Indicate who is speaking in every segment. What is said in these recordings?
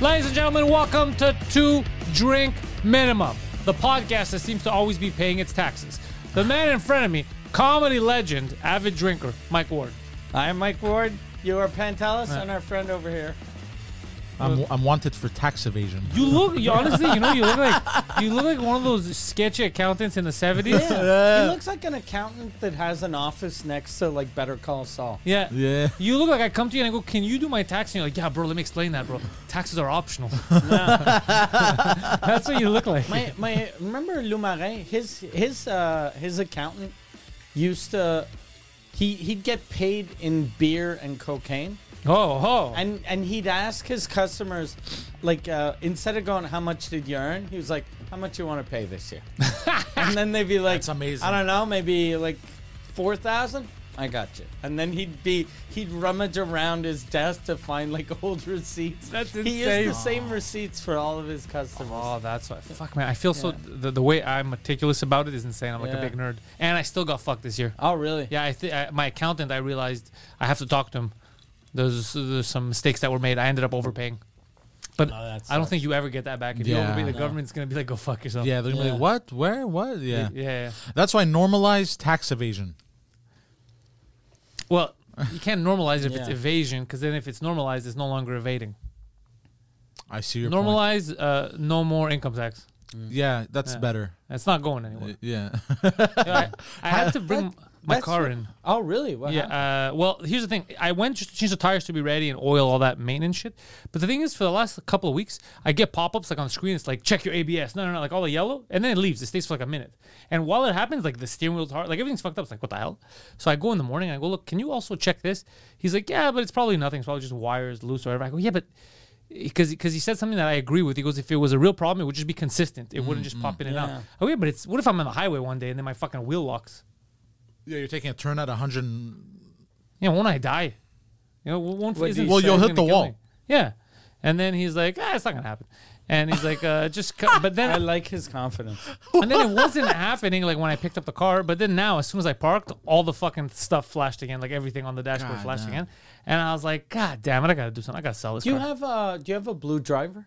Speaker 1: Ladies and gentlemen, welcome to Two Drink Minimum, the podcast that seems to always be paying its taxes. The man in front of me, comedy legend, avid drinker, Mike Ward.
Speaker 2: I'm Mike Ward. You are Pantelis and our friend over here.
Speaker 3: I'm, I'm wanted for tax evasion.
Speaker 1: You look, you, honestly, you know, you look like you look like one of those sketchy accountants in the seventies. Yeah.
Speaker 2: Yeah. He looks like an accountant that has an office next to like Better Call Saul.
Speaker 3: Yeah.
Speaker 1: You look like I come to you and I go, "Can you do my tax?" And you're like, "Yeah, bro, let me explain that, bro. Taxes are optional." That's what you look like.
Speaker 2: My my remember Lumaret? His his uh his accountant used to he he'd get paid in beer and cocaine.
Speaker 1: oh, oh.
Speaker 2: And and he'd ask his customers, like uh, instead of going, "How much did you earn?" He was like, "How much you want to pay this year?" and then they'd be like,
Speaker 3: That's amazing.
Speaker 2: I don't know, maybe like four thousand. I got you. And then he'd be he'd rummage around his desk to find like old receipts.
Speaker 1: That's
Speaker 2: He used
Speaker 1: insane.
Speaker 2: the same receipts for all of his customers.
Speaker 1: Oh, that's why. Fuck, man. I feel so. The, the way I'm meticulous about it is insane. I'm like a
Speaker 2: Yeah.
Speaker 1: big nerd. And I still got fucked this year.
Speaker 2: Oh, really?
Speaker 1: Yeah, I th- I, my accountant, I realized I have to talk to him. There's, there's some mistakes that were made. I ended up overpaying. But
Speaker 2: that
Speaker 1: I don't think you ever get that back. If you
Speaker 3: Yeah.
Speaker 1: overpay, the
Speaker 3: No.
Speaker 1: government's going to be like, go fuck yourself.
Speaker 3: Yeah, they're gonna be
Speaker 2: Yeah.
Speaker 3: like, what? Where? What? Yeah.
Speaker 1: Yeah. yeah.
Speaker 3: That's why normalize tax evasion.
Speaker 1: Well, you can't normalize if it's
Speaker 2: Yeah.
Speaker 1: evasion because then if it's normalized, it's no longer evading.
Speaker 3: I see your point.
Speaker 1: Normalize uh, no more income tax.
Speaker 3: Yeah, that's better.
Speaker 1: It's not going anywhere.
Speaker 3: Yeah.
Speaker 1: I, I had to bring my
Speaker 2: That's
Speaker 1: car
Speaker 2: what-
Speaker 1: in.
Speaker 2: Oh, really? What happened?
Speaker 1: Yeah. Uh, well, here's the thing. I went just to change the tires to be ready and oil all that maintenance shit. But the thing is, for the last couple of weeks, I get pop ups like on the screen. It's like check your ABS. No, no, no. Like all the yellow, and then it leaves. It stays for like a minute. And while it happens, like the steering wheel's hard. Like everything's fucked up. It's like what the hell? So I go in the morning. I go look. Can you also check this? He's like, yeah, but it's probably nothing. It's probably just wires loose or whatever. I go, yeah, but. Because because he said something that I agree with. He goes, if it was a real problem, it would just be consistent. It wouldn't just
Speaker 2: Mm-hmm.
Speaker 1: pop in and out. Oh yeah, but it's what if I'm on the highway one day and then my fucking wheel locks?
Speaker 3: yeah, you're taking a turn at 100. and-
Speaker 1: Yeah, won't I die? You know, won't
Speaker 2: What do
Speaker 1: isn't
Speaker 2: you
Speaker 3: Well,
Speaker 1: saying
Speaker 3: you'll
Speaker 1: it's
Speaker 3: hit
Speaker 1: gonna
Speaker 3: the
Speaker 1: kill
Speaker 3: wall.
Speaker 1: me. Yeah, and then he's like, ah, it's not gonna happen. And he's like, uh, just cut. but
Speaker 2: I
Speaker 1: then
Speaker 2: like his confidence.
Speaker 1: and then it wasn't happening like when I picked up the car. But then now, as soon as I parked, all the fucking stuff flashed again, like everything on the dashboard
Speaker 3: God
Speaker 1: flashed
Speaker 3: damn.
Speaker 1: again. And I was like, God damn it, I gotta do something. I gotta sell this.
Speaker 2: Do you
Speaker 1: car.
Speaker 2: have a Do you have a blue driver?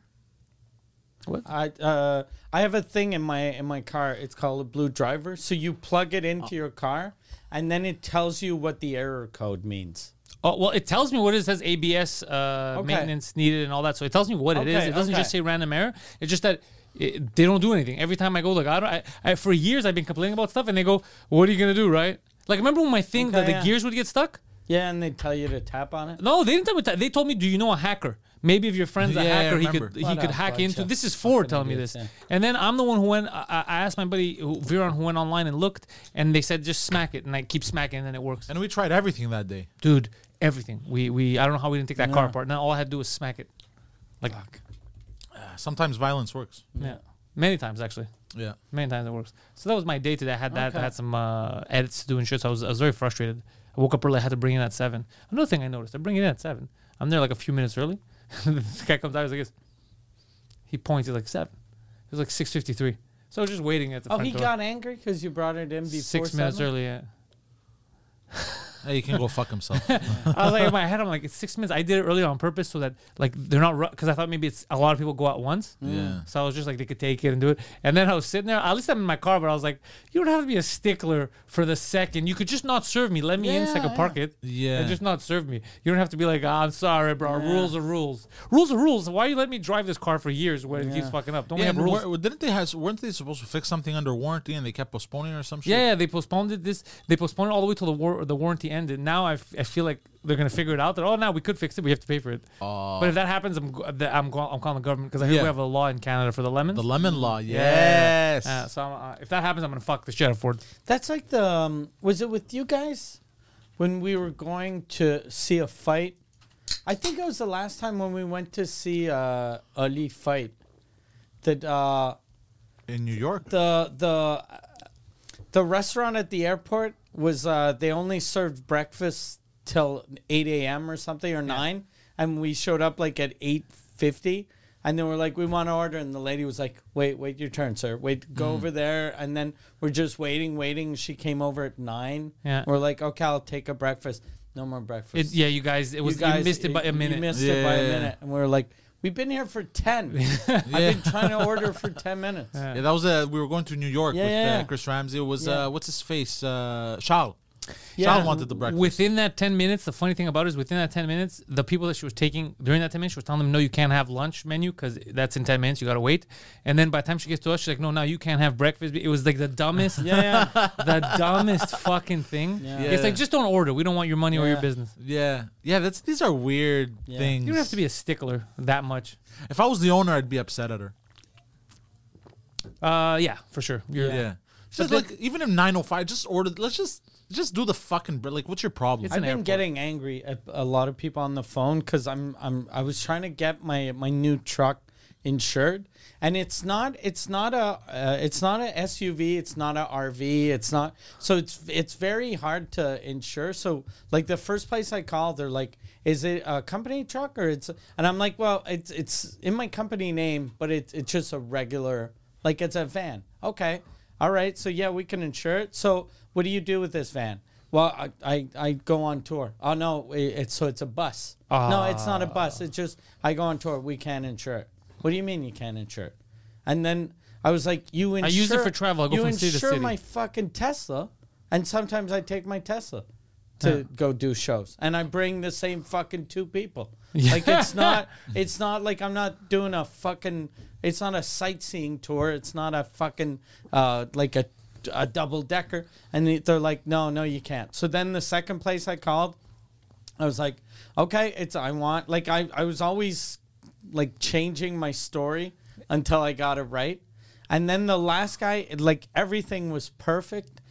Speaker 1: What?
Speaker 2: I uh, I have a thing in my in my car. It's called a blue driver. So you plug it
Speaker 1: Oh.
Speaker 2: into your car, and then it tells you what the error code means.
Speaker 1: oh well, it tells me what it says ABS uh,
Speaker 2: Okay.
Speaker 1: maintenance needed and all that. So it tells me what it is.
Speaker 2: Okay,
Speaker 1: It doesn't just
Speaker 2: okay.
Speaker 1: say random error. It's just that. It, they don't do anything. Every time I go, like I don't. I, I, for years, I've been complaining about stuff, and they go, "What are you gonna do?" Right? Like remember when my thing
Speaker 2: Okay,
Speaker 1: that the
Speaker 2: yeah.
Speaker 1: gears would get stuck?
Speaker 2: Yeah, and they tell you to tap on it.
Speaker 1: No, they didn't tell me. that. They told me, "Do you know a hacker? Maybe if your friend's a
Speaker 3: Yeah, I
Speaker 1: hacker, he
Speaker 3: remember.
Speaker 1: could he
Speaker 2: What
Speaker 1: could
Speaker 2: a
Speaker 1: hack
Speaker 2: bunch
Speaker 1: into."
Speaker 2: of
Speaker 1: This is Ford telling me
Speaker 2: idiots,
Speaker 1: this,
Speaker 2: yeah.
Speaker 1: and then I'm the one who went. I, I I asked my buddy who- Viran who went online and looked, and they said just smack it, and I keep smacking, and then it works.
Speaker 3: And we tried everything that day.
Speaker 1: Dude, everything. We we I don't know how we didn't take that car apart. Now all I had to do was smack it, like
Speaker 3: Uh, Sometimes violence works.
Speaker 1: yeah, many times actually.
Speaker 3: Yeah.
Speaker 1: Many times it works. So that was my day today. I had that. I had some uh, edits to do and shit. So I was, I was very frustrated. I woke up early. I had to bring in at seven. Another thing I noticed, I bring it in at seven. I'm there like a few minutes early. this guy comes out. He's like, this. he points. He's like seven. It was like six fifty three. So I was just waiting at the
Speaker 2: Oh,
Speaker 1: front
Speaker 2: he
Speaker 1: door.
Speaker 2: got angry because you brought it in before
Speaker 1: six minutes
Speaker 2: seven?
Speaker 1: early. Yeah.
Speaker 3: Hey, he can go fuck himself.
Speaker 1: I was like in my head. I'm like it's six minutes. I did it early on purpose so that like they're not because I thought maybe it's a lot of people go at once.
Speaker 3: yeah.
Speaker 1: So I was just like, they could take it and do it. And then I was sitting there. At least I'm in my car, but I was like, you don't have to be a stickler for the second. You could just not serve me. Let me in so I could
Speaker 2: Yeah,
Speaker 1: park it.
Speaker 3: Yeah.
Speaker 1: And just not serve me. You don't have to be like, "Ah, I'm sorry, bro. Rules are rules. Rules are rules. Why you let me drive this car for years where it keeps fucking up? Don't we
Speaker 3: Yeah,
Speaker 1: have
Speaker 3: but
Speaker 1: rules?
Speaker 3: were- didn't they has weren't they supposed to fix something under warranty and they kept postponing or some shit?
Speaker 1: yeah, yeah, they postponed it this. They postponed it all the way till the war the warranty ended. Now I, f- I feel like they're gonna figure it out. That oh, now we could fix it. We have to pay for it. but if that happens, I'm go- the- I'm, go- I'm calling the government because I hear
Speaker 3: Yeah.
Speaker 1: we have a law in Canada for the lemons.
Speaker 3: The lemon law,
Speaker 1: Yeah.
Speaker 3: yes.
Speaker 1: Uh, so I'm, uh, if that happens, I'm gonna fuck the shit out of Ford.
Speaker 2: That's like the um, was it with you guys when we were going to see a fight? I think it was the last time when we went to see uh, Ali fight. That uh,
Speaker 3: In New York,
Speaker 2: the the the restaurant at the airport was uh, they only served breakfast till eight a.m. or something or nine, and we showed up like at eight fifty, and then we're like, we want to order, and the lady was like, wait, wait your turn, sir. Wait,
Speaker 1: Mm.
Speaker 2: go over there, and then we're just waiting, waiting. She came over at nine.
Speaker 1: Yeah.
Speaker 2: we're like, okay, I'll take a breakfast. No more
Speaker 1: It,
Speaker 2: breakfast.
Speaker 1: yeah, you guys, it was you, missed it by a minute.
Speaker 2: You missed it by a
Speaker 3: Yeah.
Speaker 2: minute, and we were like, we've been here for ten. I've been trying to order for ten minutes.
Speaker 3: yeah, that was uh, we were going to New York
Speaker 2: Yeah,
Speaker 3: with
Speaker 2: yeah, yeah.
Speaker 3: Uh, Chris Ramsey. It was
Speaker 2: Yeah.
Speaker 3: uh, what's his face, uh, Charles.
Speaker 2: Yeah.
Speaker 3: Charles wanted the breakfast.
Speaker 1: Within that 10 minutes, the funny thing about it is within that 10 minutes, the people that she was taking during that 10 minutes, she was telling them, no, you can't have lunch menu because that's in 10 minutes. You got to wait. And then by the time she gets to us, she's like, no, now you can't have breakfast. It was like the dumbest,
Speaker 2: yeah, yeah.
Speaker 1: the dumbest fucking thing.
Speaker 2: Yeah.
Speaker 1: It's like, just don't order. We don't want your money or your
Speaker 2: Yeah.
Speaker 1: business.
Speaker 3: yeah, yeah. That's these are weird
Speaker 2: Yeah.
Speaker 3: things.
Speaker 1: You don't have to be a stickler that much.
Speaker 3: If I was the owner, I'd be upset at her.
Speaker 1: Uh, yeah, for sure. You're,
Speaker 3: Yeah. Just
Speaker 1: then-
Speaker 3: like even if 905, just order. Let's just just do the fucking. bre- Like, what's your problem?
Speaker 1: It's
Speaker 3: I-
Speaker 1: an
Speaker 2: I've been
Speaker 1: airport.
Speaker 2: getting angry at a lot of people on the phone because I'm I'm I was trying to get my my new truck insured, and it's not it's not a uh, it's not a SUV, it's not a RV, it's not so it's it's very hard to insure. So like the first place I called, they're like, "Is it a company truck or it's?" And I'm like, "Well, it's it's in my company name, but it's it's just a regular like it's a van." Okay. All right, so yeah, we can insure it. So, what do you do with this van? Well, I, I, I go on tour. Oh no, i- it's so it's a bus. no, it's not a
Speaker 1: Ah.
Speaker 2: bus. It's just I go on tour. We can't insure it. What do you mean you can't insure it? And then I was like, you insure.
Speaker 1: I use it for travel. I go
Speaker 2: you
Speaker 1: from city
Speaker 2: insure
Speaker 1: to city.
Speaker 2: my fucking Tesla, and sometimes I take my Tesla to go do shows, and I bring the same fucking two people. Like it's not, it's not like I'm not doing a fucking. It's not a sightseeing tour. It's not a fucking uh, like a a double decker. And they- they're like, no, no, you can't. So then the second place I called, I was like, okay, it's I want like I I was always like changing my story until I got it right. And then the last guy, it- like everything was perfect.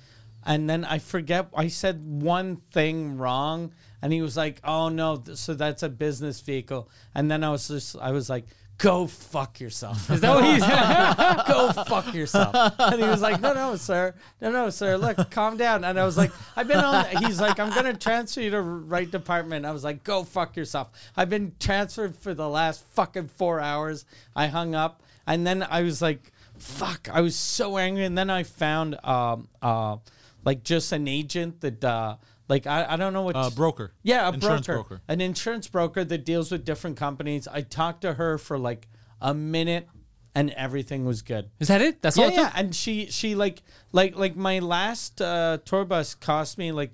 Speaker 2: And then I forget I said one thing wrong and he was like, "Oh no, th- so that's a business vehicle." And then I was just I was like, "Go fuck yourself." Is that what he said? Go fuck yourself. And he was like, "No, no, sir. No, no, sir. Look, calm down." And I was like, "I've been on He's like, "I'm going to transfer you to right department." I was like, "Go fuck yourself. I've been transferred for the last fucking 4 hours." I hung up and then I was like, fuck i was so angry and then i found um uh like just an agent that uh like i, I don't know what
Speaker 3: uh, broker.
Speaker 2: yeah a
Speaker 3: Insurance
Speaker 2: broker,
Speaker 3: broker.
Speaker 2: an insurance broker that deals with different companies i talked to her for like a minute and everything was good
Speaker 1: Is that it? That's all
Speaker 2: yeah,
Speaker 1: it
Speaker 2: yeah.
Speaker 1: took?
Speaker 2: and she she like like like my last uh tour bus cost me like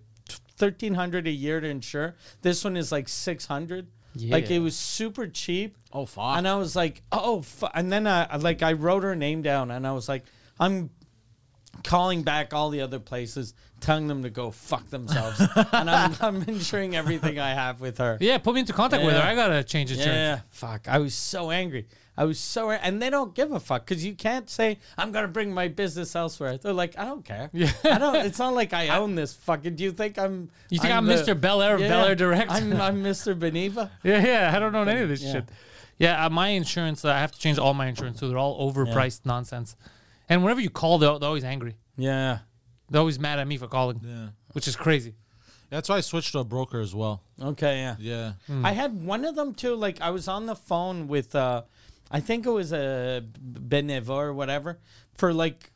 Speaker 2: thirteen hundred a year to insure this one is like 600 like
Speaker 1: Yeah.
Speaker 2: it was super cheap
Speaker 3: Oh, fuck.
Speaker 2: and I was like, oh, fu-. and then I I- like I wrote her name down, and I was like, I'm calling back all the other places, telling them to go fuck themselves, and I'm, I'm insuring everything I have with her.
Speaker 1: Yeah, put me into contact with her.
Speaker 2: Yeah.
Speaker 1: I got to change insurance.
Speaker 2: Yeah, fuck. I was so angry. I was so, ang- and they don't give a fuck because you can't say I'm gonna bring my business elsewhere. They're like, I don't care. Yeah, I don't. It's not like I own this fucking. Do you think I'm?
Speaker 1: You think I'm
Speaker 2: the-
Speaker 1: Mr. Bel Air,
Speaker 2: Yeah,
Speaker 1: Bel Air Direct?
Speaker 2: I'm, I'm Mr. Beneva.
Speaker 1: Yeah, yeah. I don't know any of this
Speaker 2: Yeah.
Speaker 1: shit. Yeah, uh, my insurance. Uh, I have to change all my insurance, so they're all overpriced nonsense. And whenever you call, they're, they're always angry.
Speaker 2: Yeah.
Speaker 1: They're always mad at me for calling,
Speaker 3: Yeah.
Speaker 1: which is crazy.
Speaker 3: That's why I switched to a broker as well.
Speaker 2: Okay. Yeah.
Speaker 3: Yeah.
Speaker 2: I had one of them too. Like I was on the phone with, uh, I think it was a Beneva or whatever, for like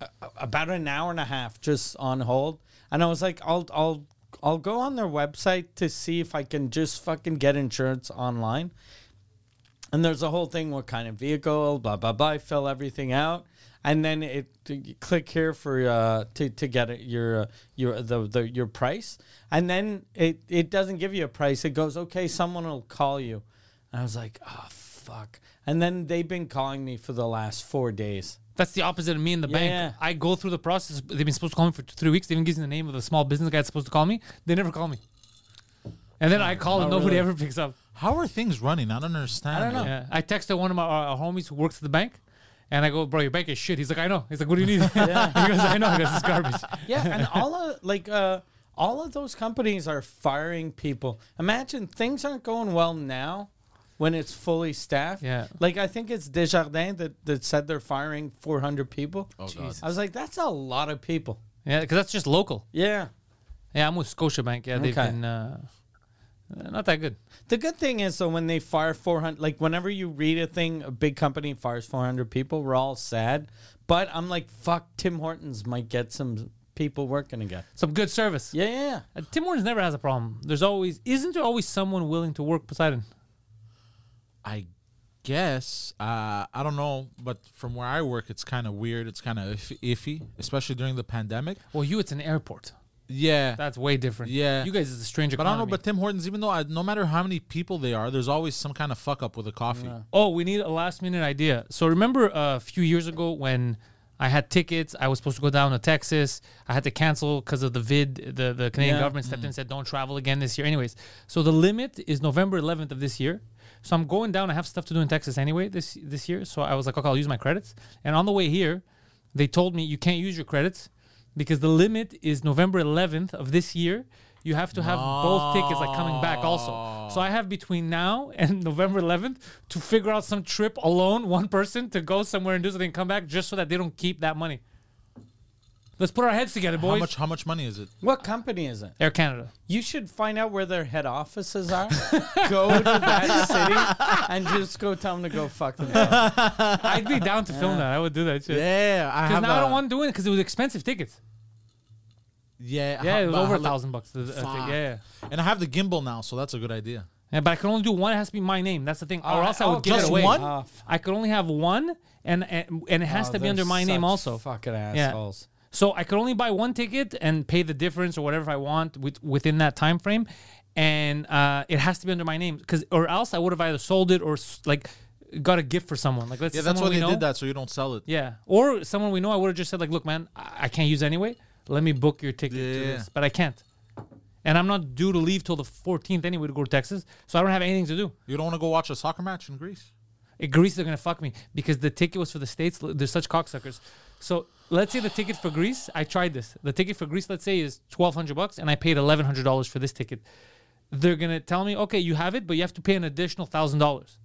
Speaker 2: a- about an hour and a half, just on hold. And I was like, I'll, I'll, I'll go on their website to see if I can just fucking get insurance online. And there's a whole thing, what kind of vehicle, blah blah blah. I fill everything out, and then it you click here for uh, to to get it, your uh, your the, the your price, and then it it doesn't give you a price. It goes okay, someone will call you, "Ah, and I was like, oh fuck. And then they've been calling me for the last four days.
Speaker 1: That's the opposite of me in the bank.
Speaker 2: yeah.
Speaker 1: I go through the process. They've been supposed to call me for two, three weeks. They even gives me the name of the small business guy that's supposed to call me. They never call me. And then I call and nobody
Speaker 2: really.
Speaker 1: ever picks up.
Speaker 3: How are things running? I don't understand.
Speaker 2: I don't know.
Speaker 1: Yeah. I texted one of my uh, homies who works at the bank. And I go, bro, your bank is shit. He's like, I know. He's like, what do you need? he goes, I know. He goes, it's garbage.
Speaker 2: Yeah, and all of like uh, all of those companies are firing people. Imagine things aren't going well now when it's fully staffed.
Speaker 1: Yeah.
Speaker 2: Like I think it's Desjardins that, that said they're firing four hundred people.
Speaker 3: Oh, God.
Speaker 2: I was like, that's a lot of people.
Speaker 1: Yeah, because that's just local.
Speaker 2: Yeah.
Speaker 1: Yeah, I'm with Scotiabank. Yeah, they've
Speaker 2: Okay.
Speaker 1: been uh, not that good.
Speaker 2: The good thing is though when they fire four hundred like whenever you read a thing, a big company fires four hundred people, we're all sad. But I'm like, fuck Tim Hortons might get some people working again.
Speaker 1: Some good service.
Speaker 2: Yeah, yeah, yeah.
Speaker 1: Uh, Tim Hortons never has a problem. There's always isn't there always someone willing to work Poseidon?
Speaker 3: I guess uh, I don't know, but from where I work, it's kind of weird. It's kind of iffy, iffy, especially during the pandemic.
Speaker 1: Well, you it's an airport.
Speaker 3: Yeah,
Speaker 1: That's way different.
Speaker 3: Yeah.
Speaker 1: you guys is a strange
Speaker 3: but I
Speaker 1: economy.
Speaker 3: don't know. But Tim Hortons, even though I, no matter how many people they are, there's always some kind of fuck up with the coffee.
Speaker 1: oh, we need a last minute idea. So remember a few years ago when I had tickets, I was supposed to go down to Texas. I had to cancel because of the vid. The the Canadian
Speaker 2: Yeah.
Speaker 1: government
Speaker 3: Mm.
Speaker 1: stepped in and said don't travel again this year. Anyways, so the limit is November 11th of this year. So I'm going down. I have stuff to do in Texas anyway this this year. So I was like, okay, I'll use my credits. And on the way here, they told me you can't use your credits because the limit is November 11th of this year. You have to have both tickets like coming back also. So I have between now and November 11th to figure out some trip alone, one person to go somewhere and do something, come back just so that they don't keep that money. Let's put our heads together, boys.
Speaker 3: How much? How much money is it?
Speaker 2: What company is it?
Speaker 1: Air Canada.
Speaker 2: You should find out where their head offices are. go to that city and just go tell them to go fuck themselves.
Speaker 1: I'd be down to film that. I would do that shit.
Speaker 3: Yeah, I
Speaker 1: Because
Speaker 3: have.
Speaker 1: now I
Speaker 3: a-
Speaker 1: don't want to do it because it was expensive tickets.
Speaker 3: Yeah,
Speaker 1: Yeah,
Speaker 3: how-
Speaker 1: it was
Speaker 3: but
Speaker 1: over
Speaker 3: how-
Speaker 1: a thousand bucks. the- the thing.
Speaker 3: Fuck.
Speaker 1: Yeah, yeah.
Speaker 3: And I have the gimbal now, so that's a good idea.
Speaker 1: Yeah, but I could only do one. It has to be my name. That's the thing. or
Speaker 2: Oh,
Speaker 1: else I
Speaker 2: oh,
Speaker 1: would give it
Speaker 3: just
Speaker 1: away.
Speaker 3: one?
Speaker 2: Oh,
Speaker 1: I could only have one, and and, and it has
Speaker 2: Oh,
Speaker 1: to be
Speaker 2: they're
Speaker 1: under my name
Speaker 2: such
Speaker 1: also.
Speaker 2: Fucking
Speaker 1: Yeah.
Speaker 2: assholes.
Speaker 1: So I could only buy one ticket and pay the difference or whatever I want with, within that time frame, and uh, it has to be under my name because or else I would have either sold it or s- like got a gift for someone. Like let's
Speaker 3: Yeah,
Speaker 1: say
Speaker 3: that's why
Speaker 1: someone we
Speaker 3: they
Speaker 1: know.
Speaker 3: did that, so you don't sell it.
Speaker 1: Yeah, or someone we know. I would have just said like, look, man, I, I can't use anyway. Let me book your ticket to
Speaker 3: Yeah.
Speaker 1: this, but I can't. And I'm not due to leave till the 14th anyway to go to Texas, so I don't have anything to do.
Speaker 3: You don't want to go watch a soccer match in Greece.
Speaker 1: Uh, Greece, they're gonna fuck me because the ticket was for the states. L- They're such cocksuckers. So let's say the ticket for Greece. I tried this. The ticket for Greece, let's say, is twelve hundred bucks, and I paid eleven hundred dollars for this ticket. They're gonna tell me, okay, you have it, but you have to pay an additional thousand dollars.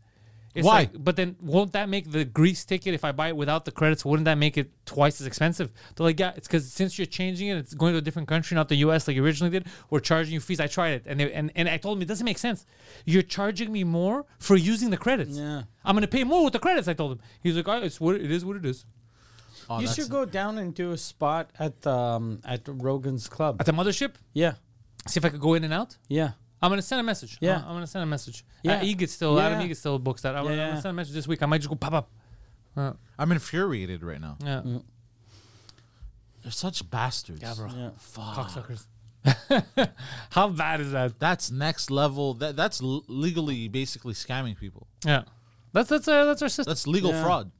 Speaker 3: Why?
Speaker 1: but then won't that make the Greece ticket if I buy it without the credits? Wouldn't that make it twice as expensive? They're like, yeah, it's because since you're changing it, it's going to a different country, not the U.S. like you originally did. We're charging you fees. I tried it, and they, and and I told them it doesn't make sense. You're charging me more for using the credits.
Speaker 2: Yeah.
Speaker 1: I'm gonna pay more with the credits. I told him. He's like, oh, it's what it is. What it is.
Speaker 3: Oh,
Speaker 2: you
Speaker 3: that's-
Speaker 2: should go down and do a spot at the um, at Rogan's Club.
Speaker 1: At the mothership,
Speaker 2: Yeah,
Speaker 1: see if I could go in and out.
Speaker 2: yeah.
Speaker 1: I'm gonna send a message.
Speaker 2: Yeah.
Speaker 1: I'm, I'm gonna send a message. Yeah,
Speaker 2: Yeah.
Speaker 1: uh, Egid still, Adam
Speaker 2: Yeah.
Speaker 1: Egid still books that. I'm, gonna- I'm
Speaker 2: Yeah.
Speaker 1: gonna send a message this week. I might just go pop up.
Speaker 3: I'm infuriated right now.
Speaker 1: Yeah,
Speaker 3: They're such bastards.
Speaker 1: yeah, bro,
Speaker 2: Yeah.
Speaker 3: Fuck.
Speaker 1: cocksuckers. How bad is that?
Speaker 3: That's next level. That that's l- legally basically scamming people.
Speaker 1: Yeah, that's that's uh, that's our system.
Speaker 3: That's legal
Speaker 2: Yeah.
Speaker 3: fraud.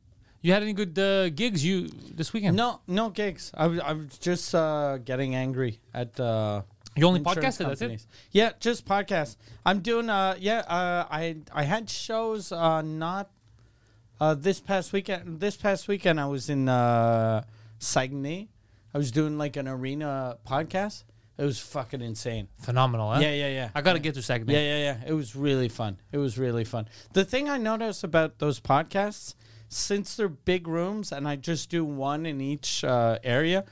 Speaker 1: you had any good uh, gigs you this weekend?
Speaker 2: No, no gigs. I was, I was just uh, getting angry at. Uh,
Speaker 1: You only
Speaker 2: insurance
Speaker 1: podcasted, that's it?
Speaker 2: companies. Yeah, just podcast. I'm doing. Uh, yeah. Uh, I I had shows. Uh, not. Uh, this past weekend. This past weekend, I was in uh, Saguenay. I was doing like an arena podcast. It was fucking insane.
Speaker 1: phenomenal. Huh?
Speaker 2: Yeah, yeah, yeah.
Speaker 1: I gotta get to second.
Speaker 2: Yeah, yeah, yeah. It was really fun. It was really fun. The thing I notice about those podcasts, since they're big rooms and I just do one in each uh, area,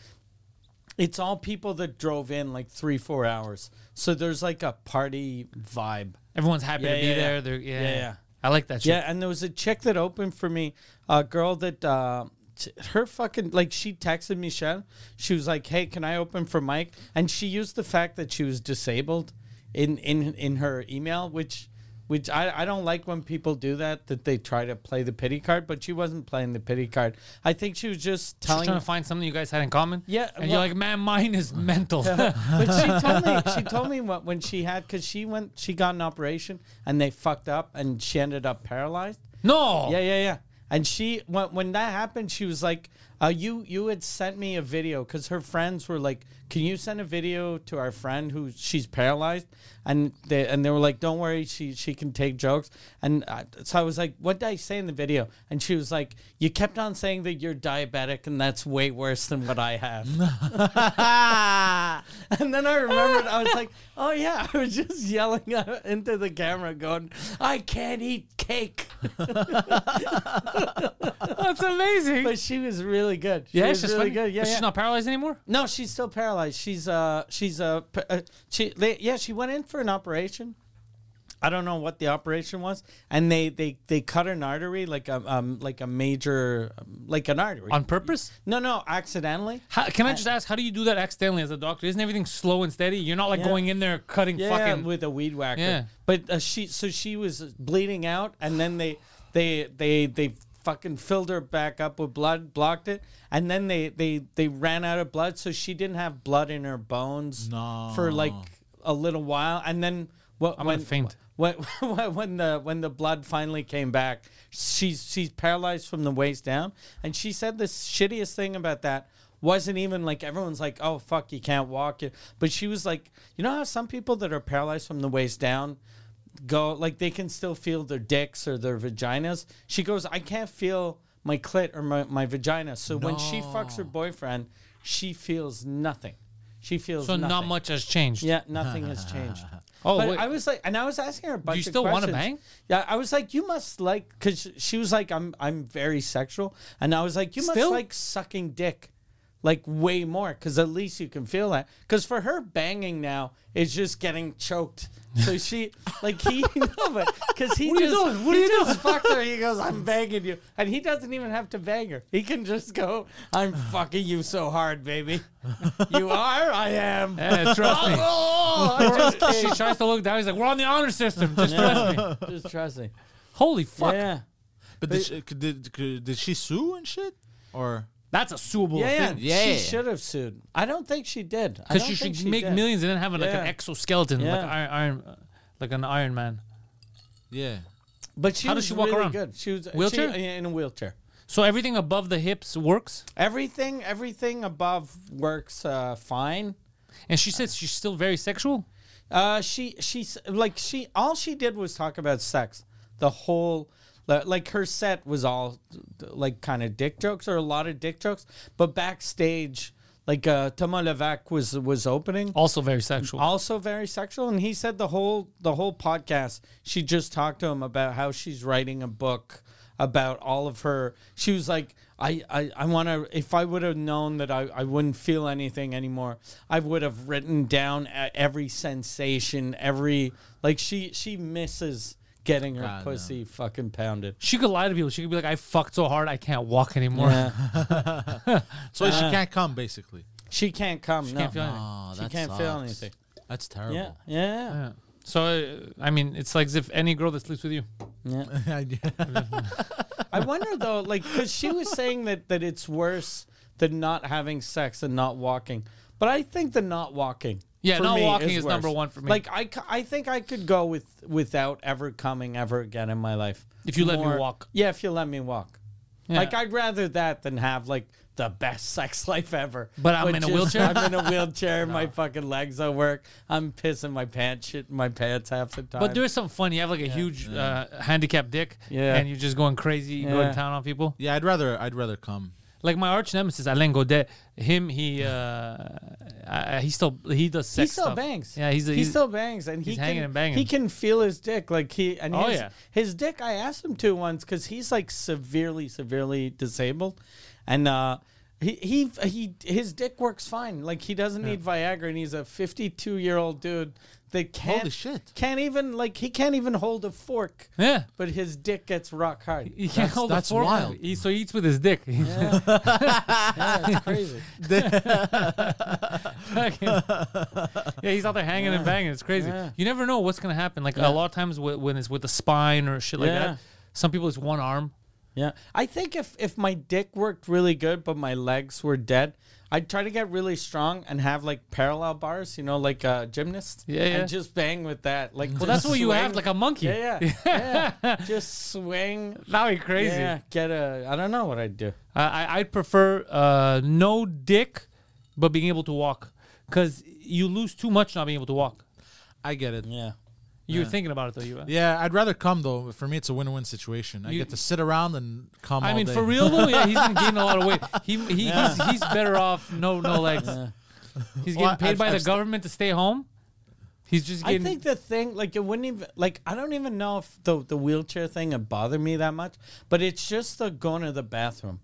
Speaker 2: it's all people that drove in like three, four hours. So there's like a party vibe.
Speaker 1: everyone's happy
Speaker 2: Yeah,
Speaker 1: to be
Speaker 2: yeah, yeah.
Speaker 1: there. They're, yeah,
Speaker 2: Yeah, yeah.
Speaker 1: I like that. Shit.
Speaker 2: Yeah, and there was a chick that opened for me, a girl that uh, t- her fucking like she texted Michelle. She was like, "Hey, can I open for Mike?" And she used the fact that she was disabled in in in her email, which which I, I don't like when people do that that they try to play the pity card, but she wasn't playing the pity card. I think she was just
Speaker 1: Just
Speaker 2: telling
Speaker 1: trying to find something you guys had in common.
Speaker 2: Yeah,
Speaker 1: and you're
Speaker 2: well-
Speaker 1: like, man, mine is mental.
Speaker 2: but she told me she told me what when she had because she went she got an operation and they fucked up and she ended up paralyzed.
Speaker 1: no.
Speaker 2: Yeah, yeah, yeah. And she when when that happened, she was like, uh, "You you had sent me a video because her friends were like, can you send a video to our friend who she's paralyzed?" And they and they were like, "Don't worry, she she can take jokes." And uh, so I was like, "What did I say in the video?" And she was like, "You kept on saying that you're diabetic, and that's way worse than what I have." and then I remembered, I was like, "Oh yeah, I was just yelling out into the camera, going, I can't eat cake."
Speaker 1: That's amazing.
Speaker 2: But she was really good. She
Speaker 1: yeah,
Speaker 2: was
Speaker 1: it's just
Speaker 2: really
Speaker 1: funny.
Speaker 2: good. Yeah,
Speaker 1: But
Speaker 2: yeah.
Speaker 1: she's not paralyzed anymore.
Speaker 2: no, she's still paralyzed. She's uh, she's uh, p- uh she they, yeah, she went in for an operation. I don't know what the operation was, and they they they cut an artery like a um like a major um, like an artery.
Speaker 1: On purpose?
Speaker 2: no, no, accidentally.
Speaker 1: How, can I just ask, how do you do that accidentally as a doctor? Isn't everything slow and steady? You're not like
Speaker 2: Yeah.
Speaker 1: going in there cutting
Speaker 2: yeah,
Speaker 1: fucking.
Speaker 2: with a weed whacker.
Speaker 1: Yeah.
Speaker 2: But uh, she, so she was bleeding out, and then they, they, they, they fucking filled her back up with blood, blocked it, and then they, they, they ran out of blood, so she didn't have blood in her bones
Speaker 3: No.
Speaker 2: for like a little while, and then what?
Speaker 1: I'm
Speaker 2: when,
Speaker 1: gonna faint.
Speaker 2: When, when when the when the blood finally came back, she's she's paralyzed from the waist down, and she said the shittiest thing about that wasn't even like everyone's like, oh fuck, you can't walk, you-" but she was like, you know how some people that are paralyzed from the waist down go like they can still feel their dicks or their vaginas. She goes, I can't feel my clit or my, my vagina. So when she fucks her boyfriend, she feels nothing. She feels
Speaker 1: so
Speaker 2: nothing.
Speaker 1: not much has changed.
Speaker 2: Yeah, nothing has changed.
Speaker 1: Oh,
Speaker 2: but
Speaker 1: wait.
Speaker 2: I was like, and I was asking her. A bunch
Speaker 1: you
Speaker 2: of
Speaker 1: still wanna
Speaker 2: questions.
Speaker 1: bang?
Speaker 2: Yeah, I was like, you must like, because she was like, I'm, I'm very sexual, and I was like, you
Speaker 1: Still?
Speaker 2: must like sucking dick, like way more, because at least you can feel that. Because for her, banging now is just getting choked. So she, like he, no, but because he
Speaker 1: What are you
Speaker 2: just,
Speaker 1: doing? What
Speaker 2: he
Speaker 1: are you
Speaker 2: just fucked her. He goes, I'm banging you, and he doesn't even have to bang her. He can just go, I'm fucking you so hard, baby. you are, I am.
Speaker 1: Yeah, trust me.
Speaker 2: Oh, I just
Speaker 1: She tries to look down. He's like, "We're on the honor system. Just trust me."
Speaker 2: Just trust me.
Speaker 1: Holy fuck!
Speaker 2: Yeah.
Speaker 3: But did she, could- did, could- did she sue and shit? Or
Speaker 1: That's a suable
Speaker 2: Yeah, yeah.
Speaker 1: thing.
Speaker 3: Yeah.
Speaker 2: She should have sued. I don't think she did. I
Speaker 1: Because
Speaker 2: don't
Speaker 1: you
Speaker 2: think
Speaker 1: should
Speaker 2: she
Speaker 1: make
Speaker 2: did.
Speaker 1: millions and then have like an
Speaker 2: Yeah.
Speaker 1: exoskeleton, like
Speaker 2: Yeah.
Speaker 1: iron, iron, uh, like an Iron Man.
Speaker 3: yeah,
Speaker 2: But she
Speaker 1: How does
Speaker 2: was
Speaker 1: she walk
Speaker 2: really
Speaker 1: around?
Speaker 2: good. She was she-
Speaker 1: Wheelchair?
Speaker 2: in a wheelchair.
Speaker 1: So everything above the hips works.
Speaker 2: Everything, everything above works uh, fine.
Speaker 1: And she says she's still very sexual.
Speaker 2: Uh, she she's like she all she did was talk about sex. The whole li- like her set was all like kind of dick jokes or a lot of dick jokes. But backstage, like uh, Thomas Levac was was opening.
Speaker 1: Also very sexual.
Speaker 2: also very sexual and he said the whole the whole podcast she just talked to him about how she's writing a book about all of her she was like i i, I want to if i would have known that I, I wouldn't feel anything anymore i would have written down e- every sensation every like she she misses getting her
Speaker 3: God, no.
Speaker 2: pussy fucking pounded
Speaker 1: she could lie to people. She could be like, "I fucked so hard I can't walk anymore."
Speaker 3: so she can't come basically.
Speaker 2: she can't come no
Speaker 1: can't feel anything.
Speaker 3: Oh,
Speaker 2: she can't feel
Speaker 3: sucks.
Speaker 2: anything
Speaker 3: That's terrible.
Speaker 2: yeah yeah
Speaker 1: Yeah. So uh, I mean, it's like as if any girl that sleeps with you.
Speaker 2: I wonder though, like, because she was saying that that it's worse than not having sex and not walking. But I think the not walking.
Speaker 1: Yeah,
Speaker 2: for
Speaker 1: not
Speaker 2: me
Speaker 1: walking is
Speaker 2: worse.
Speaker 1: number one for me.
Speaker 2: Like, I, c- I think I could go with without ever coming ever again in my life.
Speaker 1: If you let me walk.
Speaker 2: Yeah, if you let me walk.
Speaker 1: Yeah.
Speaker 2: Like, I'd rather that than have like the best sex life ever.
Speaker 1: But I'm
Speaker 2: which
Speaker 1: in a
Speaker 2: is
Speaker 1: wheelchair?
Speaker 2: I'm in a wheelchair. My fucking legs don't work. I'm pissing my pants, shit in my pants half the time.
Speaker 1: But there's some fun. You have like a huge Uh, handicapped dick,
Speaker 2: Yeah.
Speaker 1: and you're just going crazy, going
Speaker 2: Yeah.
Speaker 1: to town on people.
Speaker 3: Yeah, I'd rather I'd rather come.
Speaker 1: Like my arch nemesis, Alain Godet. Him, he uh, uh, he still he does sex.
Speaker 2: he still
Speaker 1: stuff.
Speaker 2: bangs.
Speaker 1: Yeah, he's,
Speaker 2: he still bangs, and he
Speaker 1: he's
Speaker 2: can,
Speaker 1: hanging and banging.
Speaker 2: He can feel his dick, like he and
Speaker 1: Oh,
Speaker 2: his,
Speaker 1: yeah.
Speaker 2: his dick. I asked him to once because he's like severely, severely disabled, and uh, he he he his dick works fine. Like he doesn't need Viagra, and he's a fifty-two year old dude that can't
Speaker 3: shit.
Speaker 2: can't even like he can't even hold a fork.
Speaker 1: yeah.
Speaker 2: But his dick gets rock hard.
Speaker 1: He can't
Speaker 3: That's-
Speaker 1: hold a
Speaker 3: that's
Speaker 1: fork.
Speaker 3: wild.
Speaker 1: He, so he eats with his dick.
Speaker 2: That's crazy.
Speaker 1: yeah, he's out there hanging and banging. It's crazy.
Speaker 2: Yeah.
Speaker 1: You never know what's gonna happen. Like a lot of times, wh- when it's with the spine or shit like
Speaker 2: Yeah.
Speaker 1: that, some people it's one arm.
Speaker 2: Yeah. I think if, if my dick worked really good, but my legs were dead, I'd try to get really strong and have like parallel bars, you know, like a gymnast.
Speaker 1: Yeah, yeah.
Speaker 2: And just bang with that. Like,
Speaker 1: Well, that's what you have, like a monkey.
Speaker 2: Yeah, yeah. yeah. Just swing.
Speaker 1: That'd be crazy.
Speaker 2: Yeah. Get a, I don't know what I'd do.
Speaker 1: I I, I'd prefer uh, no dick, but being able to walk, because you lose too much not being able to walk.
Speaker 3: I get it.
Speaker 2: Yeah.
Speaker 1: You were thinking about it though, you. uh. were.
Speaker 3: Yeah, I'd rather come though. For me, it's a win-win situation. I
Speaker 1: You-
Speaker 3: get to sit around and come.
Speaker 1: I
Speaker 3: all
Speaker 1: mean,
Speaker 3: day.
Speaker 1: for real though, yeah, he's been gaining a lot of weight. He, he he's, he's better off no no legs. He's getting
Speaker 3: Well,
Speaker 1: paid
Speaker 3: I've-
Speaker 1: by the
Speaker 3: I've st-
Speaker 1: government to stay home. He's just
Speaker 2: I
Speaker 1: getting.
Speaker 2: think the thing, like, it wouldn't even, like, I don't even know if the, the wheelchair thing would bother me that much, but it's just the going to the bathroom.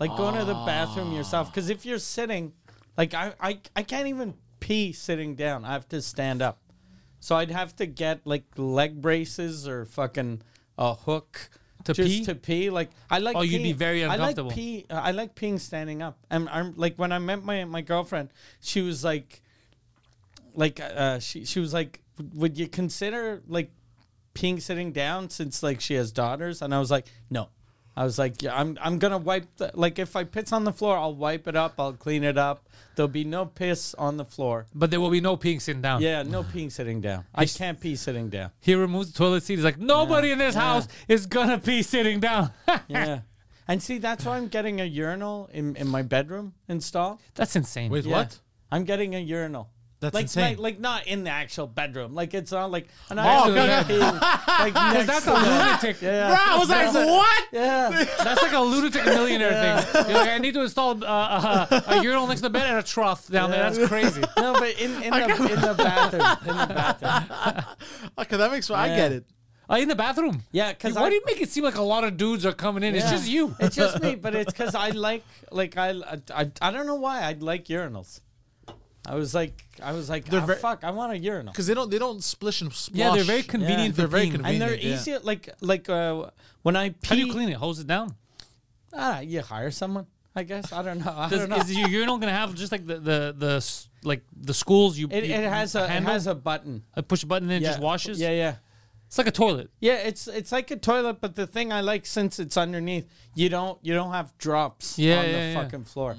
Speaker 2: Like, going to the bathroom
Speaker 1: Ah.
Speaker 2: yourself. Because if you're sitting, like, I, I, I can't even pee sitting down. I have to stand up. So I'd have to get, like, leg braces or fucking a hook.
Speaker 1: To
Speaker 2: just
Speaker 1: pee?
Speaker 2: to pee, like I like.
Speaker 1: Oh, you'd be
Speaker 2: peeing-
Speaker 1: very
Speaker 2: I
Speaker 1: uncomfortable.
Speaker 2: like pee. uh, I like peeing standing up. And I'm like when I met my my girlfriend, she was like, like uh, she she was like, would you consider like peeing sitting down since like she has daughters? And I was like, no. I was like, yeah, I'm I'm gonna wipe the, like if I piss on the floor, I'll wipe it up, I'll clean it up. There'll be no piss on the floor.
Speaker 1: but there will be no peeing sitting down.
Speaker 2: Yeah, no peeing sitting down. I can't pee sitting down.
Speaker 1: He removes the toilet seat. He's like, nobody in this house is gonna pee sitting down.
Speaker 2: Yeah. And see, that's why I'm getting a urinal in, in my bedroom installed.
Speaker 1: That's insane.
Speaker 3: Wait,
Speaker 2: Yeah.
Speaker 3: what?
Speaker 2: I'm getting a urinal.
Speaker 3: That's
Speaker 2: like,
Speaker 3: insane.
Speaker 2: Like, like not in the actual bedroom. Like it's not like an
Speaker 1: Oh, no, no.
Speaker 2: like next
Speaker 1: That's
Speaker 2: to
Speaker 1: a
Speaker 2: the-
Speaker 1: lunatic.
Speaker 2: Yeah.
Speaker 3: I was like, what?
Speaker 2: Yeah.
Speaker 1: That's like a lunatic millionaire thing. You're like, I need to install uh, uh, a urinal next to the bed and a trough down there. That's crazy.
Speaker 2: No, but in, in, the, in the bathroom. In the bathroom.
Speaker 3: Okay, that makes. I get it.
Speaker 1: Uh, in the bathroom.
Speaker 2: Yeah, 'cause
Speaker 1: why
Speaker 2: I-
Speaker 1: do you make it seem like a lot of dudes are coming in? It's
Speaker 2: Yeah.
Speaker 1: just you.
Speaker 2: It's just me, but it's because I like like I, I I don't know why I like urinals. I was like I was like ah,
Speaker 3: ver-
Speaker 2: fuck I want a urinal.
Speaker 3: Because they don't. They don't splish and splash.
Speaker 1: Yeah, they're very convenient.
Speaker 3: They're
Speaker 1: for
Speaker 3: very
Speaker 1: peeing.
Speaker 2: And
Speaker 3: convenient.
Speaker 2: they're
Speaker 3: yeah.
Speaker 2: easier like like uh, when I pee
Speaker 1: How do you clean it? Hose it down.
Speaker 2: Ah, you hire someone, I guess. I don't know. I
Speaker 1: Does,
Speaker 2: don't know.
Speaker 1: is your urinal gonna have just like the the, the s- like the schools you?
Speaker 2: It,
Speaker 1: you
Speaker 2: it has a it
Speaker 1: handle?
Speaker 2: has a button.
Speaker 1: I push a button and it
Speaker 2: Yeah.
Speaker 1: just washes.
Speaker 2: Yeah, yeah.
Speaker 1: it's like a toilet.
Speaker 2: Yeah, it's it's like a toilet, but the thing I like since it's underneath, you don't you don't have drops
Speaker 1: Yeah,
Speaker 2: on the
Speaker 1: yeah, Mm. yeah.
Speaker 2: fucking floor.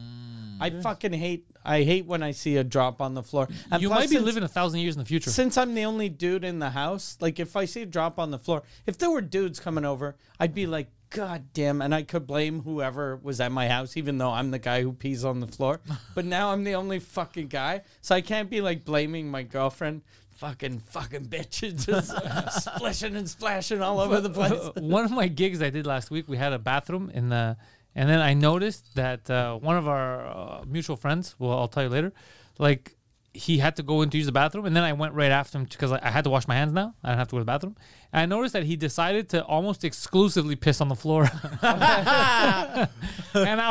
Speaker 2: I fucking hate I hate when I see a drop on the floor. And
Speaker 1: you
Speaker 2: plus,
Speaker 1: might be
Speaker 2: since-
Speaker 1: living a thousand years in the future.
Speaker 2: since I'm the only dude in the house, like if I see a drop on the floor, if there were dudes coming over, I'd be like, God damn. And I could blame whoever was at my house, even though I'm the guy who pees on the floor. But now I'm the only fucking guy. So I can't be like blaming my girlfriend. Fucking, fucking bitch. It's just splishing and splashing all over the place.
Speaker 1: one of my gigs I did last week, we had a bathroom in the, and then I noticed that uh, one of our uh, mutual friends, well, I'll tell you later, like he had to go in to use the bathroom, and then I went right after him because I, I had to wash my hands now. I don't have to go to the bathroom. And I noticed that he decided to almost exclusively piss on the floor, and I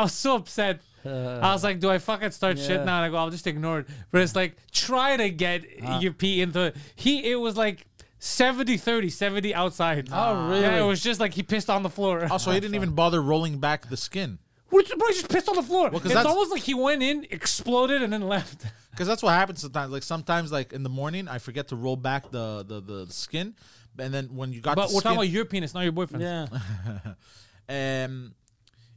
Speaker 1: was so upset. I was like, do I fucking start shit
Speaker 2: yeah.
Speaker 1: now? And I go, I'll just ignore it. But it's like, try to get your pee into it. He, it was like 70 30, 70 outside.
Speaker 2: Oh, really?
Speaker 1: Yeah, it was just like he pissed on the floor.
Speaker 3: Also, Oh, he didn't even bother rolling back the skin.
Speaker 1: Which bro he just pissed on the floor.
Speaker 3: 'cause
Speaker 1: it's
Speaker 3: that's-
Speaker 1: almost like he went in, exploded, and then left.
Speaker 3: Because that's what happens sometimes. Like sometimes, like in the morning, I forget to roll back the the, the, the skin, and then when you got
Speaker 1: But
Speaker 3: the
Speaker 1: we're
Speaker 3: skin,
Speaker 1: talking about your penis, not your boyfriend.
Speaker 2: Yeah.
Speaker 3: um,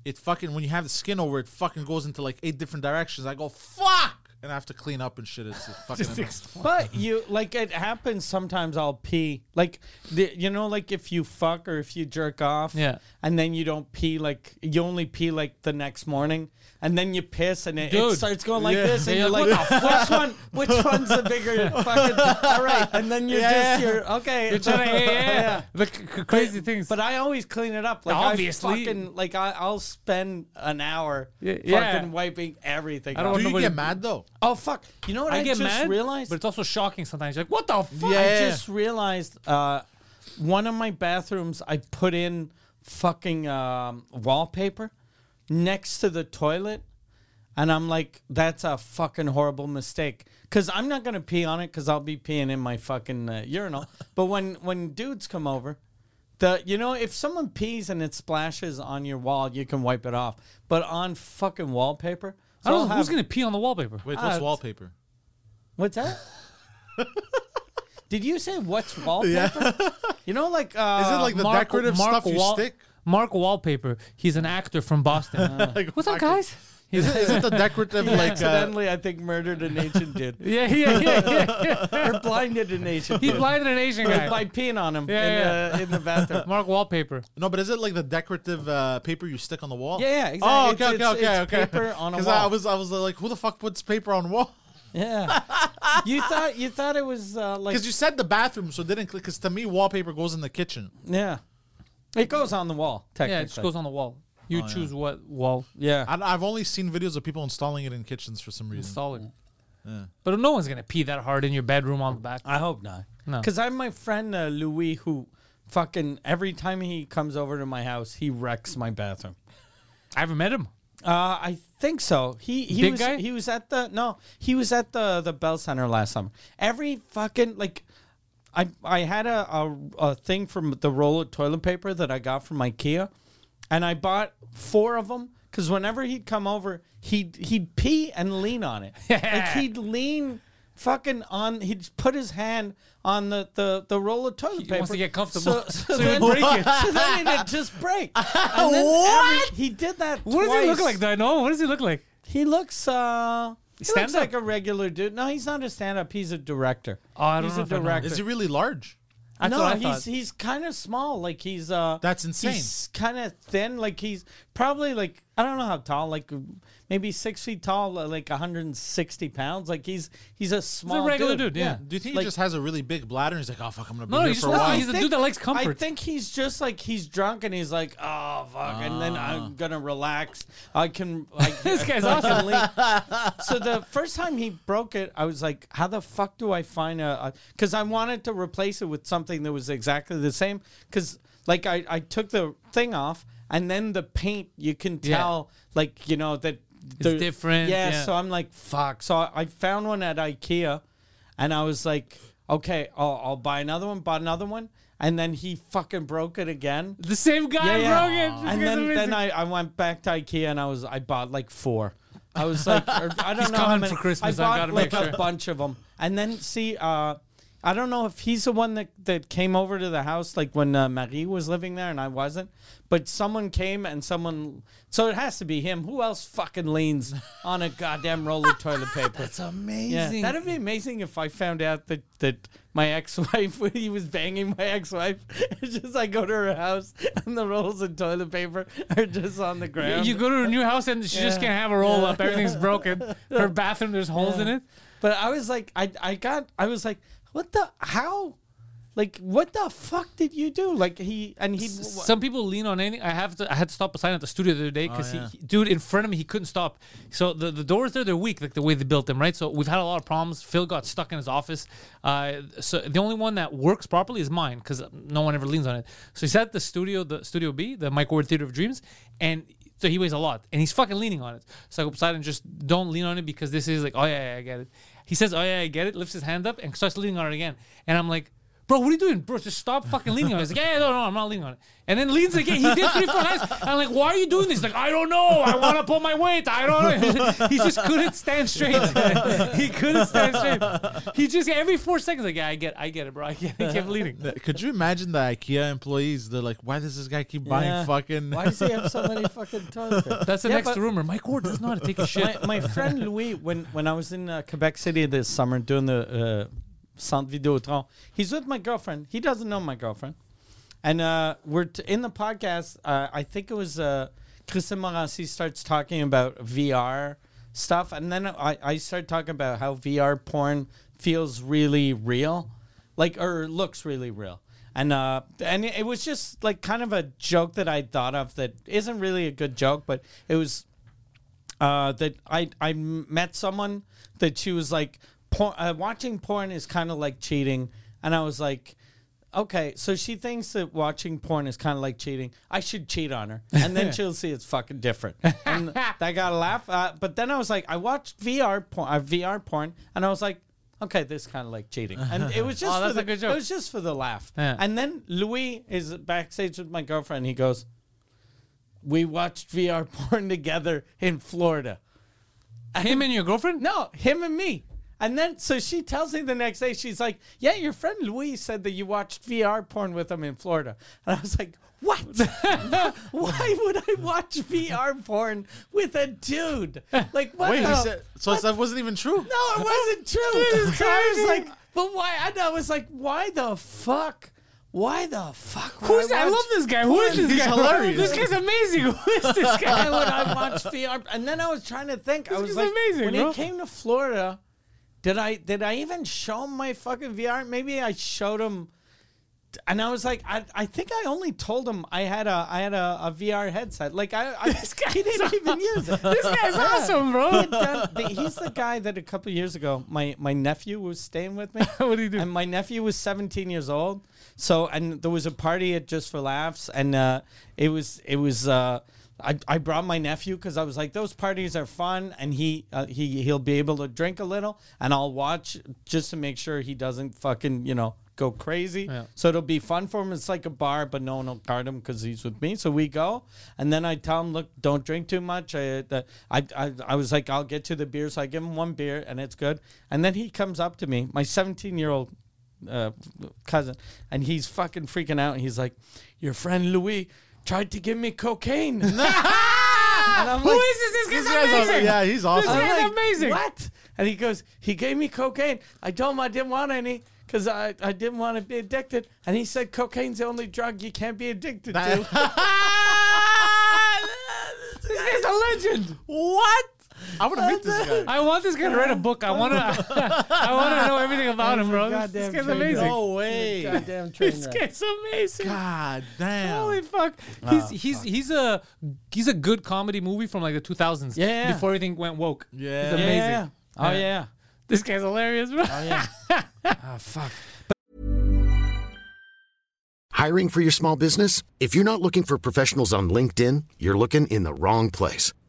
Speaker 3: it fucking when you have the skin over, it fucking goes into like eight different directions. I go fuck, and I have to clean up and shit. It's just fucking.
Speaker 1: Just explode.
Speaker 2: But you like it happens sometimes. I'll pee like the, you know like if you fuck or if you jerk off,
Speaker 1: Yeah.
Speaker 2: and then you don't pee like you only pee like the next morning, and then you piss and it, it
Speaker 1: Dude.
Speaker 2: starts going like
Speaker 3: Yeah.
Speaker 2: this, and
Speaker 1: Yeah,
Speaker 2: you're like, "Oh,
Speaker 1: what
Speaker 2: which one? Which one's the bigger? fucking, all right, and then you're
Speaker 3: Yeah.
Speaker 2: just you're okay.
Speaker 1: You're trying to, yeah, yeah, yeah. The c- c- crazy things.
Speaker 2: But I always clean it up. Like
Speaker 1: Obviously.
Speaker 2: I fucking, like I, I'll spend an hour
Speaker 1: Yeah,
Speaker 2: fucking
Speaker 1: yeah.
Speaker 2: wiping everything.
Speaker 1: I don't
Speaker 2: up.
Speaker 3: Do you
Speaker 1: Nobody-
Speaker 3: get mad though?
Speaker 2: oh fuck! You know what I,
Speaker 1: I get
Speaker 2: just
Speaker 1: mad,
Speaker 2: realized?
Speaker 1: but it's also shocking sometimes. You're like, what the fuck?
Speaker 3: Yeah.
Speaker 2: I just realized uh, one of my bathrooms I put in fucking um, wallpaper next to the toilet, and I'm like, that's a fucking horrible mistake. Cause I'm not gonna pee on it, cause I'll be peeing in my fucking uh, urinal. but when when dudes come over, the you know if someone pees and it splashes on your wall, you can wipe it off. But on fucking wallpaper,
Speaker 1: I
Speaker 2: I'll
Speaker 1: don't know who's
Speaker 2: have-
Speaker 1: going to pee on the wallpaper.
Speaker 3: Wait, what's
Speaker 2: Uh,
Speaker 3: wallpaper?
Speaker 2: What's that? Did you say what's wallpaper? You know, like uh,
Speaker 3: Is it like the
Speaker 1: Mark-
Speaker 2: um,
Speaker 3: decorative
Speaker 1: Mark
Speaker 3: stuff you
Speaker 1: Wal-
Speaker 3: stick?
Speaker 1: Mark Wallpaper. He's an actor from Boston.
Speaker 2: Uh,
Speaker 1: like, What's up, guys? He's,
Speaker 3: Is it, is it the decorative like? Uh,
Speaker 2: Accidentally, I think murdered an Asian dude.
Speaker 1: yeah, yeah, yeah, yeah.
Speaker 2: or blinded an Asian
Speaker 1: He
Speaker 2: dude.
Speaker 1: blinded an Asian
Speaker 2: by
Speaker 1: guy.
Speaker 2: peeing on him
Speaker 1: Yeah,
Speaker 2: in,
Speaker 1: yeah.
Speaker 2: The, in the bathroom.
Speaker 1: Mark Wallpaper.
Speaker 3: no, but is it like the decorative uh, paper you stick on the wall?
Speaker 2: Yeah, yeah, exactly.
Speaker 3: Oh,
Speaker 2: It's-
Speaker 3: okay,
Speaker 2: it's-
Speaker 3: okay,
Speaker 2: it's
Speaker 3: okay, okay.
Speaker 2: paper on a
Speaker 3: 'Cause I
Speaker 2: wall.
Speaker 3: was, I was uh, like, who the fuck puts paper on wall?
Speaker 2: Yeah. you thought you thought it was uh, like
Speaker 3: Because you said the bathroom, so it didn't click. Because to me, wallpaper goes in the kitchen.
Speaker 2: yeah. It goes on the wall. Technically.
Speaker 1: Yeah, it just goes on the wall.
Speaker 2: Oh,
Speaker 1: You choose what wall
Speaker 2: Yeah.
Speaker 3: I, I've only seen videos of people installing it in kitchens for some reason.
Speaker 1: installer. But no one's gonna pee that hard in your bedroom on the back.
Speaker 2: I hope not.
Speaker 1: No.
Speaker 2: Because I have my friend uh, Louis who fucking every time he comes over to my house, he wrecks my bathroom.
Speaker 1: I haven't met him.
Speaker 2: Uh, I think so. He he
Speaker 1: Big
Speaker 2: was
Speaker 1: guy?
Speaker 2: he was at the no he was at the the Bell Center last summer. Every fucking like, I I had a a, a thing from the roll of toilet paper that I got from IKEA, and I bought four of them because whenever he'd come over, he'd he'd pee and lean on it. Like he'd lean. Fucking on, he'd put his hand on the the, the roll of toilet paper.
Speaker 1: wants to get comfortable,
Speaker 2: So, so,
Speaker 1: so he
Speaker 2: then,
Speaker 1: would break it.
Speaker 2: so then it'd just break. And then every-
Speaker 3: What?
Speaker 2: he did that.
Speaker 1: What does he look
Speaker 2: twice.
Speaker 1: like? Do I know? What does he look like?
Speaker 2: He looks uh he looks
Speaker 1: Stand-up?
Speaker 2: like a regular dude. No, he's not a stand up, he's a director.
Speaker 1: Oh, I don't
Speaker 2: he's
Speaker 1: know
Speaker 2: a
Speaker 1: if I know him.
Speaker 2: director.
Speaker 3: Is he really large?
Speaker 1: That's
Speaker 2: no,
Speaker 1: what I
Speaker 2: he's
Speaker 1: thought.
Speaker 2: he's kind of small. Like he's uh
Speaker 3: That's insane.
Speaker 2: He's kind of thin. Like he's probably like I don't know how tall. Like maybe six feet tall. Like 160 pounds. Like he's he's a small
Speaker 1: regular dude, yeah.
Speaker 3: Do you think
Speaker 2: Like-
Speaker 3: he just has a really big bladder? and He's like, oh fuck, I'm gonna be
Speaker 1: No,
Speaker 3: here
Speaker 1: he just
Speaker 3: for a
Speaker 1: wants to-
Speaker 3: while.
Speaker 1: he's a dude that likes
Speaker 2: I
Speaker 1: comfort.
Speaker 2: think he's just like he's drunk and he's like, oh fuck, and then I'm gonna relax. I can. I,
Speaker 1: Ah. This guy's
Speaker 2: I can lean." so the first time he broke it, I was like, how the fuck do I find a? Because I wanted to replace it with something that was exactly the same. Because like I I took the thing off and then the paint you can
Speaker 1: Yeah.
Speaker 2: tell like you know that. there-
Speaker 1: different, yeah.
Speaker 2: yeah, so I'm like, fuck. So I, I found one at IKEA, and I was like, okay, I'll, I'll buy another one. Bought another one, and then he fucking broke it again.
Speaker 1: the same guy broke it. This
Speaker 2: And
Speaker 1: guy's
Speaker 2: then,
Speaker 1: amazing.
Speaker 2: then I, I went back to IKEA and I was I bought like four. I was like, or, I don't know. how
Speaker 1: coming
Speaker 2: many-
Speaker 1: for Christmas,
Speaker 2: I
Speaker 1: I
Speaker 2: bought
Speaker 1: gotta
Speaker 2: like
Speaker 1: make sure.
Speaker 2: a bunch of them. And then see, uh, I don't know if he's the one that, that came over to the house like when uh, Marie was living there and I wasn't. But someone came and someone, so it has to be him. Who else fucking leans on a goddamn roll of toilet paper?
Speaker 3: That's amazing.
Speaker 2: Yeah, that'd be amazing if I found out that that my ex-wife, when he was banging my ex-wife, it's just I go to her house and the rolls of toilet paper are just on the ground.
Speaker 1: you go to her new house and she just
Speaker 2: Yeah.
Speaker 1: can't have a roll up. Everything's broken. Her bathroom, there's holes in it.
Speaker 2: but I was like, I I got, I was like, what the how, like what the fuck did you do? Like he and he.
Speaker 1: Some people lean on anything. I have to. I had to stop a sign at the studio the other
Speaker 2: Oh,
Speaker 1: day because
Speaker 3: yeah.
Speaker 1: he, dude, in front of me, he couldn't stop. So the, the doors there, they're weak, like the way they built them, right? So we've had a lot of problems. Phil got stuck in his office. Uh, so the only one that works properly is mine because no one ever leans on it. So he's at the studio, the studio B, the Mike Ward Theater of Dreams, and so he weighs a lot, and he's fucking leaning on it. So I go beside him, just don't lean on it because this is like, oh yeah, yeah, I get it. He says, oh yeah, I get it. Lifts his hand up and starts leaning on it again, and I'm like. Bro, what are you doing? Bro, just stop fucking leaning on it. He's like, yeah, yeah, no, no, I'm not leaning on it. And then leans again. He did three, four times. I'm like, why are you doing this? He's like, I don't know. I want to put my weight. I don't know. He just couldn't stand straight. he couldn't stand straight. He just, every four seconds, like, yeah, I get I get it, bro. I get it. He kept leaning.
Speaker 3: Could you imagine the IKEA employees? They're like, why does this guy keep buying
Speaker 2: Yeah.
Speaker 3: fucking?
Speaker 2: why does he have so many fucking toilet paper?
Speaker 1: That's the
Speaker 2: Yeah,
Speaker 1: next
Speaker 2: but-
Speaker 1: rumor. Mike Ward does not take a shit.
Speaker 2: my, my friend Louis, when, when I was in uh, Quebec City this summer doing the uh, Centre Vidéotron, he's with my girlfriend. He doesn't know my girlfriend. And uh, we're t- in the podcast. Uh, I think it was uh, Christian Morancy starts talking about VR stuff. And then I, I start talking about how VR porn feels really real, like, or looks really real. And uh, and it was just like kind of a joke that I thought of that isn't really a good joke, but it was uh, that I I met someone that she was like, por- uh, watching porn is kind of like cheating, and I was like, okay, so she thinks that watching porn is kind of like cheating. I should cheat on her, and then she'll see it's fucking different. And that got a laugh. Uh, but then I was like, I watched VR porn, uh, VR porn, and I was like. Okay, this kind of like cheating, and it was just
Speaker 1: Oh,
Speaker 2: for
Speaker 1: that's
Speaker 2: the,
Speaker 1: a good joke.
Speaker 2: it was just for the laugh.
Speaker 1: Yeah.
Speaker 2: And then Louis is backstage with my girlfriend. He goes, we watched VR porn together in Florida.
Speaker 1: Him and your girlfriend?
Speaker 2: No, him and me. And then, so she tells me the next day, she's like, "Yeah, your friend Louise said that you watched VR porn with him in Florida." And I was like, "What? Why would I watch VR porn with a dude? Like, what?
Speaker 3: Wait,
Speaker 2: the-
Speaker 3: he said, so
Speaker 2: what
Speaker 3: that wasn't even true.
Speaker 2: no, it wasn't true. So I was like, but why? And I was like, why the fuck? Why the fuck? would
Speaker 1: Who's
Speaker 2: I
Speaker 1: that? I
Speaker 2: watch-
Speaker 1: love this guy. Who is this
Speaker 3: He's
Speaker 1: guy?
Speaker 3: hilarious.
Speaker 1: This guy's amazing. Who is this guy?
Speaker 2: Why would I watch VR? And then I was trying to think. I
Speaker 1: This
Speaker 2: was
Speaker 1: is
Speaker 2: like,
Speaker 1: amazing,
Speaker 2: when
Speaker 1: bro.
Speaker 2: he came to Florida, did I did I even show him my fucking VR? Maybe I showed him. And I was like, I, I think I only told him I had a I had a, a VR headset. Like I, I he didn't even use it.
Speaker 1: This guy's awesome,
Speaker 2: He
Speaker 1: bro.
Speaker 2: had done- the- he's the guy that a couple years ago, my, my nephew was staying with me.
Speaker 1: What do you do?
Speaker 2: And my nephew was 17 years old. So, and there was a party at Just for Laughs, and uh, it was, it was, uh, I, I brought my nephew because I was like, those parties are fun, and he uh, he he'll be able to drink a little, and I'll watch just to make sure he doesn't fucking you know go crazy.
Speaker 1: Yeah.
Speaker 2: So it'll be fun for him. It's like a bar, but no one will guard him because he's with me. So we go, and then I tell him, look, don't drink too much. I, the, I, I, I was like, I'll get to the beer, so I give him one beer, and it's good. And then he comes up to me, my 17 year old uh, cousin, and he's fucking freaking out. And he's like, your friend Louis tried to give me cocaine. and I'm
Speaker 1: Who
Speaker 2: like-
Speaker 1: is this? This guy's
Speaker 3: This guy's awesome.
Speaker 1: amazing.
Speaker 3: Yeah, he's awesome.
Speaker 1: This
Speaker 2: I'm
Speaker 1: guy's
Speaker 2: like,
Speaker 1: amazing.
Speaker 2: What? And he goes, he gave me cocaine. I told him I didn't want any because I, I didn't want to be addicted. And he said cocaine's the only drug you can't be addicted to.
Speaker 1: This guy's a legend.
Speaker 3: What? I want to meet this guy.
Speaker 1: I want this guy to write a book. I wanna, I wanna know everything about him, bro. This, this
Speaker 2: goddamn
Speaker 1: guy's
Speaker 2: train
Speaker 1: amazing.
Speaker 2: wreck.
Speaker 3: way.
Speaker 2: Goddamn train
Speaker 1: This
Speaker 2: wreck.
Speaker 1: guy's amazing.
Speaker 3: God damn.
Speaker 1: Holy fuck! He's he's he's a he's a good comedy movie from like the 2000s.
Speaker 2: Yeah, yeah.
Speaker 1: Before everything went woke.
Speaker 3: Yeah.
Speaker 1: He's amazing.
Speaker 2: Yeah. Oh yeah.
Speaker 1: This guy's hilarious, bro.
Speaker 2: Oh yeah.
Speaker 3: Ah,
Speaker 2: oh fuck.
Speaker 4: Hiring for your small business? If you're not looking for professionals on LinkedIn, you're looking in the wrong place.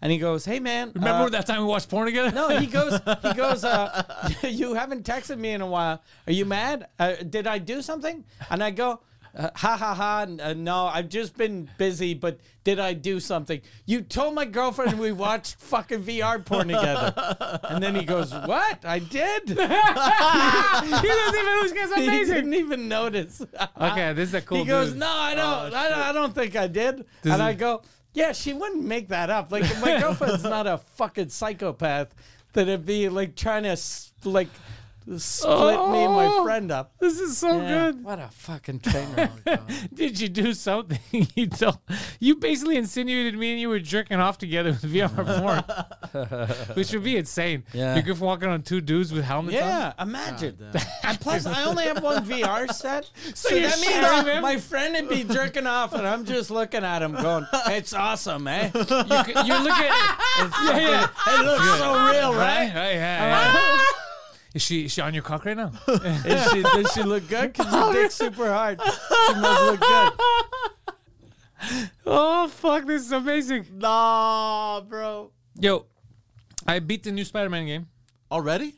Speaker 2: and he goes, "Hey man,
Speaker 1: Remember
Speaker 2: uh,
Speaker 1: that time we watched porn together?
Speaker 2: No, he goes. He goes. Uh, you haven't texted me in a while. Are you mad? Uh, did I do something? And I go, uh, ha ha ha. n- Uh, no, I've just been busy. But did I do something? You told my girlfriend we watched fucking VR porn together. And then he goes, what? I did.
Speaker 1: he doesn't even know this guy's
Speaker 2: He didn't
Speaker 1: amazing.
Speaker 2: even notice.
Speaker 1: okay, this is a cool.
Speaker 2: he goes,
Speaker 1: dude. Oh,
Speaker 2: no, I don't. I don't. I don't think I did. and I go, yeah, she wouldn't make that up. Like my girlfriend's not a fucking psychopath that'd be like trying to s- like split me and my
Speaker 1: Oh.
Speaker 2: friend up.
Speaker 1: This is so
Speaker 2: Yeah,
Speaker 1: good.
Speaker 2: What a fucking train wreck.
Speaker 1: Did you do something? you told, you basically insinuated me and you were jerking off together with VR porn, which would be insane.
Speaker 2: Yeah.
Speaker 1: You're just walking on two dudes with helmets
Speaker 2: Yeah, imagine. and plus, I only have one VR set, so,
Speaker 1: you're
Speaker 2: that
Speaker 1: sharing
Speaker 2: means
Speaker 1: them?
Speaker 2: my friend would be jerking off, and I'm just looking at him, going, "It's awesome, eh? It
Speaker 1: on. You, c- you're looking. yeah, yeah.
Speaker 2: looks so real,
Speaker 1: Right?
Speaker 2: right? Ah.
Speaker 1: Yeah, yeah, yeah. Is she is she on your cock right now?
Speaker 2: Is she, does she look good? Because her dick's super hard. She must look good.
Speaker 1: oh fuck, this is amazing.
Speaker 3: Nah, bro.
Speaker 1: Yo, I beat the new Spider-Man game.
Speaker 3: Already?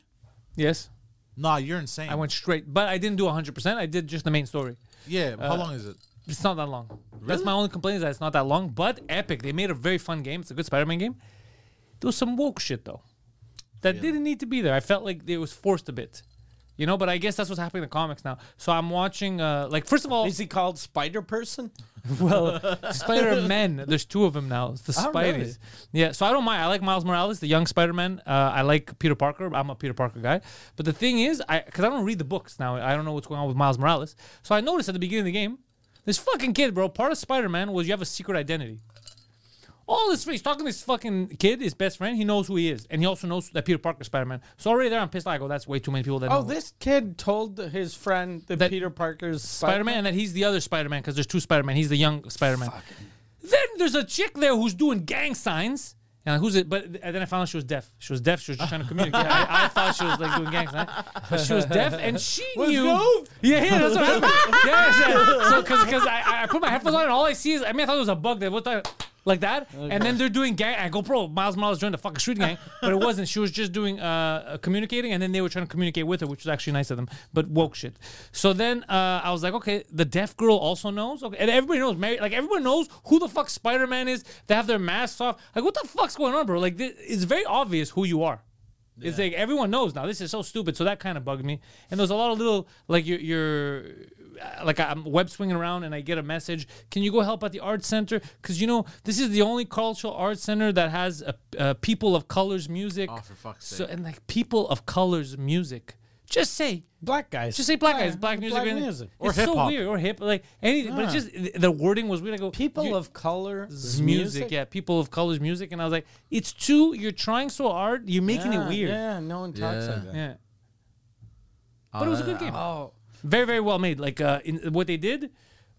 Speaker 1: Yes,
Speaker 3: Nah, you're insane.
Speaker 1: I went straight, but I didn't do 100%. I did just the main story.
Speaker 3: Yeah.
Speaker 1: uh,
Speaker 3: how long is it?
Speaker 1: It's not that long. That's my only complaint is that it's not that long, but epic. They made a very fun game. It's a good Spider-Man game. There was some woke shit though. That didn't need to be there. I felt like it was forced a bit. You know, but I guess that's what's happening in the comics now. So I'm watching uh like first of all
Speaker 2: Is he called Spider Person?
Speaker 1: Well, Spider Man. There's two of them now. It's the
Speaker 2: Oh,
Speaker 1: Spideys.
Speaker 2: really?
Speaker 1: Yeah. So I don't mind. I like Miles Morales, the young Spider Man. Uh, I like Peter Parker. I'm a Peter Parker guy. But the thing is, I because I don't read the books now. I don't know what's going on with Miles Morales. So I noticed at the beginning of the game, this fucking kid, bro. Part of Spider Man was you have a secret identity. All this he's talking to this fucking kid, his best friend. He knows who he is, and he also knows that Peter Parker Spider Man. So already there, I'm pissed. I go, that's way too many people that. know
Speaker 2: Oh, this kid told his friend that,
Speaker 1: That-
Speaker 2: Peter Parker's
Speaker 1: Spider Man, and that he's the other Spider Man because there's two Spider Man. He's the young Spider Man. Then there's a chick there who's doing gang signs. And And like, who's it? But th- and then I found out she was deaf. She was deaf. She was just trying to communicate. I, I thought she was like doing gang signs, but she was deaf, and she knew. Yeah, yeah, that's what happened. yeah, yeah. so because because I, I put my headphones on and all I see is I mean I thought it was a bug that what the like that, and then they're doing gang. I go, bro, Miles Morales joined the fucking street gang, but it wasn't. She was just doing uh, uh, communicating, and then they were trying to communicate with her, which was actually nice of them, but woke shit. So then uh, I was like, okay, the deaf girl also knows. Okay, and everybody knows. Mary, like everyone knows who the fuck Spider Man is. They have their masks off. Like what the fuck's going on, bro? Like thi- it's very obvious who you are. It's like everyone knows now. This is so stupid. So that kind of bugged me. And there's a lot of little like your your uh, like I'm web swinging around and I get a message. Can you go help at the art center? Because you know this is the only cultural arts center that has a, a people of colors music.
Speaker 3: Oh, for fuck's
Speaker 1: So
Speaker 3: sake.
Speaker 1: and like people of colors music. Just say
Speaker 2: Black guys.
Speaker 1: just say black guys,
Speaker 2: Yeah,
Speaker 1: black music,
Speaker 2: black
Speaker 1: and-
Speaker 2: music.
Speaker 3: Or
Speaker 1: it's so
Speaker 3: hip-hop.
Speaker 1: weird or hip like anything. But it's just th- the wording was weird. I go
Speaker 2: People
Speaker 1: you-
Speaker 2: of color
Speaker 1: music, yeah, people of colors music, and I was like, it's too. You're trying so hard. You're making it weird.
Speaker 2: Yeah, no one talks
Speaker 3: Yeah.
Speaker 2: like that.
Speaker 1: yeah. But it was a good game.
Speaker 2: Oh,
Speaker 1: Very, very well made. Like uh, in, what they did,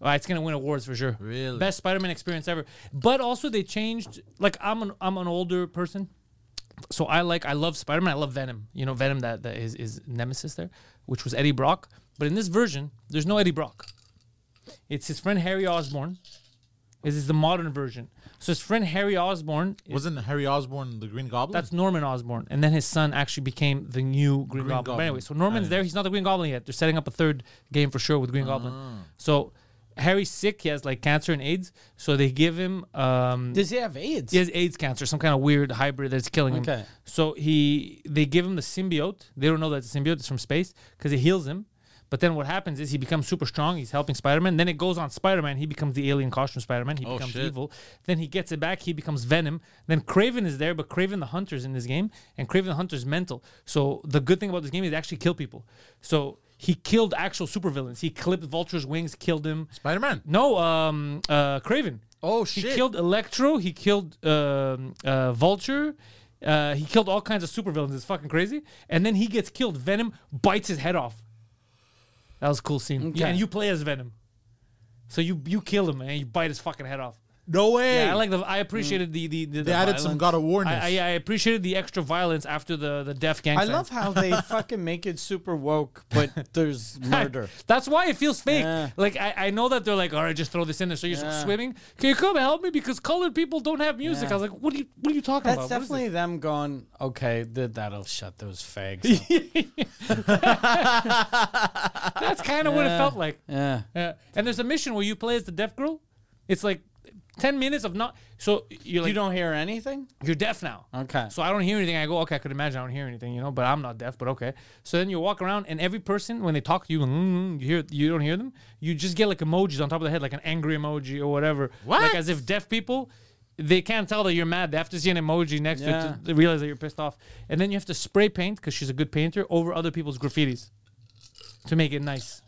Speaker 1: uh, it's gonna win awards for sure.
Speaker 3: Really?
Speaker 1: best Spider-Man experience ever. But also they changed. Like I'm an I'm an older person, so I like I love Spider-Man. I love Venom. You know Venom that that is his nemesis there, which was Eddie Brock. But in this version, there's no Eddie Brock. It's his friend Harry Osborn. This is the modern version. So his friend Harry Osborn is-
Speaker 3: Wasn't Harry Osborn the Green Goblin?
Speaker 1: that's Norman Osborn, and then his son actually became the new Green, Goblin. But
Speaker 3: Goblin.
Speaker 1: anyway, so Norman's there. He's not the Green Goblin yet. They're setting up a third game for sure with Green Goblin. So Harry's sick. He has like cancer and AIDS. So they give him. Um,
Speaker 2: does he have AIDS?
Speaker 1: he has AIDS cancer, some kind of weird hybrid that's killing him.
Speaker 2: Okay.
Speaker 1: So he they give him the symbiote. They don't know that it's a symbiote. It's from space because it heals him. But then what happens is he becomes super strong. He's helping Spider Man. Then it goes on Spider Man. He becomes the alien costume Spider Man. He
Speaker 3: Oh,
Speaker 1: becomes
Speaker 3: shit.
Speaker 1: evil. Then he gets it back. He becomes Venom. Then Craven is there, but Craven the Hunter's in this game, and Craven the Hunter's mental. So the good thing about this game is they actually kill people. So he killed actual supervillains. He clipped Vulture's wings, killed him.
Speaker 3: Spider Man.
Speaker 1: No, um, uh, Craven.
Speaker 3: Oh,
Speaker 1: He
Speaker 3: shit.
Speaker 1: killed Electro. He killed um, uh, Vulture. Uh, he killed all kinds of supervillains. It's fucking crazy. And then he gets killed. Venom bites his head off. That was a cool scene. Yeah, and you play as Venom. So you you kill him and you bite his fucking head off.
Speaker 3: No way.
Speaker 1: Yeah, I like the. I appreciated the the, the,
Speaker 3: they added some God of War.
Speaker 1: I, I, I appreciated the extra violence after the the deaf gang.
Speaker 2: I
Speaker 1: signs.
Speaker 2: love how they fucking make it super woke, but there's murder.
Speaker 1: That's why it feels fake.
Speaker 2: Yeah.
Speaker 1: Like I, I know that they're like, all right, just throw this in there. So you're swimming. Can you come help me? Because colored people don't have music.
Speaker 2: Yeah.
Speaker 1: I was like, what are you what are you talking
Speaker 2: That's
Speaker 1: about? What is
Speaker 2: definitely them going, okay, th- that'll shut those fags. up."
Speaker 1: this?" that's kind of what it felt like.
Speaker 2: yeah.
Speaker 1: Yeah. And there's a mission where you play as the deaf girl. It's like ten minutes of not. So you're like
Speaker 2: you don't hear anything?
Speaker 1: you're deaf now.
Speaker 2: Okay.
Speaker 1: So I don't hear anything. I go, okay, I could imagine I don't hear anything, you know, but I'm not deaf, but okay. So then you walk around and every person when they talk to you, mm, you hear you don't hear them. You just get like emojis on top of the head, like an angry emoji or whatever.
Speaker 3: What?
Speaker 1: Like as if deaf people they can't tell that you're mad. They have to see an emoji next to
Speaker 2: Yeah.
Speaker 1: it to- to realize that you're pissed off. And then you have to spray paint because she's a good painter over other people's graffitis to make it nice.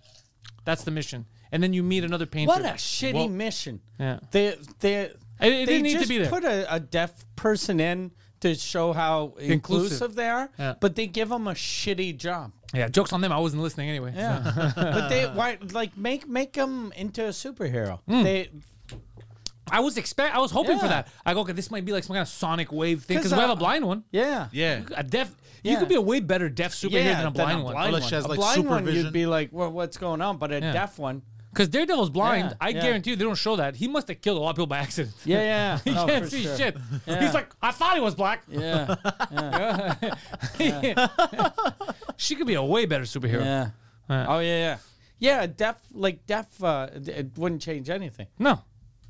Speaker 1: That's the mission. And then you meet another painter.
Speaker 2: What a shitty
Speaker 3: Well-
Speaker 2: mission.
Speaker 1: Yeah.
Speaker 2: They, they,
Speaker 1: It- it
Speaker 2: they
Speaker 1: didn't need to
Speaker 2: just
Speaker 1: be there.
Speaker 2: put a, a deaf person in to show how inclusive, they are,
Speaker 1: Yeah.
Speaker 2: but they give them a shitty job.
Speaker 1: yeah, jokes on them. I wasn't listening anyway.
Speaker 2: Yeah, but they why like make make them into a superhero.
Speaker 1: Hmm.
Speaker 2: They
Speaker 1: I was expect I was hoping for
Speaker 2: Yeah.
Speaker 1: that. I go, okay, this might be like some kind of sonic wave thing
Speaker 2: 'Cause,
Speaker 1: because we have
Speaker 2: uh,
Speaker 1: a blind one.
Speaker 2: yeah
Speaker 3: yeah.
Speaker 1: A deaf, you
Speaker 2: Yeah.
Speaker 1: could be a way better deaf superhero
Speaker 2: Yeah,
Speaker 1: than a blind one.
Speaker 3: Unless she has
Speaker 2: a
Speaker 3: like
Speaker 2: blind one
Speaker 3: supervision.
Speaker 2: you'd be like well what's going on, but a deaf one
Speaker 1: Because Daredevil's blind.
Speaker 2: Yeah,
Speaker 1: I
Speaker 2: yeah.
Speaker 1: guarantee you they don't show that. He must have killed a lot of people by accident.
Speaker 2: yeah yeah
Speaker 1: He
Speaker 2: Oh,
Speaker 1: can't
Speaker 2: for
Speaker 1: see
Speaker 2: sure.
Speaker 1: shit.
Speaker 2: Yeah.
Speaker 1: He's like, I thought he was black.
Speaker 2: yeah
Speaker 1: she could be a way better superhero.
Speaker 2: yeah oh yeah yeah yeah a deaf like deaf uh, d- it wouldn't change anything.
Speaker 1: No,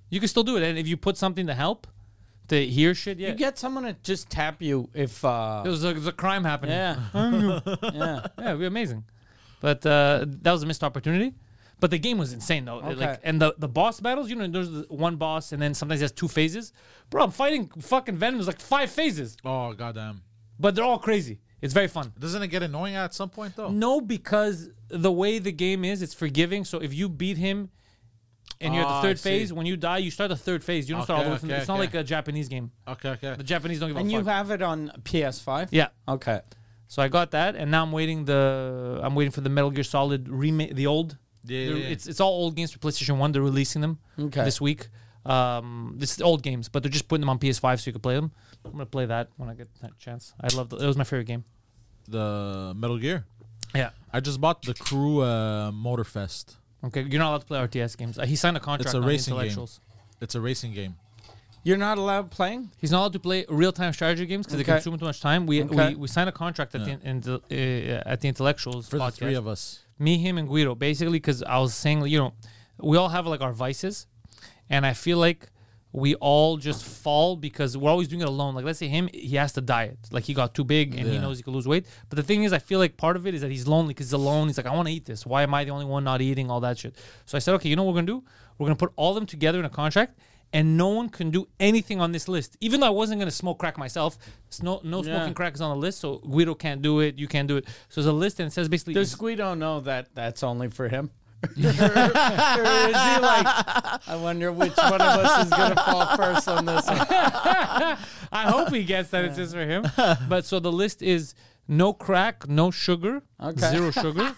Speaker 1: you can still do it, and if you put something to help, to hear shit, yeah.
Speaker 2: You get someone to just tap you if uh
Speaker 1: there's, a, there's a crime happening.
Speaker 2: yeah yeah
Speaker 1: Yeah, it'd be amazing. But uh, that was a missed opportunity. But the game was insane though. It, Like
Speaker 2: Okay.
Speaker 1: and the, the boss battles, you know, there's the one boss and then sometimes he has two phases. Bro, I'm fighting fucking Venom. There's like five phases,
Speaker 3: oh goddamn!
Speaker 1: but they're all crazy. It's very fun.
Speaker 3: Doesn't it get annoying at some point though?
Speaker 1: No, because the way the game is, it's forgiving. So if you beat him and you're at
Speaker 3: Ah,
Speaker 1: the
Speaker 3: I
Speaker 1: third
Speaker 3: see.
Speaker 1: phase, when you die, you start the third phase. You don't start all
Speaker 3: Okay,
Speaker 1: the way from
Speaker 3: okay,
Speaker 1: It's not
Speaker 3: okay.
Speaker 1: like a Japanese game.
Speaker 3: Okay, okay.
Speaker 1: The Japanese don't give
Speaker 2: and
Speaker 1: a
Speaker 2: you
Speaker 1: fuck.
Speaker 2: have it on PS5
Speaker 1: yeah.
Speaker 2: okay
Speaker 1: So I got that, and now I'm waiting the I'm waiting for the Metal Gear Solid remake, the old.
Speaker 3: Yeah,
Speaker 1: The-
Speaker 3: yeah, yeah.
Speaker 1: It's it's all old games for PlayStation One. They're releasing them
Speaker 2: Okay.
Speaker 1: this week. Um, this is the old games, but they're just putting them on PS5 so you can play them. I'm gonna play that when I get that chance. I love it. It was my favorite game.
Speaker 3: The Metal Gear.
Speaker 1: Yeah.
Speaker 3: I just bought the Crew uh, Motorfest.
Speaker 1: Okay, you're not allowed to play RTS games. Uh, he signed a contract.
Speaker 3: It's a
Speaker 1: on the
Speaker 3: racing game.
Speaker 1: intellectuals.
Speaker 3: It's a racing game.
Speaker 2: You're not allowed playing.
Speaker 1: He's not allowed to play real-time strategy games because
Speaker 2: Okay.
Speaker 1: they consume too much time. We
Speaker 2: Okay.
Speaker 1: we, we signed a contract at the in the, uh, at the intellectuals
Speaker 3: For the
Speaker 1: podcast.
Speaker 3: three of us.
Speaker 1: me, him, and Guido. Basically, because I was saying, you know, we all have like our vices, and I feel like we all just fall because we're always doing it alone. Like, let's say him, he has to diet. Like, he got too big and he
Speaker 3: Yeah.
Speaker 1: knows he could lose weight. But the thing is, I feel like part of it is that he's lonely because he's alone. He's like, I want to eat this. Why am I the only one not eating all that shit? So I said, okay, you know what we're going to do? We're going to put all of them together in a contract. And no one can do anything on this list. Even though I wasn't gonna smoke crack myself, s- no, no
Speaker 2: Yeah.
Speaker 1: smoking crack is on the list. So Guido can't do it. You can't do it. So there's a list and it says basically
Speaker 2: Does Guido know that that's only for him? or is he like, I wonder which one of us is going to fall first on this one?
Speaker 1: I hope he gets that it's just for him. But so the list is no crack, no sugar,
Speaker 2: Okay.
Speaker 1: zero sugar.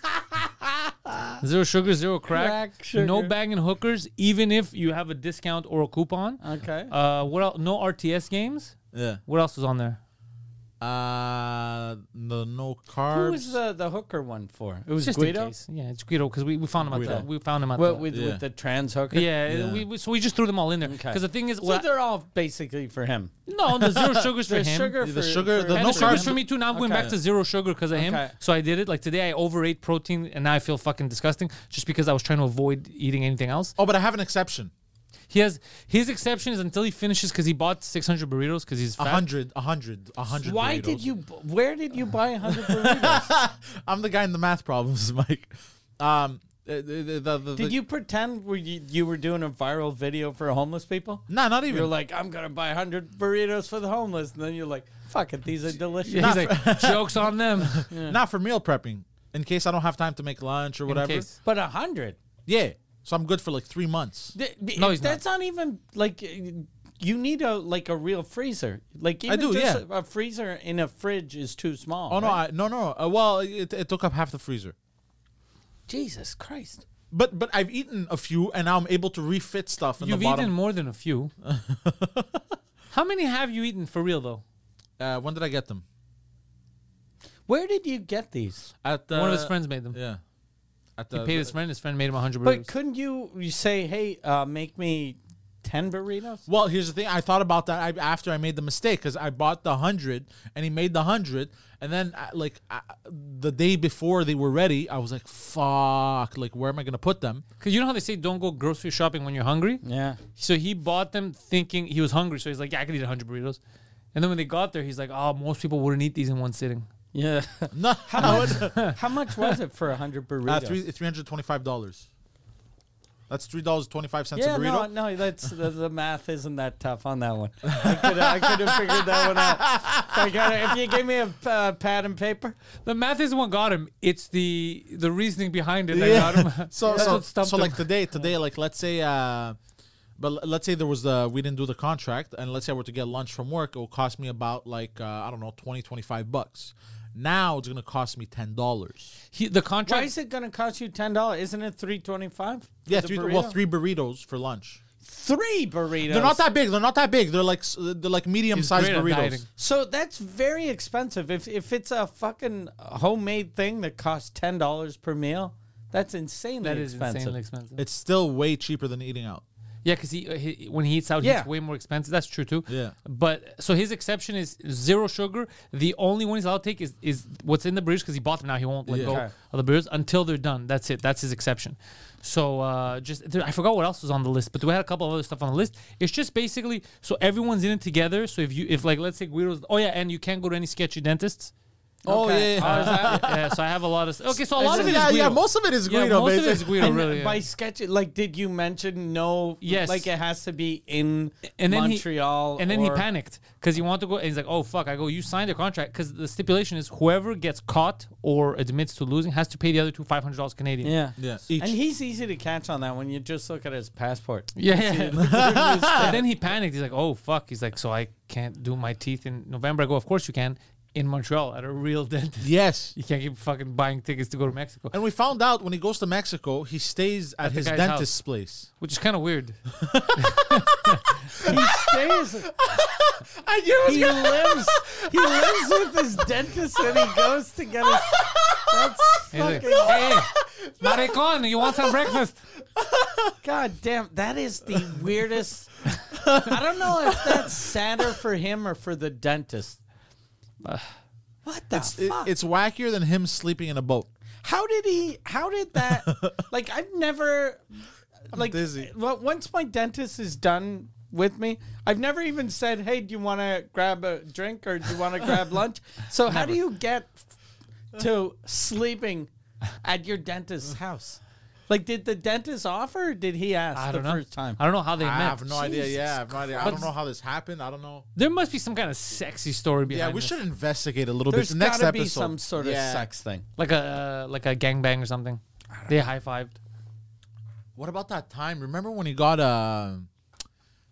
Speaker 1: Zero sugar, zero crack,
Speaker 2: Crack, sugar.
Speaker 1: no banging hookers, even if you have a discount or a coupon.
Speaker 2: Okay.
Speaker 1: Uh, what else? No RTS games.
Speaker 3: Yeah.
Speaker 1: What else was on there?
Speaker 3: Uh, the no
Speaker 2: Who
Speaker 3: carbs.
Speaker 2: was the, the hooker one for? It was
Speaker 1: Just in
Speaker 2: Guido?
Speaker 1: case. Yeah, it's Guido because we, we found him
Speaker 3: Guido.
Speaker 1: at the, we found him at
Speaker 2: What,
Speaker 1: the,
Speaker 2: with,
Speaker 3: Yeah.
Speaker 2: with the trans hooker?
Speaker 1: yeah,
Speaker 3: Yeah.
Speaker 1: We, we, so we just threw them all in there because
Speaker 2: Okay.
Speaker 1: the thing is
Speaker 2: So
Speaker 1: well,
Speaker 2: they're all basically for him.
Speaker 1: no the zero sugars for
Speaker 2: The
Speaker 1: him
Speaker 2: sugar,
Speaker 3: The
Speaker 2: for,
Speaker 3: sugar-
Speaker 2: for
Speaker 3: the
Speaker 1: And
Speaker 3: no
Speaker 1: the sugar's
Speaker 3: carbs.
Speaker 1: for me too. Now I'm going
Speaker 2: Okay.
Speaker 1: back to zero sugar because of him.
Speaker 2: Okay.
Speaker 1: So I did it. Like today, I overate protein, and now I feel fucking disgusting just because I was trying to avoid eating anything else.
Speaker 3: oh, but I have an exception.
Speaker 1: He has his exception is until he finishes because he bought 600 burritos because he's
Speaker 3: A
Speaker 1: fat.
Speaker 3: hundred, a hundred, a hundred.
Speaker 2: Why did
Speaker 3: burritos.
Speaker 2: you? bu- Where did you buy a hundred burritos?
Speaker 3: I'm the guy in the math problems, Mike. Um, the, the, the, the,
Speaker 2: did you pretend were you, you were doing a viral video for homeless people?
Speaker 3: Nah, not even.
Speaker 2: You're like, I'm gonna buy hundred burritos for the homeless, and then you're like, fuck it, these are delicious.
Speaker 1: Yeah, he's like jokes on them.
Speaker 3: Not for meal prepping, in case I don't have time to make lunch or whatever.
Speaker 1: case.
Speaker 2: but a hundred?
Speaker 3: Yeah, so I'm good for like three months.
Speaker 1: No, he's not.
Speaker 2: that's not. even like. You need a like a real freezer. Like even
Speaker 3: do,
Speaker 2: just
Speaker 3: yeah.
Speaker 2: a, a freezer in a fridge is too small.
Speaker 3: Oh no,
Speaker 2: right?
Speaker 3: I, no, no. Uh, well, it, it took up half the freezer.
Speaker 2: Jesus Christ!
Speaker 3: But but I've eaten a few, and now I'm able to refit stuff in
Speaker 1: You've
Speaker 3: the
Speaker 1: eaten
Speaker 3: bottom.
Speaker 1: more than a few. How many have you eaten for real though?
Speaker 3: Uh, when did I get them?
Speaker 2: Where did you get these?
Speaker 3: At uh,
Speaker 1: One of his friends made them.
Speaker 3: Yeah, at
Speaker 1: He
Speaker 3: the,
Speaker 1: paid his friend. His friend made him 100 burritos.
Speaker 2: But couldn't you, you say, hey, uh, make me 10 burritos?
Speaker 3: Well, here's the thing. I thought about that I, after I made the mistake because I bought the hundred and he made the hundred, and then I, like I, the day before they were ready, I was like, "Fuck! Like, where am I gonna put them?"
Speaker 1: Because you know how they say don't go grocery shopping when you're hungry.
Speaker 2: Yeah.
Speaker 1: So he bought them thinking he was hungry. So he's like, yeah, I could eat 100 burritos. And then when they got there, he's like, oh, most people wouldn't eat these in one sitting.
Speaker 2: Yeah.
Speaker 3: No,
Speaker 2: How much was it for 100 burritos?
Speaker 3: uh, three three hundred twenty five dollars. That's three dollars twenty five cents
Speaker 2: yeah,
Speaker 3: a burrito.
Speaker 2: no, no, that's the, the math isn't that tough on that one. I could, I could have figured that one out. I gotta, if you give me a uh, pad and paper,
Speaker 1: The math isn't what got him. It's the the reasoning behind it that got him.
Speaker 3: So
Speaker 1: That's
Speaker 3: so,
Speaker 1: what stumped
Speaker 3: so
Speaker 1: him.
Speaker 3: like today today like let's say uh but l- let's say there was the we didn't do the contract and let's say I were to get lunch from work it will cost me about like uh, I don't know 20 25 bucks. Now it's going to cost me $10.
Speaker 1: he, the
Speaker 2: why
Speaker 1: contract.
Speaker 2: is it gonna cost you ten dollars? Isn't it three twenty-five?
Speaker 3: Yeah, three well three burritos for lunch.
Speaker 2: three burritos.
Speaker 3: They're not that big. They're not that big. They're like s- uh, they're like medium sized
Speaker 1: great at dieting.
Speaker 3: burritos.
Speaker 2: So that's very expensive. If if it's a fucking homemade thing that costs ten dollars per meal, that's insanely
Speaker 1: that is
Speaker 2: expensive.
Speaker 1: insanely expensive.
Speaker 3: It's still way cheaper than eating out.
Speaker 1: yeah, because he, uh, he when he eats out,
Speaker 2: Yeah.
Speaker 1: he's way more expensive. That's true too.
Speaker 3: Yeah.
Speaker 1: But so his exception is zero sugar. The only one he's allowed to take is, is what's in the burritos because he bought them now. He won't let
Speaker 3: Yeah.
Speaker 1: go
Speaker 2: Okay.
Speaker 1: of the burritos until they're done. That's it. That's his exception. So uh, just there, I forgot what else was on the list, but we had a couple of other stuff on the list. It's just basically so everyone's in it together. So if you if like let's say Guido's oh yeah, and you can't go to any sketchy dentists.
Speaker 3: Oh
Speaker 2: Okay.
Speaker 3: yeah. yeah.
Speaker 1: Uh, yeah, so I have a lot of okay. So a lot of it is
Speaker 3: yeah, yeah,
Speaker 1: Guido.
Speaker 3: most of it is
Speaker 1: Yeah,
Speaker 3: Guido,
Speaker 1: most of
Speaker 3: baby.
Speaker 1: it is Guido,
Speaker 2: And
Speaker 1: really. yeah.
Speaker 2: By sketch, like, did you mention no?
Speaker 1: Yes.
Speaker 2: Like, it has to be in
Speaker 1: and then
Speaker 2: Montreal.
Speaker 1: He, and then he
Speaker 2: or-
Speaker 1: panicked because he wanted to go. And he's like, "Oh fuck!" I go, "You signed a contract because the stipulation is whoever gets caught or admits to losing has to pay the other two five hundred dollars Canadian."
Speaker 2: Yeah.
Speaker 3: Yeah, each.
Speaker 2: And he's easy to catch on that when you just look at his passport.
Speaker 1: Yeah, yeah. and then he panicked. He's like, "Oh fuck!" He's like, "So I can't do my teeth in November." I go, "Of course you can. in Montreal at a real dentist.
Speaker 3: Yes.
Speaker 1: You can't keep fucking buying tickets to go to Mexico,
Speaker 3: And we found out when he goes to Mexico, he stays at,
Speaker 1: the
Speaker 3: his
Speaker 1: guy's
Speaker 3: dentist's place.
Speaker 1: which is kind of weird.
Speaker 2: He stays.
Speaker 3: I knew
Speaker 2: He lives. He lives with his dentist, and he goes to get his. That's
Speaker 1: He's like,
Speaker 2: fucking.
Speaker 1: hey, Maricon, you want some breakfast?
Speaker 2: God damn, that is the weirdest. I don't know if that's sadder for him or for the dentist. What the fuck?
Speaker 3: it's wackier than him sleeping in a boat.
Speaker 2: how did he? How did that? like I've never. Like
Speaker 3: dizzy.
Speaker 2: well, once my dentist is done with me, I've never even said, "Hey, do you want to grab a drink or do you want to grab lunch?" So how do you get to sleeping at your dentist's house? Like, did the dentist offer? Or did he ask
Speaker 1: I don't
Speaker 2: the
Speaker 1: know.
Speaker 2: first time?
Speaker 1: I don't know how they
Speaker 3: I
Speaker 1: met.
Speaker 3: have no idea.
Speaker 1: Jesus.
Speaker 3: Yeah, I have no idea. I don't know how this happened. I don't know.
Speaker 1: There must be some kind of sexy story behind.
Speaker 3: Yeah, we
Speaker 1: this.
Speaker 3: should investigate a little
Speaker 2: There's
Speaker 3: bit. Next
Speaker 2: gotta
Speaker 3: episode,
Speaker 2: be some sort of
Speaker 3: Yeah.
Speaker 2: sex thing.
Speaker 1: like a uh, like a gangbang or something. They high fived.
Speaker 3: What about that time? Remember when he got uh,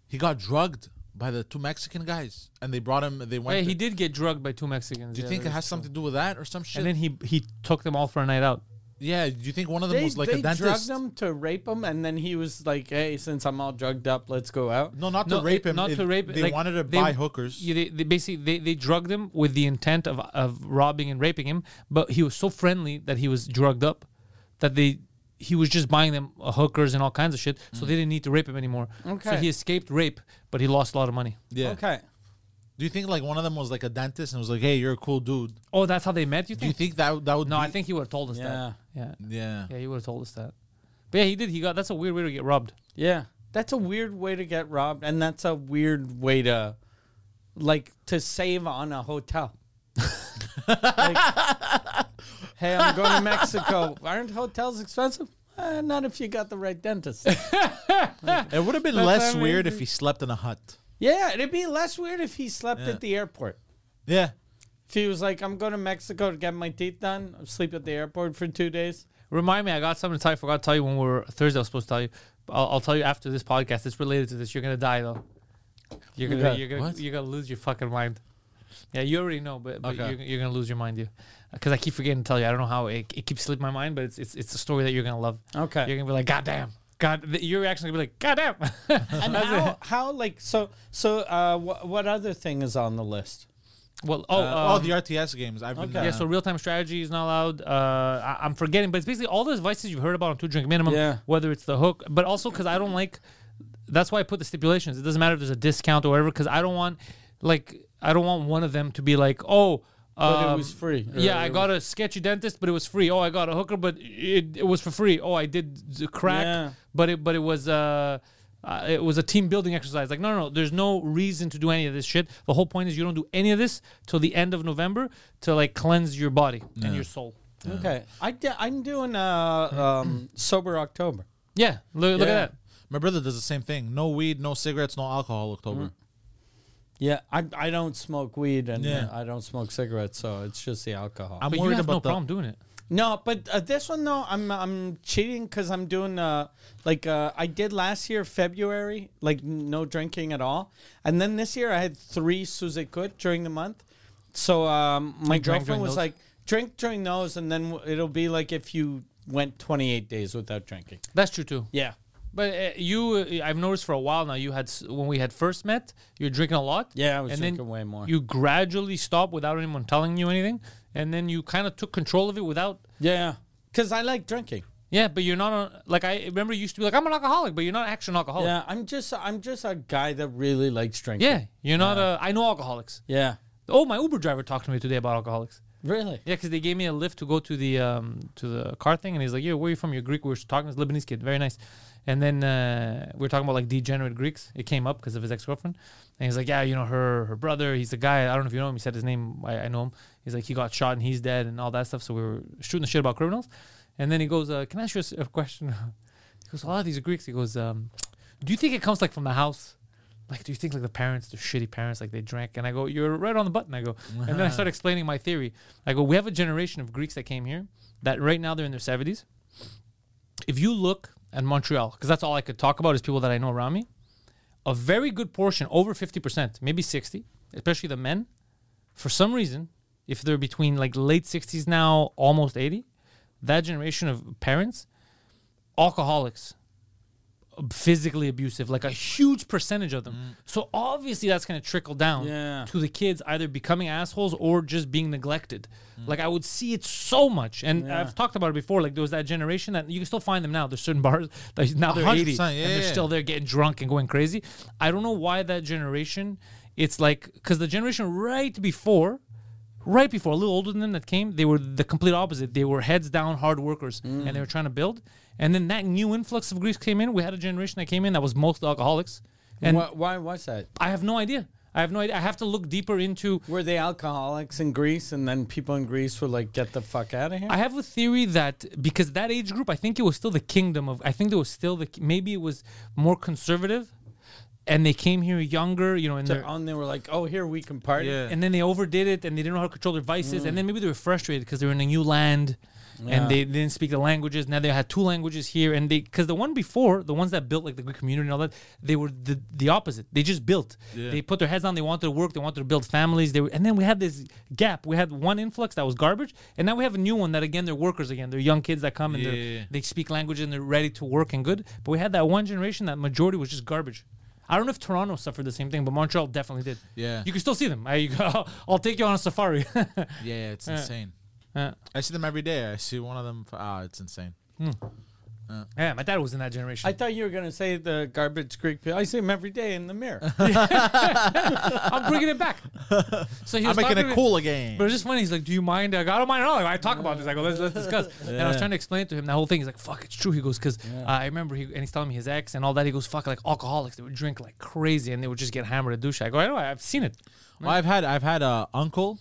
Speaker 3: he got drugged by the two Mexican guys, and they brought him. They went.
Speaker 1: Hey, he
Speaker 3: to-
Speaker 1: did get drugged by two Mexicans.
Speaker 3: Do you think it has something to do with that or some shit?
Speaker 1: And then he he took them all for a night out.
Speaker 3: yeah. Do you think one of them
Speaker 2: They,
Speaker 3: was like
Speaker 2: they
Speaker 3: a dentist?
Speaker 2: drugged him to rape him, and then he was like, "Hey, since I'm all drugged up, let's go out."
Speaker 3: No, not
Speaker 1: No,
Speaker 3: to rape
Speaker 1: it-
Speaker 3: him.
Speaker 1: Not
Speaker 3: It-
Speaker 1: to rape.
Speaker 3: They
Speaker 1: like,
Speaker 3: wanted to
Speaker 1: they-
Speaker 3: buy hookers.
Speaker 1: Yeah, they, they basically they, they drugged him with the intent of of robbing and raping him, but he was so friendly that he was drugged up, that they he was just buying them uh, hookers and all kinds of shit,
Speaker 3: Mm.
Speaker 1: so they didn't need to rape him anymore. So
Speaker 2: Okay.
Speaker 1: he escaped rape, but he lost a lot of money.
Speaker 3: yeah.
Speaker 2: Okay.
Speaker 3: Do you think like one of them was like a dentist and was like, "Hey, you're a cool dude."
Speaker 1: Oh, that's how they met. You
Speaker 3: Do you
Speaker 1: think?
Speaker 3: think that that would?
Speaker 1: no,
Speaker 3: be-
Speaker 1: I think he would have told us that. Yeah,
Speaker 3: Yeah.
Speaker 1: yeah, he would have told us that. But yeah, he did. He got. That's a weird way to get robbed.
Speaker 2: Yeah. That's a weird way to get robbed, and that's a weird way to, like, to save on a hotel. like, hey, I'm going to Mexico. Aren't hotels expensive? Uh, not if you got the right dentist.
Speaker 3: It would have been
Speaker 2: That's
Speaker 3: less
Speaker 2: what I
Speaker 3: weird
Speaker 2: mean.
Speaker 3: if he slept in a hut.
Speaker 2: yeah, it'd be less weird if he slept at the airport.
Speaker 3: Yeah.
Speaker 2: If he was like, "I'm going to Mexico to get my teeth done," I'll sleep at the airport for two days.
Speaker 1: Remind me, I got something to tell you. I forgot to tell you when we were Thursday. I was supposed to tell you. I'll, I'll tell you after this podcast. It's related to this. You're gonna die though. You're gonna
Speaker 2: Okay.
Speaker 1: you're gonna
Speaker 3: What?
Speaker 1: you're gonna lose your fucking mind. Yeah, you already know, but, but
Speaker 3: Okay.
Speaker 1: you're, you're gonna lose your mind, you. Because I keep forgetting to tell you. I don't know how it, it keeps slipping my mind, but it's it's it's a story that you're gonna love.
Speaker 2: Okay.
Speaker 1: You're gonna be like, God damn. God, th- your reaction gonna be like, God damn.
Speaker 2: And how, how like so so uh wh- what other thing is on the list?
Speaker 1: well, oh,
Speaker 3: oh,
Speaker 1: um,
Speaker 3: the RTS games. I've been.
Speaker 2: Okay.
Speaker 1: Yeah,
Speaker 3: uh,
Speaker 1: so real time strategy is not allowed. Uh, I, I'm forgetting, but it's basically all those vices you've heard about on Two Drink Minimum.
Speaker 2: Yeah.
Speaker 1: Whether it's the hook, but also because I don't like. That's why I put the stipulations. It doesn't matter if there's a discount or whatever, because I don't want, like, I don't want one of them to be like, oh.
Speaker 2: But it
Speaker 1: um,
Speaker 2: was free.
Speaker 1: Yeah,
Speaker 2: Or
Speaker 1: I
Speaker 2: it
Speaker 1: got a sketchy dentist, but it was free. Oh, I got a hooker, but it, it was for free. Oh, I did the crack,
Speaker 2: Yeah.
Speaker 1: but it but it was uh, uh, it was a team building exercise. Like no, no, no, there's no reason to do any of this shit. The whole point is you don't do any of this till the end of November to like cleanse your body and your soul.
Speaker 2: Okay. I di- I'm doing uh um sober October.
Speaker 1: Yeah, look, look
Speaker 2: Yeah.
Speaker 1: at that.
Speaker 3: My brother does the same thing. No weed, no cigarettes, no alcohol.
Speaker 1: Mm-hmm.
Speaker 3: October.
Speaker 2: Yeah, I I don't smoke weed and
Speaker 3: Yeah.
Speaker 2: uh, I don't smoke cigarettes, so it's just the alcohol.
Speaker 3: I'm
Speaker 1: But you
Speaker 3: worried
Speaker 1: have
Speaker 3: about
Speaker 1: no
Speaker 3: the.
Speaker 1: problem doing it.
Speaker 2: no, but uh, this one though, I'm I'm cheating because I'm doing uh like uh I did last year February like n- no drinking at all, and then this year I had three suzekut during the month, so um my
Speaker 1: drank during
Speaker 2: girlfriend was
Speaker 1: those?
Speaker 2: like drink during those, and then w- it'll be like if you went 28 days without drinking.
Speaker 1: That's true too.
Speaker 2: Yeah,
Speaker 1: But uh, you, uh, I've noticed for a while now. You had s- when we had first met, you were drinking a lot.
Speaker 2: Yeah, I was
Speaker 1: and then
Speaker 2: drinking way more.
Speaker 1: You gradually stopped without anyone telling you anything, and then you kind of took control of it without.
Speaker 2: yeah, because I like drinking.
Speaker 1: Yeah, but you're not on. Like I remember, you used to be like, I'm an alcoholic, but you're not actually an alcoholic.
Speaker 2: Yeah, I'm just I'm just a guy that really likes drinking.
Speaker 1: Oh. Yeah, you're not a. I know alcoholics.
Speaker 2: Yeah.
Speaker 1: Oh, my Uber driver talked to me today about alcoholics.
Speaker 2: Really?
Speaker 1: Yeah, because they gave me a lift to go to the um, to the car thing, and he's like, "Yeah, where are you from? You're Greek." We were talking this Lebanese kid, very nice. And then uh, we were talking about like degenerate Greeks. It came up because of his ex girlfriend, and he's like, "Yeah, you know her her brother. He's a guy. I don't know if you know him. He said his name. I, I know him. He's like he got shot and he's dead and all that stuff. So we were shooting the shit about criminals, and then he goes, uh, "Can I ask you a s- a question?" he goes, "A lot of these Greeks." He goes, um, "Do you think it comes like from the house?" like, do you think like the parents, the shitty parents, like they drank? And I go, you're right on the button. I go, and then I start explaining my theory. I go, we have a generation of Greeks that came here that right now they're in their seventies. If you look at Montreal, because that's all I could talk about is people that I know around me, a very good portion, over fifty percent, maybe sixty, especially the men, for some reason, if they're between like late 60s now, almost 80, that generation of parents, alcoholics, physically abusive, like a huge percentage of them.
Speaker 3: Mm.
Speaker 1: So obviously that's going to trickle down
Speaker 2: Yeah.
Speaker 1: to the kids either becoming assholes or just being neglected.
Speaker 3: Mm.
Speaker 1: Like I would see it so much. And I've talked about it before. Like there was that generation that you can still find them now. There's certain bars that now they're 80
Speaker 3: 100%, yeah,
Speaker 1: and they're
Speaker 3: yeah.
Speaker 1: still there getting drunk and going crazy. I don't know why that generation, it's like, because the generation right before, right before, a little older than them that came, they were the complete opposite. They were heads down, hard workers, and they were trying to build. And then that new influx of Greece came in. We had a generation that came in that was mostly alcoholics. And
Speaker 2: And why, why was that?
Speaker 1: I have no idea. I have no idea. I have to look deeper into.
Speaker 2: Were they alcoholics in Greece, and then people in Greece were like, "Get the fuck out of here"?
Speaker 1: I have a theory that because that age group, I think it was still the kingdom of. I think there was still the maybe it was more conservative, and they came here younger. You know, and they're
Speaker 2: So, and they were like, "Oh, here we can party."
Speaker 3: Yeah. Mm.
Speaker 1: and then they overdid it and they didn't know how to control their vices and then maybe they were frustrated because they were in a new land and they didn't speak the languages now they had two languages here and they because the one before the ones that built like the greek community and all that they were the, the opposite they just built they put their heads down they wanted to work they wanted to build families they were, and then we had this gap we had one influx that was garbage and now we have a new one that again they're workers again they're young kids that come and
Speaker 3: Yeah.
Speaker 1: they're they speak language and they're ready to work and good but we had that one generation that majority was just garbage I don't know if Toronto suffered the same thing, but Montreal definitely did.
Speaker 3: Yeah.
Speaker 1: You can still see them. I, I'll take you on a safari.
Speaker 3: Yeah, it's insane.
Speaker 1: Yeah.
Speaker 3: I see them every day. I see one of them. Ah, it's insane.
Speaker 1: yeah, my dad was in that generation.
Speaker 2: I thought you were gonna say the garbage Greek people. I see them every day in the mirror.
Speaker 1: I, am bringing it back. So he
Speaker 3: I'm
Speaker 1: was
Speaker 3: making
Speaker 1: talking
Speaker 3: it
Speaker 1: to-
Speaker 3: cool again.
Speaker 1: But it's just funny. He's like, "Do you mind?" I go, "I don't mind at all." I talk about this. I go, "Let's let's discuss." And I was trying to explain to him that whole thing. He's like, "Fuck, it's true." He goes, "Cause uh, I remember he and he's telling me his ex and all that." He goes, "Fuck, like alcoholics, they would drink like crazy and they would just get hammered at douche." I go, "I know, I've seen it."
Speaker 3: Well, I've had I've had a uncle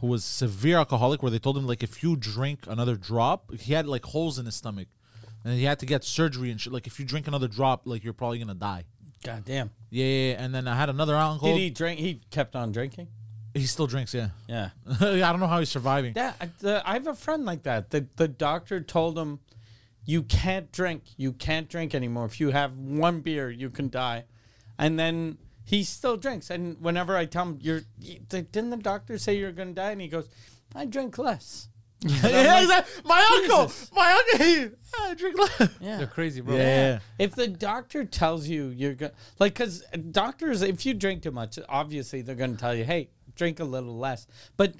Speaker 3: who was severe alcoholic where they told him like if you drink another drop, he had like holes in his stomach, and he had to get surgery and shit. Like if you drink another drop, like you're probably gonna die.
Speaker 2: God damn.
Speaker 3: Yeah, yeah, yeah. and then I had another uncle.
Speaker 2: Did he drink? He kept on drinking.
Speaker 3: he still drinks. Yeah,
Speaker 2: Yeah.
Speaker 3: I don't know how he's surviving.
Speaker 2: That I- the, I have a friend like that. The the doctor told him, "You can't drink. You can't drink anymore. If you have one beer, you can die." And then he still drinks. And whenever I tell him, "You're you- didn't the doctor say you're going to die?" and he goes, "I drink less."
Speaker 3: yeah, exactly. my uncle,
Speaker 2: Jesus.
Speaker 3: my uncle, he, I drink. less.
Speaker 2: Yeah.
Speaker 1: They're crazy, bro.
Speaker 3: Yeah.
Speaker 2: If the doctor tells you you're going, like, because doctors, if you drink too much, obviously they're going to tell you, "Hey, drink a little less." But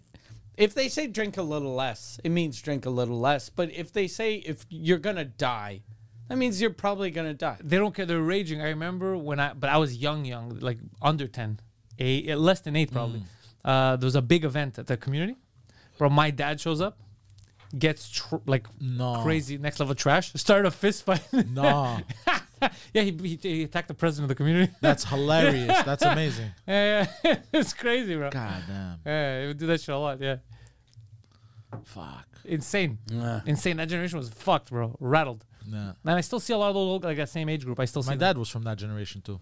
Speaker 2: if they say drink a little less, it means drink a little less. But if they say if you're going to die, that means you're probably going to die.
Speaker 1: they don't care. They're raging. I remember when I, but I was young, young, like under 10, eight, less than eight
Speaker 3: Mm.
Speaker 1: probably. Uh, there was a big event at the community. Bro, my dad shows up, gets tr- like
Speaker 3: No.
Speaker 1: crazy, next level trash, started a fist fight.
Speaker 3: No,
Speaker 1: yeah, he, he, he attacked the president of the community.
Speaker 3: that's hilarious. That's amazing.
Speaker 1: yeah, yeah. it's crazy, bro.
Speaker 3: God damn.
Speaker 1: Yeah, he would do that shit a lot. Yeah.
Speaker 3: Fuck.
Speaker 1: Insane. Insane. That generation was fucked, bro. Rattled.
Speaker 3: Nah.
Speaker 1: And I still see a lot of those old, like that same age group. I still see
Speaker 3: My
Speaker 1: them.
Speaker 3: dad was from that generation too.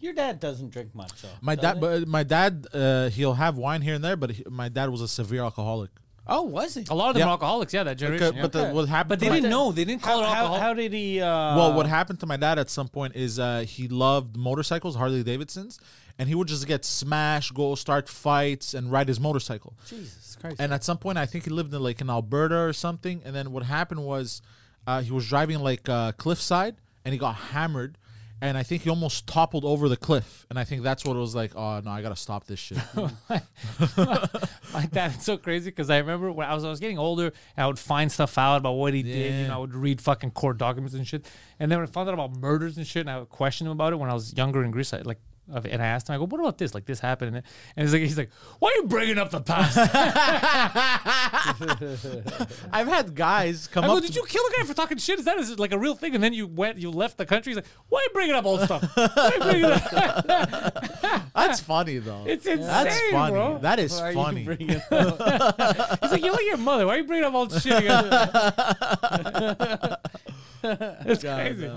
Speaker 2: Your dad doesn't drink much, though.
Speaker 3: Hmm. My dad, but my dad, uh, he'll have wine here and there, but he, my dad was a severe alcoholic.
Speaker 2: Oh, was he?
Speaker 1: A lot of them
Speaker 3: Yeah.
Speaker 1: are alcoholics. Yeah, that generation.
Speaker 3: Okay,
Speaker 1: yeah.
Speaker 3: But the, what happened?
Speaker 1: But they
Speaker 3: to my-
Speaker 1: didn't know. They didn't call
Speaker 2: How,
Speaker 1: it
Speaker 2: how,
Speaker 1: alcohol.
Speaker 2: how did he? Uh,
Speaker 3: Well, what happened to my dad at some point is uh, he loved motorcycles, Harley Davidsons, and he would just get smashed, go start fights, and ride his motorcycle.
Speaker 2: Jesus Christ!
Speaker 3: And at some point, I think he lived in like in Alberta or something. And then what happened was uh, he was driving like uh, cliffside, and he got hammered. And I think he almost toppled over the cliff. And I think that's what it was like. Oh no, I gotta stop this shit.
Speaker 1: my dad it's so crazy because I remember when I was I was getting older and I would find stuff out about what he did. You know, I would read fucking court documents and shit. And then when I found out about murders and shit, and I would question him about it when I was younger in Greece, I like. of- And I asked him, I go, what about this? Like this happened, and and he's like, he's like, why are you bringing up the past?
Speaker 3: I've had guys come
Speaker 1: I
Speaker 3: up.
Speaker 1: go,
Speaker 3: to
Speaker 1: did you kill a guy for talking shit? Is that is it like a real thing? And then you went, you left the country. He's like, why are you bringing up old stuff? Why are you bringing it up?
Speaker 3: That's funny though.
Speaker 1: It's insane,
Speaker 3: That's funny.
Speaker 1: bro.
Speaker 3: That is
Speaker 2: Why are you
Speaker 3: funny.
Speaker 2: bringing it up?
Speaker 1: He's like, you're like your mother. Why are you bringing up old shit? It's crazy.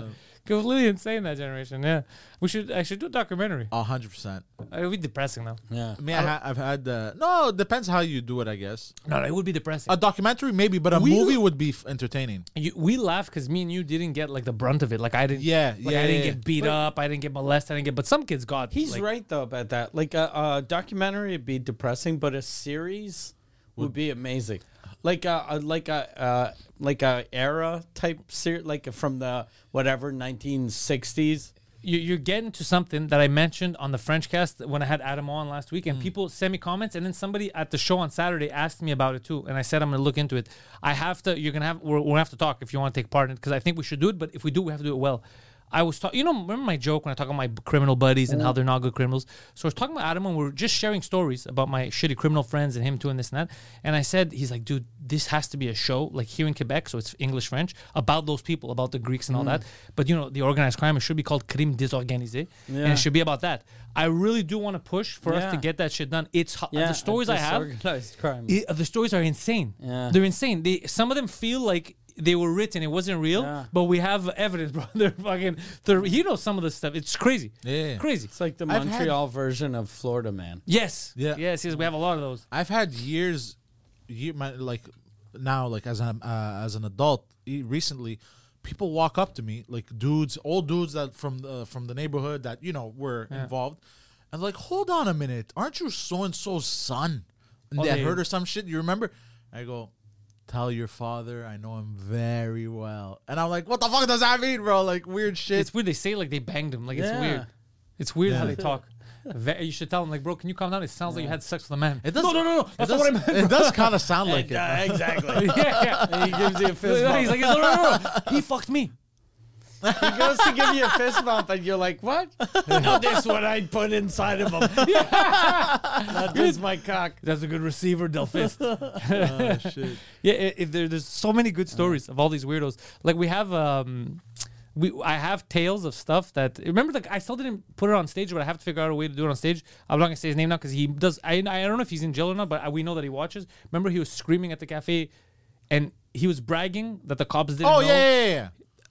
Speaker 1: Completely insane that generation. Yeah, we should. I should do a documentary.
Speaker 3: A hundred percent.
Speaker 1: It would be depressing though.
Speaker 2: yeah.
Speaker 3: I mean, I ha- I've had uh, no. It depends how you do it, I guess.
Speaker 1: No, no, it would be depressing.
Speaker 3: A documentary, maybe, but a movie would be f- entertaining.
Speaker 1: Uh, You, we laugh because me and you didn't get like the brunt of it. Like I didn't.
Speaker 3: Yeah,
Speaker 1: Like
Speaker 3: yeah,
Speaker 1: I didn't
Speaker 3: yeah.
Speaker 1: get beat up. I didn't get molested. I didn't get. But some kids got.
Speaker 2: He's
Speaker 1: like,
Speaker 2: right though about that. Like a, a documentary would be depressing, but a series would be amazing. Like a, a like a uh, like a era type series, like from the whatever 1960s.
Speaker 1: you, you're getting to something that I mentioned on the French cast when I had Adam on last week, and people send me comments, and then somebody at the show on Saturday asked me about it too, and I said I'm gonna look into it. I have to. You're gonna have. We're, we're gonna have to talk if you want to take part in it because I think we should do it. But if we do, we have to do it well. I was talking. You know, remember my joke when I talk about my b- criminal buddies and how they're not good criminals. So I was talking about Adam, and we were just sharing stories about my shitty criminal friends and him too, and this and that. And I said, he's like, dude, this has to be a show like here in Quebec, so it's English French about those people, about the Greeks and all that.
Speaker 2: Mm.
Speaker 1: But you know, the organized crime it should be called crime désorganisé, and
Speaker 2: Yeah.
Speaker 1: it should be about that. I really do want to push for us to
Speaker 2: Yeah.
Speaker 1: get that shit done. It's ho- the stories I have.
Speaker 2: Organized crime.
Speaker 1: i- the stories are insane.
Speaker 2: Yeah.
Speaker 1: They're insane. They some of them feel like they were written. It wasn't real,
Speaker 2: Yeah.
Speaker 1: but we have evidence, bro. They're fucking. They're, he knows some of this stuff. It's crazy.
Speaker 3: Yeah.
Speaker 1: crazy.
Speaker 2: It's like the
Speaker 3: I've had-
Speaker 2: Montreal version of Florida Man.
Speaker 1: Yes.
Speaker 3: Yeah.
Speaker 1: Yes. Yes. We have a lot of those.
Speaker 3: I've had years, year, my, like now, like as an uh, as an adult, e- recently, people walk up to me, like dudes, old dudes that from the from the neighborhood that you know were involved, and like, hold on a minute, aren't you so and so's son? And
Speaker 1: Oh,
Speaker 3: that
Speaker 1: they-
Speaker 3: hurt or some shit. You remember? I go. Tell your father I know him very well, and I'm like, what the fuck does that mean, bro? Like weird shit.
Speaker 1: It's weird. They say like they banged him. Like it's
Speaker 2: Yeah.
Speaker 1: weird. It's weird how they talk. Ve- You should tell them like, bro, can you calm down? It sounds like you had sex with a man.
Speaker 3: it does,
Speaker 1: no, no, no, no.
Speaker 3: It
Speaker 1: That's not what I
Speaker 3: does,
Speaker 1: meant.
Speaker 3: it does kind of sound like it. man.
Speaker 2: exactly.
Speaker 1: yeah, yeah.
Speaker 2: he gives you a fist bump.
Speaker 1: He's like, no, no, no, no. He fucked me.
Speaker 2: he goes to give you a fist bump, and you're like, "What? no, this one I put inside of him. That was my cock."
Speaker 1: That's a good receiver, Del Fist.
Speaker 3: Oh, shit.
Speaker 1: Yeah, it, it, there, there's so many good stories of all these weirdos. Like we have, um, we I have tales of stuff that remember. Like I still didn't put it on stage, but I have to figure out a way to do it on stage. I'm not gonna say his name now because he does. I I don't know if he's in jail or not, but I, we know that he watches. Remember, he was screaming at the cafe, and he was bragging that the cops didn't. know
Speaker 3: Oh yeah, yeah, yeah.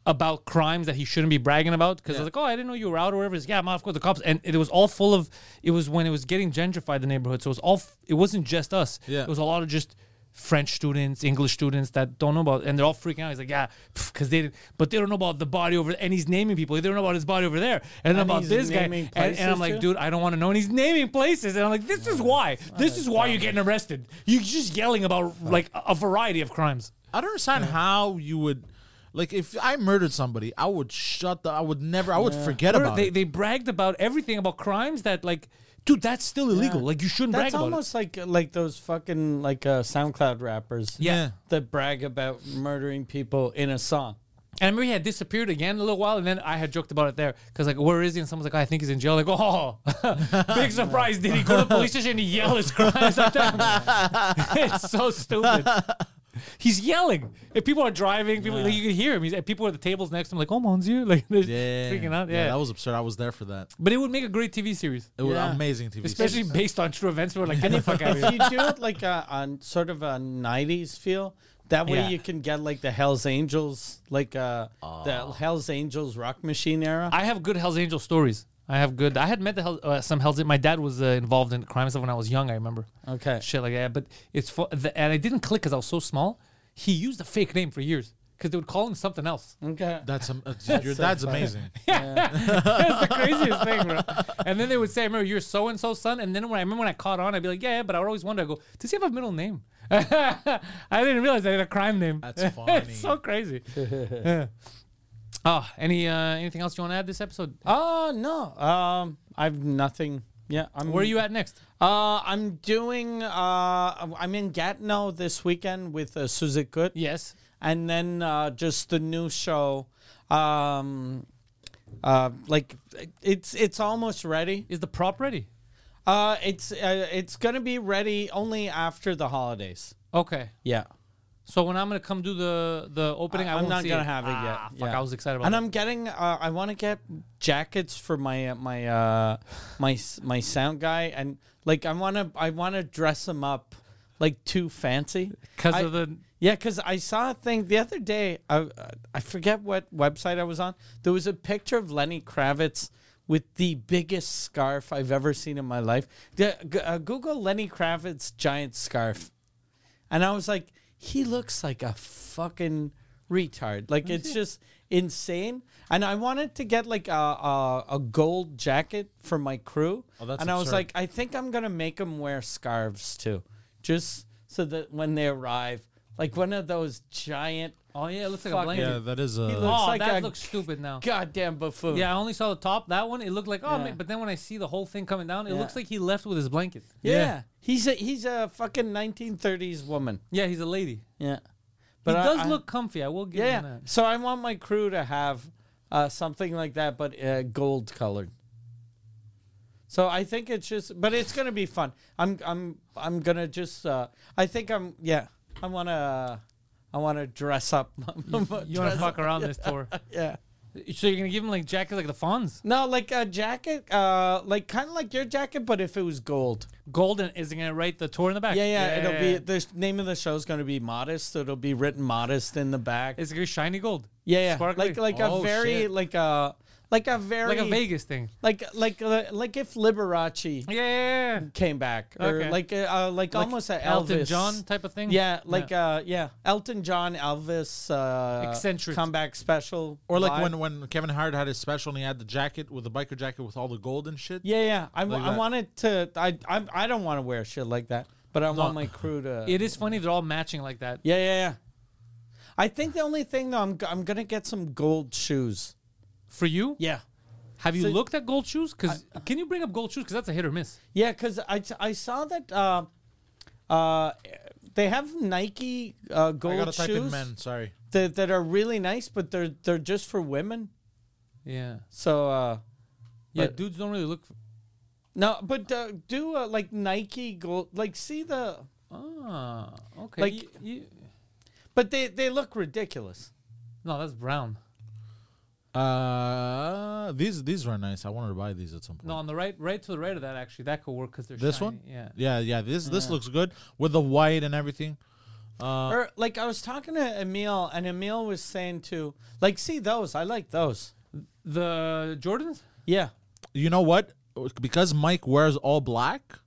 Speaker 1: about crimes that he shouldn't be bragging about because I was like, oh, I didn't know you were out or whatever. He's, yeah, I'm off with the cops, and it was all full of. It was when it was getting gentrified the neighborhood, so it was all. f- It wasn't just us.
Speaker 3: Yeah.
Speaker 1: it was a lot of just French students, English students that don't know about, and they're all freaking out. He's like, yeah, because they didn't, but they don't know about the body over, and he's naming people. They don't know about his body over there, and, about
Speaker 2: he's
Speaker 1: this guy,
Speaker 2: naming
Speaker 1: and, and I'm
Speaker 2: places
Speaker 1: like,
Speaker 2: too? Oh,
Speaker 1: dude, I don't want to know. And he's naming places, and I'm like, this is why. This is why you're getting arrested. You're just yelling about like a a variety of crimes.
Speaker 3: I don't understand how you would like if I murdered somebody, I would shut the I would never I would forget
Speaker 1: Bro,
Speaker 3: about
Speaker 1: they,
Speaker 3: it.
Speaker 1: they bragged about everything about crimes that like dude that's still illegal like you shouldn't
Speaker 2: That's
Speaker 1: brag about
Speaker 2: almost like like those fucking like uh, SoundCloud rappers.
Speaker 3: Yeah.
Speaker 2: that brag about murdering people in a song.
Speaker 1: it and I remember he had disappeared again a little while and then I had joked about it there because like where is he and someone's like oh, I think he's in jail like oh big surprise did he go to the police station and yell his crimes at them it's so stupid he's yelling if people are driving people like, you can hear him he's, and people at the tables next to him like oh mon dieu like they're
Speaker 3: yeah.
Speaker 1: freaking out yeah,
Speaker 3: that was absurd. I was there for that.
Speaker 1: but it would make a great TV series
Speaker 3: It was
Speaker 2: Yeah.
Speaker 3: amazing TV.
Speaker 1: especially
Speaker 3: series.
Speaker 1: based on true events where like get the fuck out of here
Speaker 2: If you do it like a, on sort of a '90s feel, that way
Speaker 1: Yeah.
Speaker 2: you can get like the Hell's Angels, like uh, the Hell's Angels rock machine era.
Speaker 1: I have good Hell's Angel stories. I have good. I had met the Hell, uh, some Hell's. My dad was uh, involved in crime stuff when I was young. I remember.
Speaker 2: Okay.
Speaker 1: Shit like that. But it's fu- the, and I didn't click because I was so small. He used a fake name for years because they would call him something else.
Speaker 2: okay.
Speaker 3: That's um, uh, your
Speaker 2: so
Speaker 3: dad's
Speaker 2: funny.
Speaker 3: amazing.
Speaker 1: That's the craziest thing, bro. And then they would say, "I remember you're so and so son." And then when I remember when I caught on, I'd be like, "Yeah," yeah," but I would always wonder. I go, "Does he have a middle name?" I didn't realize I had a crime name.
Speaker 3: That's funny.
Speaker 1: it's so crazy. Yeah. Oh, any uh, anything else you want to add this episode?
Speaker 2: Oh no. Um, I've nothing. Yeah,
Speaker 3: Um,
Speaker 2: I'm.
Speaker 1: Where are you at next?
Speaker 2: Uh, I'm doing. Uh, I'm I'm in Gatineau this weekend with uh, Suzy Good.
Speaker 1: Yes.
Speaker 2: and then uh, just the new show. Um, uh, like it's it's almost ready.
Speaker 1: Is the prop ready?
Speaker 2: Uh, it's uh, it's gonna be ready only after the holidays.
Speaker 1: Okay.
Speaker 2: Yeah,
Speaker 1: So when I'm gonna come do the the opening, I,
Speaker 2: I'm
Speaker 1: won't
Speaker 2: not
Speaker 1: see
Speaker 2: gonna
Speaker 1: it.
Speaker 2: have it yet.
Speaker 1: Ah, fuck,
Speaker 2: Yeah.
Speaker 1: I was excited about
Speaker 2: and
Speaker 1: that.
Speaker 2: I'm getting. Uh, I want to get jackets for my uh, my uh, my s- my sound guy, and like I wanna I wanna dress him up like too fancy
Speaker 1: because
Speaker 2: I-
Speaker 1: of the
Speaker 2: Yeah, because I saw a thing the other day. I I forget what website I was on. There was a picture of Lenny Kravitz with the biggest scarf I've ever seen in my life. The- g- uh, Google Lenny Kravitz giant scarf, and I was like, he looks like a fucking retard. Like it's just insane. And I wanted to get like a a, a gold jacket for my crew.
Speaker 3: Oh, that's
Speaker 2: and I was
Speaker 3: absurd.
Speaker 2: like, I think I'm gonna make him wear scarves too, just so that when they arrive, like one of those giant
Speaker 1: Oh yeah, it looks like
Speaker 2: Fuck
Speaker 1: a blanket.
Speaker 2: yeah.
Speaker 3: Yeah, that is uh,
Speaker 2: He
Speaker 3: a.
Speaker 2: looks
Speaker 1: Oh,
Speaker 2: like
Speaker 1: that
Speaker 2: a-
Speaker 1: looks stupid now.
Speaker 2: goddamn buffoon.
Speaker 1: Yeah, I only saw the top. That one, it looked like oh,
Speaker 2: Yeah.
Speaker 1: man, but then when I see the whole thing coming down, it
Speaker 2: Yeah.
Speaker 1: looks like he left with his blanket.
Speaker 2: yeah.
Speaker 3: Yeah.
Speaker 2: He's a he's a fucking 1930s woman.
Speaker 1: Yeah, he's a lady.
Speaker 2: Yeah,
Speaker 1: But he
Speaker 2: I-
Speaker 1: does
Speaker 2: I-
Speaker 1: look comfy. I will give
Speaker 2: Yeah.
Speaker 1: him that.
Speaker 2: So I want my crew to have uh, something like that, but uh, gold colored. So I think it's just, but it's gonna be fun. I'm, I'm, I'm gonna just. Uh, I think I'm. Yeah, I wanna, I wanna dress up.
Speaker 1: You want to fuck around this tour?
Speaker 2: yeah.
Speaker 1: So you're gonna give him like jacket like the Fonz?
Speaker 2: No, like a jacket, uh, like kind of like your jacket, but if it was gold.
Speaker 1: Golden is he gonna write the tour in the back?
Speaker 2: Yeah, yeah. it'll be the sh- name of the show is gonna be modest. So it'll be written modest in the back.
Speaker 1: It's gonna be shiny gold.
Speaker 2: yeah, yeah.
Speaker 1: sparkly.
Speaker 2: Like, like
Speaker 3: Oh,
Speaker 2: a very,
Speaker 3: shit.
Speaker 2: like a, like a very,
Speaker 1: Like a Vegas thing.
Speaker 2: like like uh, like if Liberace
Speaker 1: Yeah, yeah, yeah.
Speaker 2: came back, or
Speaker 1: Okay.
Speaker 2: like uh, uh, like, almost a Elvis
Speaker 1: Elton John type of thing.
Speaker 2: Yeah, like uh, yeah, Elton John, Elvis, uh,
Speaker 1: Eccentric.
Speaker 2: comeback special,
Speaker 3: Or like
Speaker 2: vibe.
Speaker 3: when, when Kevin Hart had his special and he had the jacket with the biker jacket with all the gold and shit.
Speaker 2: yeah, yeah. I,
Speaker 3: Like
Speaker 2: I
Speaker 3: that.
Speaker 2: wanted to. I I, I don't want to wear shit like that, but I want my crew to.
Speaker 1: it is funny they're all matching like that.
Speaker 2: yeah, yeah, yeah. I think the only thing though, I'm g- I'm gonna get some gold shoes.
Speaker 1: For you,
Speaker 2: Yeah.
Speaker 1: have you
Speaker 2: So- uh,
Speaker 1: looked at gold shoes? Because can you bring up gold shoes? Because that's a hit or miss.
Speaker 2: Yeah, because I, I saw that uh, uh, they have Nike uh,
Speaker 3: I
Speaker 2: gold
Speaker 3: gotta type
Speaker 2: shoes.
Speaker 3: in men. Sorry.
Speaker 2: that, that are really nice, but they're they're just for women.
Speaker 1: Yeah,
Speaker 2: So uh,
Speaker 1: yeah.
Speaker 2: But-
Speaker 1: dudes don't really look. For,
Speaker 2: no, but uh, do uh, like Nike gold, like see the,
Speaker 1: ah, okay.
Speaker 2: Like-
Speaker 1: You- you-
Speaker 2: but they they look ridiculous.
Speaker 1: no, that's brown.
Speaker 3: Uh, these these were nice. I wanted to buy these at some point.
Speaker 1: No, on the right, right to the right of that. Actually, that could work because they're
Speaker 3: this
Speaker 1: shiny.
Speaker 3: one.
Speaker 1: Yeah.
Speaker 3: Yeah, yeah. This this looks good with the white and everything.
Speaker 1: Uh,
Speaker 2: or Er, like I was talking to Emil, and Emil was saying to like see those, I like those.
Speaker 1: The Jordans.
Speaker 2: Yeah,
Speaker 3: You know what? Because Mike wears all black,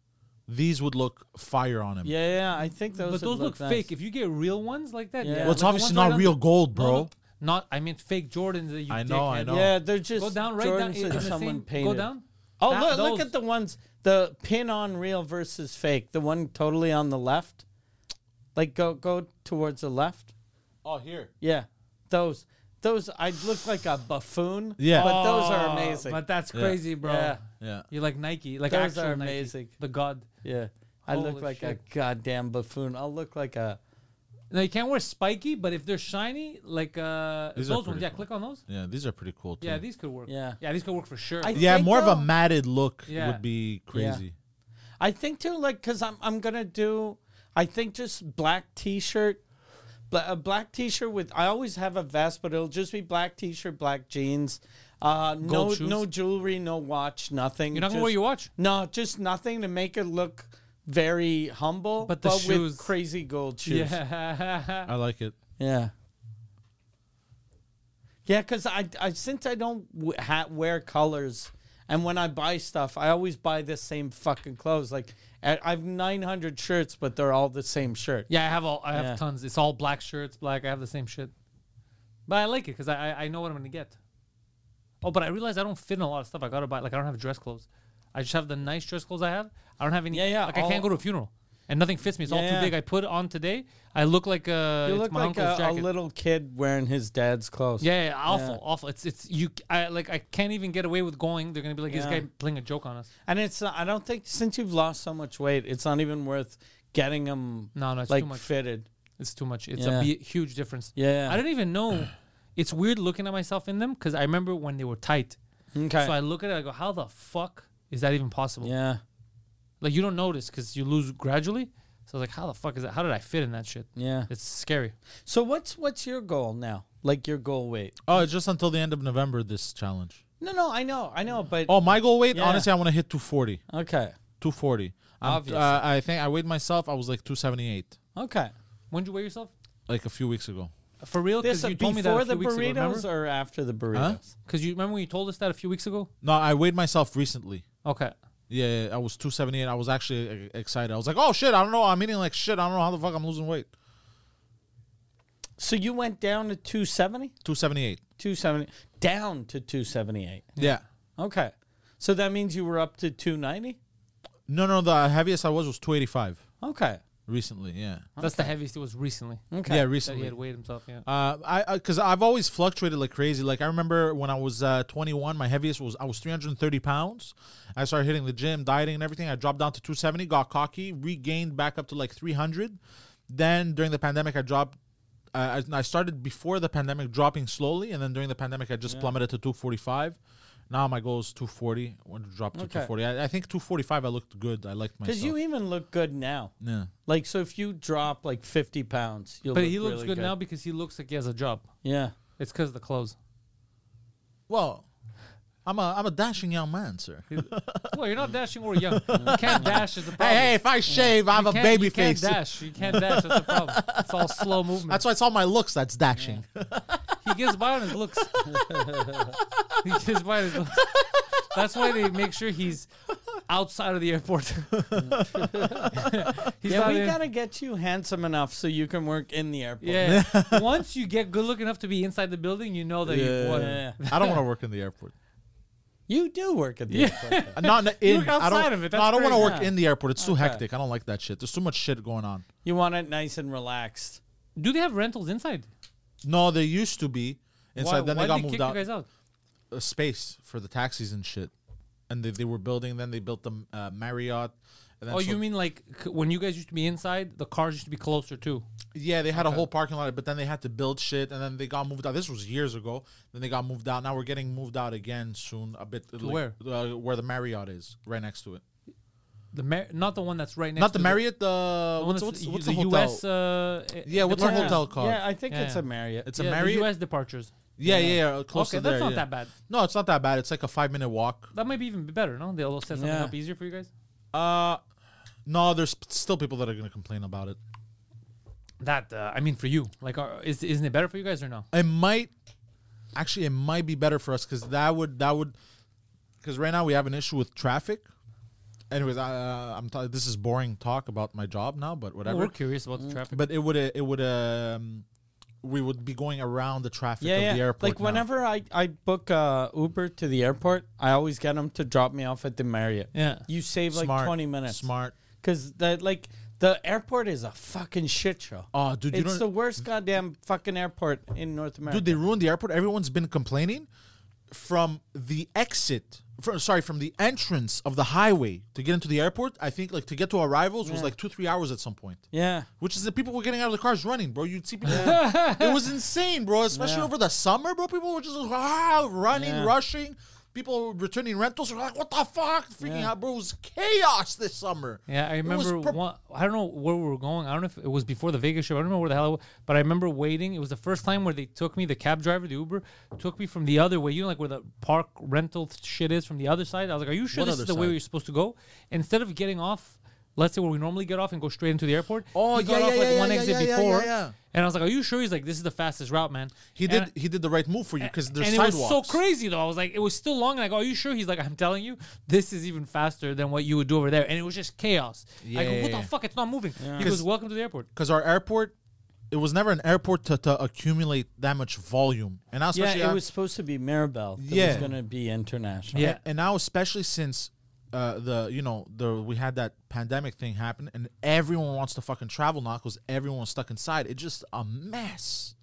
Speaker 3: these would look fire on him.
Speaker 2: yeah, yeah. I think those.
Speaker 1: but
Speaker 2: would
Speaker 1: those look,
Speaker 2: nice.
Speaker 1: fake. If you get real ones like that,
Speaker 2: Yeah.
Speaker 1: yeah.
Speaker 2: Well,
Speaker 3: Well, it's
Speaker 1: Like the
Speaker 3: obviously
Speaker 1: ones
Speaker 3: not
Speaker 1: right on
Speaker 3: real
Speaker 1: the-
Speaker 3: gold,
Speaker 1: No, no,
Speaker 3: bro.
Speaker 1: Not, I mean fake Jordans that you.
Speaker 3: I know, I
Speaker 1: dickhead.
Speaker 3: know.
Speaker 2: Yeah, they're just
Speaker 1: Go down, right down.
Speaker 2: Jordans that
Speaker 1: in the
Speaker 2: someone
Speaker 1: same-
Speaker 2: painted.
Speaker 1: Go down.
Speaker 2: Oh
Speaker 1: That-
Speaker 2: look! Look
Speaker 1: those.
Speaker 2: at the ones the pin on real versus fake. The one totally on the left. Like go go towards the left.
Speaker 3: Oh, here.
Speaker 2: Yeah, those those I look like a buffoon.
Speaker 3: Yeah.
Speaker 2: but those are
Speaker 1: Oh,
Speaker 2: amazing.
Speaker 1: But that's crazy, bro.
Speaker 2: Yeah.
Speaker 3: Yeah.
Speaker 1: You're like Nike, like
Speaker 2: Those
Speaker 1: actual
Speaker 2: are
Speaker 1: Nike,
Speaker 2: amazing.
Speaker 1: the god.
Speaker 2: yeah, I look
Speaker 1: Holy
Speaker 2: like
Speaker 1: shit.
Speaker 2: a goddamn buffoon. I'll look like a
Speaker 1: No, you can't wear spiky, but if they're shiny, like uh,
Speaker 3: These
Speaker 1: those
Speaker 3: are
Speaker 1: ones,
Speaker 3: pretty
Speaker 1: yeah,
Speaker 3: cool.
Speaker 1: click on those.
Speaker 3: Yeah, these are pretty cool too.
Speaker 1: Yeah, these could work.
Speaker 2: Yeah.
Speaker 1: yeah, these could work for sure.
Speaker 2: I-
Speaker 3: Yeah,
Speaker 2: think
Speaker 3: more of a
Speaker 2: they'll-
Speaker 3: matted look
Speaker 1: Yeah.
Speaker 3: would be crazy.
Speaker 2: I think too, like, cause I'm I'm gonna do. I think just black t-shirt, bla- a black t-shirt with. I always have a vest, but it'll just be black t-shirt, black jeans. Uh, no,
Speaker 1: Gold shoes?
Speaker 2: no jewelry, no watch, nothing.
Speaker 1: You're not gonna wear
Speaker 2: Just-
Speaker 1: your watch?
Speaker 2: No, just nothing to make it look very humble,
Speaker 1: But
Speaker 2: but,
Speaker 1: the shoes-
Speaker 2: with crazy gold shoes.
Speaker 1: yeah,
Speaker 3: I like it.
Speaker 2: yeah, yeah. Cause I, I since I don't w- ha- wear colors, and when I buy stuff, I always buy the same fucking clothes. Like I I have nine hundred shirts, but they're all the same shirt.
Speaker 1: yeah. I have all. I have
Speaker 2: Yeah.
Speaker 1: tons. It's all black shirts, black. I have the same shit, but I like it because I, I I know what I'm gonna get. Oh, but I realize I don't fit in a lot of stuff. I gotta buy. Like I don't have dress clothes. I just have the nice dress clothes I have. I don't have any.
Speaker 2: Yeah, yeah,
Speaker 1: Like I
Speaker 2: all-
Speaker 1: can't go to a funeral, and nothing fits me. It's all
Speaker 2: Yeah,
Speaker 1: too
Speaker 2: yeah.
Speaker 1: big. I put it on today. I look like uh,
Speaker 2: You
Speaker 1: it's
Speaker 2: look
Speaker 1: my
Speaker 2: like
Speaker 1: uncle's
Speaker 2: a, a
Speaker 1: jacket.
Speaker 2: little kid wearing his dad's clothes.
Speaker 1: Yeah, yeah, awful, awful. It's it's you. I like I can't even get away with going. They're gonna be like this
Speaker 2: Yeah.
Speaker 1: guy playing a joke on us.
Speaker 2: and it's not, I don't think since you've lost so much weight, it's not even worth getting them
Speaker 1: No, no, it's
Speaker 2: like
Speaker 1: too much.
Speaker 2: fitted.
Speaker 1: It's too much. It's
Speaker 2: Yeah.
Speaker 1: a b- huge difference.
Speaker 2: Yeah.
Speaker 1: I don't even know. It's weird looking at myself in them because I remember when they were tight.
Speaker 2: Okay.
Speaker 1: So I look at it. I go, how the fuck is that even possible?
Speaker 2: yeah.
Speaker 1: Like you don't notice because you lose gradually. So I was like, how the fuck is that? How did I fit in that shit?
Speaker 2: Yeah.
Speaker 1: It's scary.
Speaker 2: So what's what's your goal now? Like your goal weight?
Speaker 3: Oh, it's just until the end of November this challenge.
Speaker 2: No, no, I know, I know, but
Speaker 3: Oh, my goal weight,
Speaker 2: Yeah.
Speaker 3: honestly, I want to hit 240.
Speaker 2: okay,
Speaker 3: 240. I'm-
Speaker 2: Obviously.
Speaker 3: Uh, I think I weighed myself. I was like 278
Speaker 2: okay.
Speaker 1: When did you weigh yourself?
Speaker 3: like a few weeks ago.
Speaker 1: For real?
Speaker 2: This
Speaker 1: Because
Speaker 2: is
Speaker 1: you told me that
Speaker 2: before
Speaker 1: a few
Speaker 2: the
Speaker 1: weeks ago.
Speaker 2: burritos
Speaker 1: Remember?
Speaker 2: or after the burritos?
Speaker 1: Because you remember when you told us that a few weeks ago?
Speaker 3: No, I weighed myself recently.
Speaker 1: Okay.
Speaker 3: Yeah, yeah, I was 278. I was actually uh, excited. I was like, oh shit, I don't know. I'm eating like shit. I don't know how the fuck I'm losing weight.
Speaker 2: So you went down to 270?
Speaker 3: 278.
Speaker 2: 270 down to 278.
Speaker 3: Yeah.
Speaker 2: Okay. So that means you were up to 290?
Speaker 3: No, no, the heaviest I was was 285.
Speaker 2: Okay.
Speaker 3: recently. Yeah.
Speaker 1: That's the heaviest it was recently.
Speaker 2: Okay.
Speaker 3: Yeah,
Speaker 1: That he
Speaker 3: recently.
Speaker 1: had weighed himself. Yeah.
Speaker 3: Uh, I because I've always fluctuated like crazy. Like I remember when I was uh, 21, my heaviest was I was 330 pounds. I started hitting the gym, dieting, and everything. I dropped down to 270, got cocky, regained back up to like 300. Then during the pandemic, I dropped. Uh, I I started before the pandemic dropping slowly, and then during the pandemic, I just plummeted to 245. Now my goal is 240. I want to drop to
Speaker 2: Okay.
Speaker 3: 240. I, I think 245. I looked good. I liked myself.
Speaker 2: Because you even look good now.
Speaker 3: yeah.
Speaker 2: Like, so if you drop like 50 pounds, you'll
Speaker 1: But
Speaker 2: look
Speaker 1: he looks
Speaker 2: really
Speaker 1: good, now because he looks like he has a job.
Speaker 2: Yeah.
Speaker 1: It's because of the clothes.
Speaker 3: Well, I'm a I'm a dashing young man, sir.
Speaker 1: well, you're not dashing or young. You can't dash is the problem.
Speaker 3: Hey, hey, if I shave, I have
Speaker 1: You
Speaker 3: a
Speaker 1: can't-
Speaker 3: baby
Speaker 1: you
Speaker 3: face.
Speaker 1: can't dash. You can't dash. That's the problem. It's all slow movement.
Speaker 3: That's why it's all my looks that's dashing.
Speaker 1: He gets by on his looks. he gets by on his looks. That's why they make sure he's outside of the airport. he's
Speaker 2: Yeah,
Speaker 1: not
Speaker 2: we
Speaker 1: in-
Speaker 2: got to get you handsome enough so you can work in the airport.
Speaker 1: Yeah. Once you get good looking enough to be inside the building, you know that you've won.
Speaker 2: Yeah.
Speaker 3: I don't want to work in the airport.
Speaker 2: You do work at the airport. though.
Speaker 3: Uh, Not in.
Speaker 1: work
Speaker 3: I
Speaker 1: outside
Speaker 3: don't,
Speaker 1: of it,
Speaker 3: No,
Speaker 1: that's
Speaker 3: I don't want to
Speaker 1: great.
Speaker 3: work
Speaker 2: Yeah.
Speaker 3: in the airport. It's too hectic. I don't like that shit. There's too much shit going on.
Speaker 2: You want it nice and relaxed.
Speaker 1: Do they have rentals inside?
Speaker 3: No, there used to be
Speaker 1: why
Speaker 3: inside. then
Speaker 1: why
Speaker 3: they got
Speaker 1: did they
Speaker 3: moved
Speaker 1: kick
Speaker 3: out.
Speaker 1: you guys out?
Speaker 3: A space for the taxis and shit, and they, they were building. Then they built the uh, Marriott. And then
Speaker 1: oh,
Speaker 3: so-
Speaker 1: you mean like c- when you guys used to be inside, the cars used to be closer too.
Speaker 3: Yeah, they had a whole parking lot, but then they had to build shit, and then they got moved out. This was years ago. Then they got moved out. Now we're getting moved out again soon. A bit to
Speaker 1: where?
Speaker 3: Uh, where the Marriott is, right next to it.
Speaker 1: The Mar- not the one that's right next.
Speaker 3: Not the
Speaker 1: to
Speaker 3: Marriott. The,
Speaker 1: The, one
Speaker 3: what's,
Speaker 1: that's-
Speaker 3: what's,
Speaker 1: you-
Speaker 3: what's
Speaker 1: the,
Speaker 3: the, hotel?
Speaker 1: U.S. Uh, eh,
Speaker 3: Yeah, what's the
Speaker 1: departures.
Speaker 3: hotel called?
Speaker 2: Yeah, I think
Speaker 1: Yeah,
Speaker 2: it's
Speaker 1: yeah.
Speaker 2: a Marriott.
Speaker 3: It's
Speaker 1: yeah,
Speaker 3: a
Speaker 1: the
Speaker 3: Marriott.
Speaker 1: U.S. departures.
Speaker 3: yeah, yeah, yeah, close
Speaker 1: Okay,
Speaker 3: to
Speaker 1: that's
Speaker 3: there.
Speaker 1: not
Speaker 3: yeah.
Speaker 1: that bad.
Speaker 3: No, it's not that bad. It's like a five minute walk.
Speaker 1: That might be even better. No, they'll set something
Speaker 2: Yeah.
Speaker 1: up easier for you guys.
Speaker 3: Uh, no, there's p- still people that are gonna complain about it.
Speaker 1: That uh, I mean, for you, like, are, is isn't it better for you guys or no?
Speaker 3: It might, actually, it might be better for us because that would that would, because right now we have an issue with traffic. Anyways, I, uh, I'm t- this is boring talk about my job now, but whatever.
Speaker 1: We're curious about the traffic.
Speaker 3: But it would uh, it would um, we would be going around the traffic of the airport.
Speaker 2: Like
Speaker 3: now.
Speaker 2: whenever I, I book uh, Uber to the airport, I always get them to drop me off at the Marriott.
Speaker 1: Yeah.
Speaker 2: You save like
Speaker 3: Smart,
Speaker 2: 20 minutes.
Speaker 3: smart.
Speaker 2: Because the, like, the airport is a fucking shit show.
Speaker 3: Oh, dude, you
Speaker 2: it's
Speaker 3: don't-
Speaker 2: the worst goddamn fucking airport in North America.
Speaker 3: Dude, they ruined the airport. Everyone's been complaining from the exit. From, sorry, from the entrance of the highway to get into the airport. I think like to get to arrivals was like two, three hours at some point.
Speaker 2: yeah.
Speaker 3: Which is the people were getting out of the cars running, bro. You'd see people. it was insane, bro. Especially
Speaker 2: Yeah.
Speaker 3: over the summer, bro. People were just ah, running,
Speaker 2: Yeah.
Speaker 3: rushing. People returning rentals were like, "What the fuck?" Freaking out, bro. It was chaos this summer.
Speaker 1: Yeah, I
Speaker 3: It was
Speaker 1: remember.
Speaker 3: pro-
Speaker 1: one, I don't know where we were going. I don't know if it was before the Vegas show. I don't know where the hell. I was, but I remember waiting. It was the first time where they took me. The cab driver, the Uber, took me from the other way. You know, like where the park rental shit is from the other side. I was like, "Are you sure
Speaker 3: What
Speaker 1: this
Speaker 3: other
Speaker 1: is the way
Speaker 3: side?
Speaker 1: you're supposed to go?" Instead of getting off, let's say where we normally get off and go straight into the airport.
Speaker 3: Oh,
Speaker 1: he got
Speaker 3: yeah,
Speaker 1: off
Speaker 3: yeah,
Speaker 1: like
Speaker 3: yeah,
Speaker 1: one
Speaker 3: yeah,
Speaker 1: exit
Speaker 3: yeah, yeah,
Speaker 1: before.
Speaker 3: yeah, yeah.
Speaker 1: And I was like, "Are you sure?" He's like, "This is the fastest route, man."
Speaker 3: he
Speaker 1: And
Speaker 3: did.
Speaker 1: I-
Speaker 3: he did the right move for you because there's
Speaker 1: and it
Speaker 3: sidewalks.
Speaker 1: was so crazy though. I was like, it was still long, and I go, "Are you sure?" He's like, "I'm telling you, this is even faster than what you would do over there." And it was just chaos. I go, "What
Speaker 3: Yeah.
Speaker 1: the fuck? It's not moving." He
Speaker 3: 'Cause-
Speaker 1: goes, "Welcome to the airport."
Speaker 3: because our airport it was never an airport to, to accumulate that much volume and now
Speaker 2: Yeah,
Speaker 3: especially
Speaker 2: it was supposed to be Maribel. That was
Speaker 3: Yeah.
Speaker 2: going to be international.
Speaker 1: Yeah.
Speaker 3: and now especially since uh, the you know the we had that pandemic thing happen and everyone wants to fucking travel now because everyone's stuck inside it's just a mess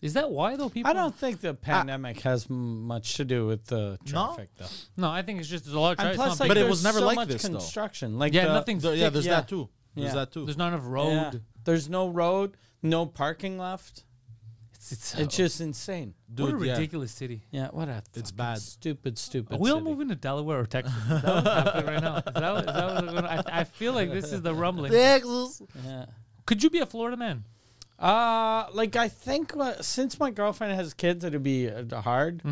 Speaker 1: Is that why though? People,
Speaker 2: I don't think the pandemic has m- much to do with the traffic, though.
Speaker 1: No, I think it's just there's a lot of
Speaker 2: And
Speaker 1: traffic.
Speaker 2: plus,
Speaker 1: Plus,
Speaker 2: like,
Speaker 3: But it
Speaker 2: there's
Speaker 3: was never
Speaker 2: so
Speaker 3: like
Speaker 2: much
Speaker 3: this, though.
Speaker 2: construction. Like
Speaker 1: Yeah,
Speaker 2: the-
Speaker 1: nothing's
Speaker 3: The- yeah there's
Speaker 2: yeah.
Speaker 3: that too there's
Speaker 2: Yeah.
Speaker 3: that too
Speaker 1: there's not enough road.
Speaker 2: yeah. There's no road, no parking left.
Speaker 1: It's, it's,
Speaker 2: It's just insane.
Speaker 1: what a
Speaker 3: Dude, yeah.
Speaker 1: ridiculous city.
Speaker 2: Yeah, what a
Speaker 3: It's
Speaker 2: fucking
Speaker 3: bad.
Speaker 2: stupid, stupid.
Speaker 1: Are we all
Speaker 2: city.
Speaker 1: moving to Delaware or Texas? Is that what's happening right now? Is that, what- is that what's going on? I, I feel like this is the rumbling.
Speaker 3: Texas.
Speaker 2: Yeah.
Speaker 1: Could you be a Florida man?
Speaker 2: Uh, like I think uh, since my girlfriend has kids, it'd be uh, hard.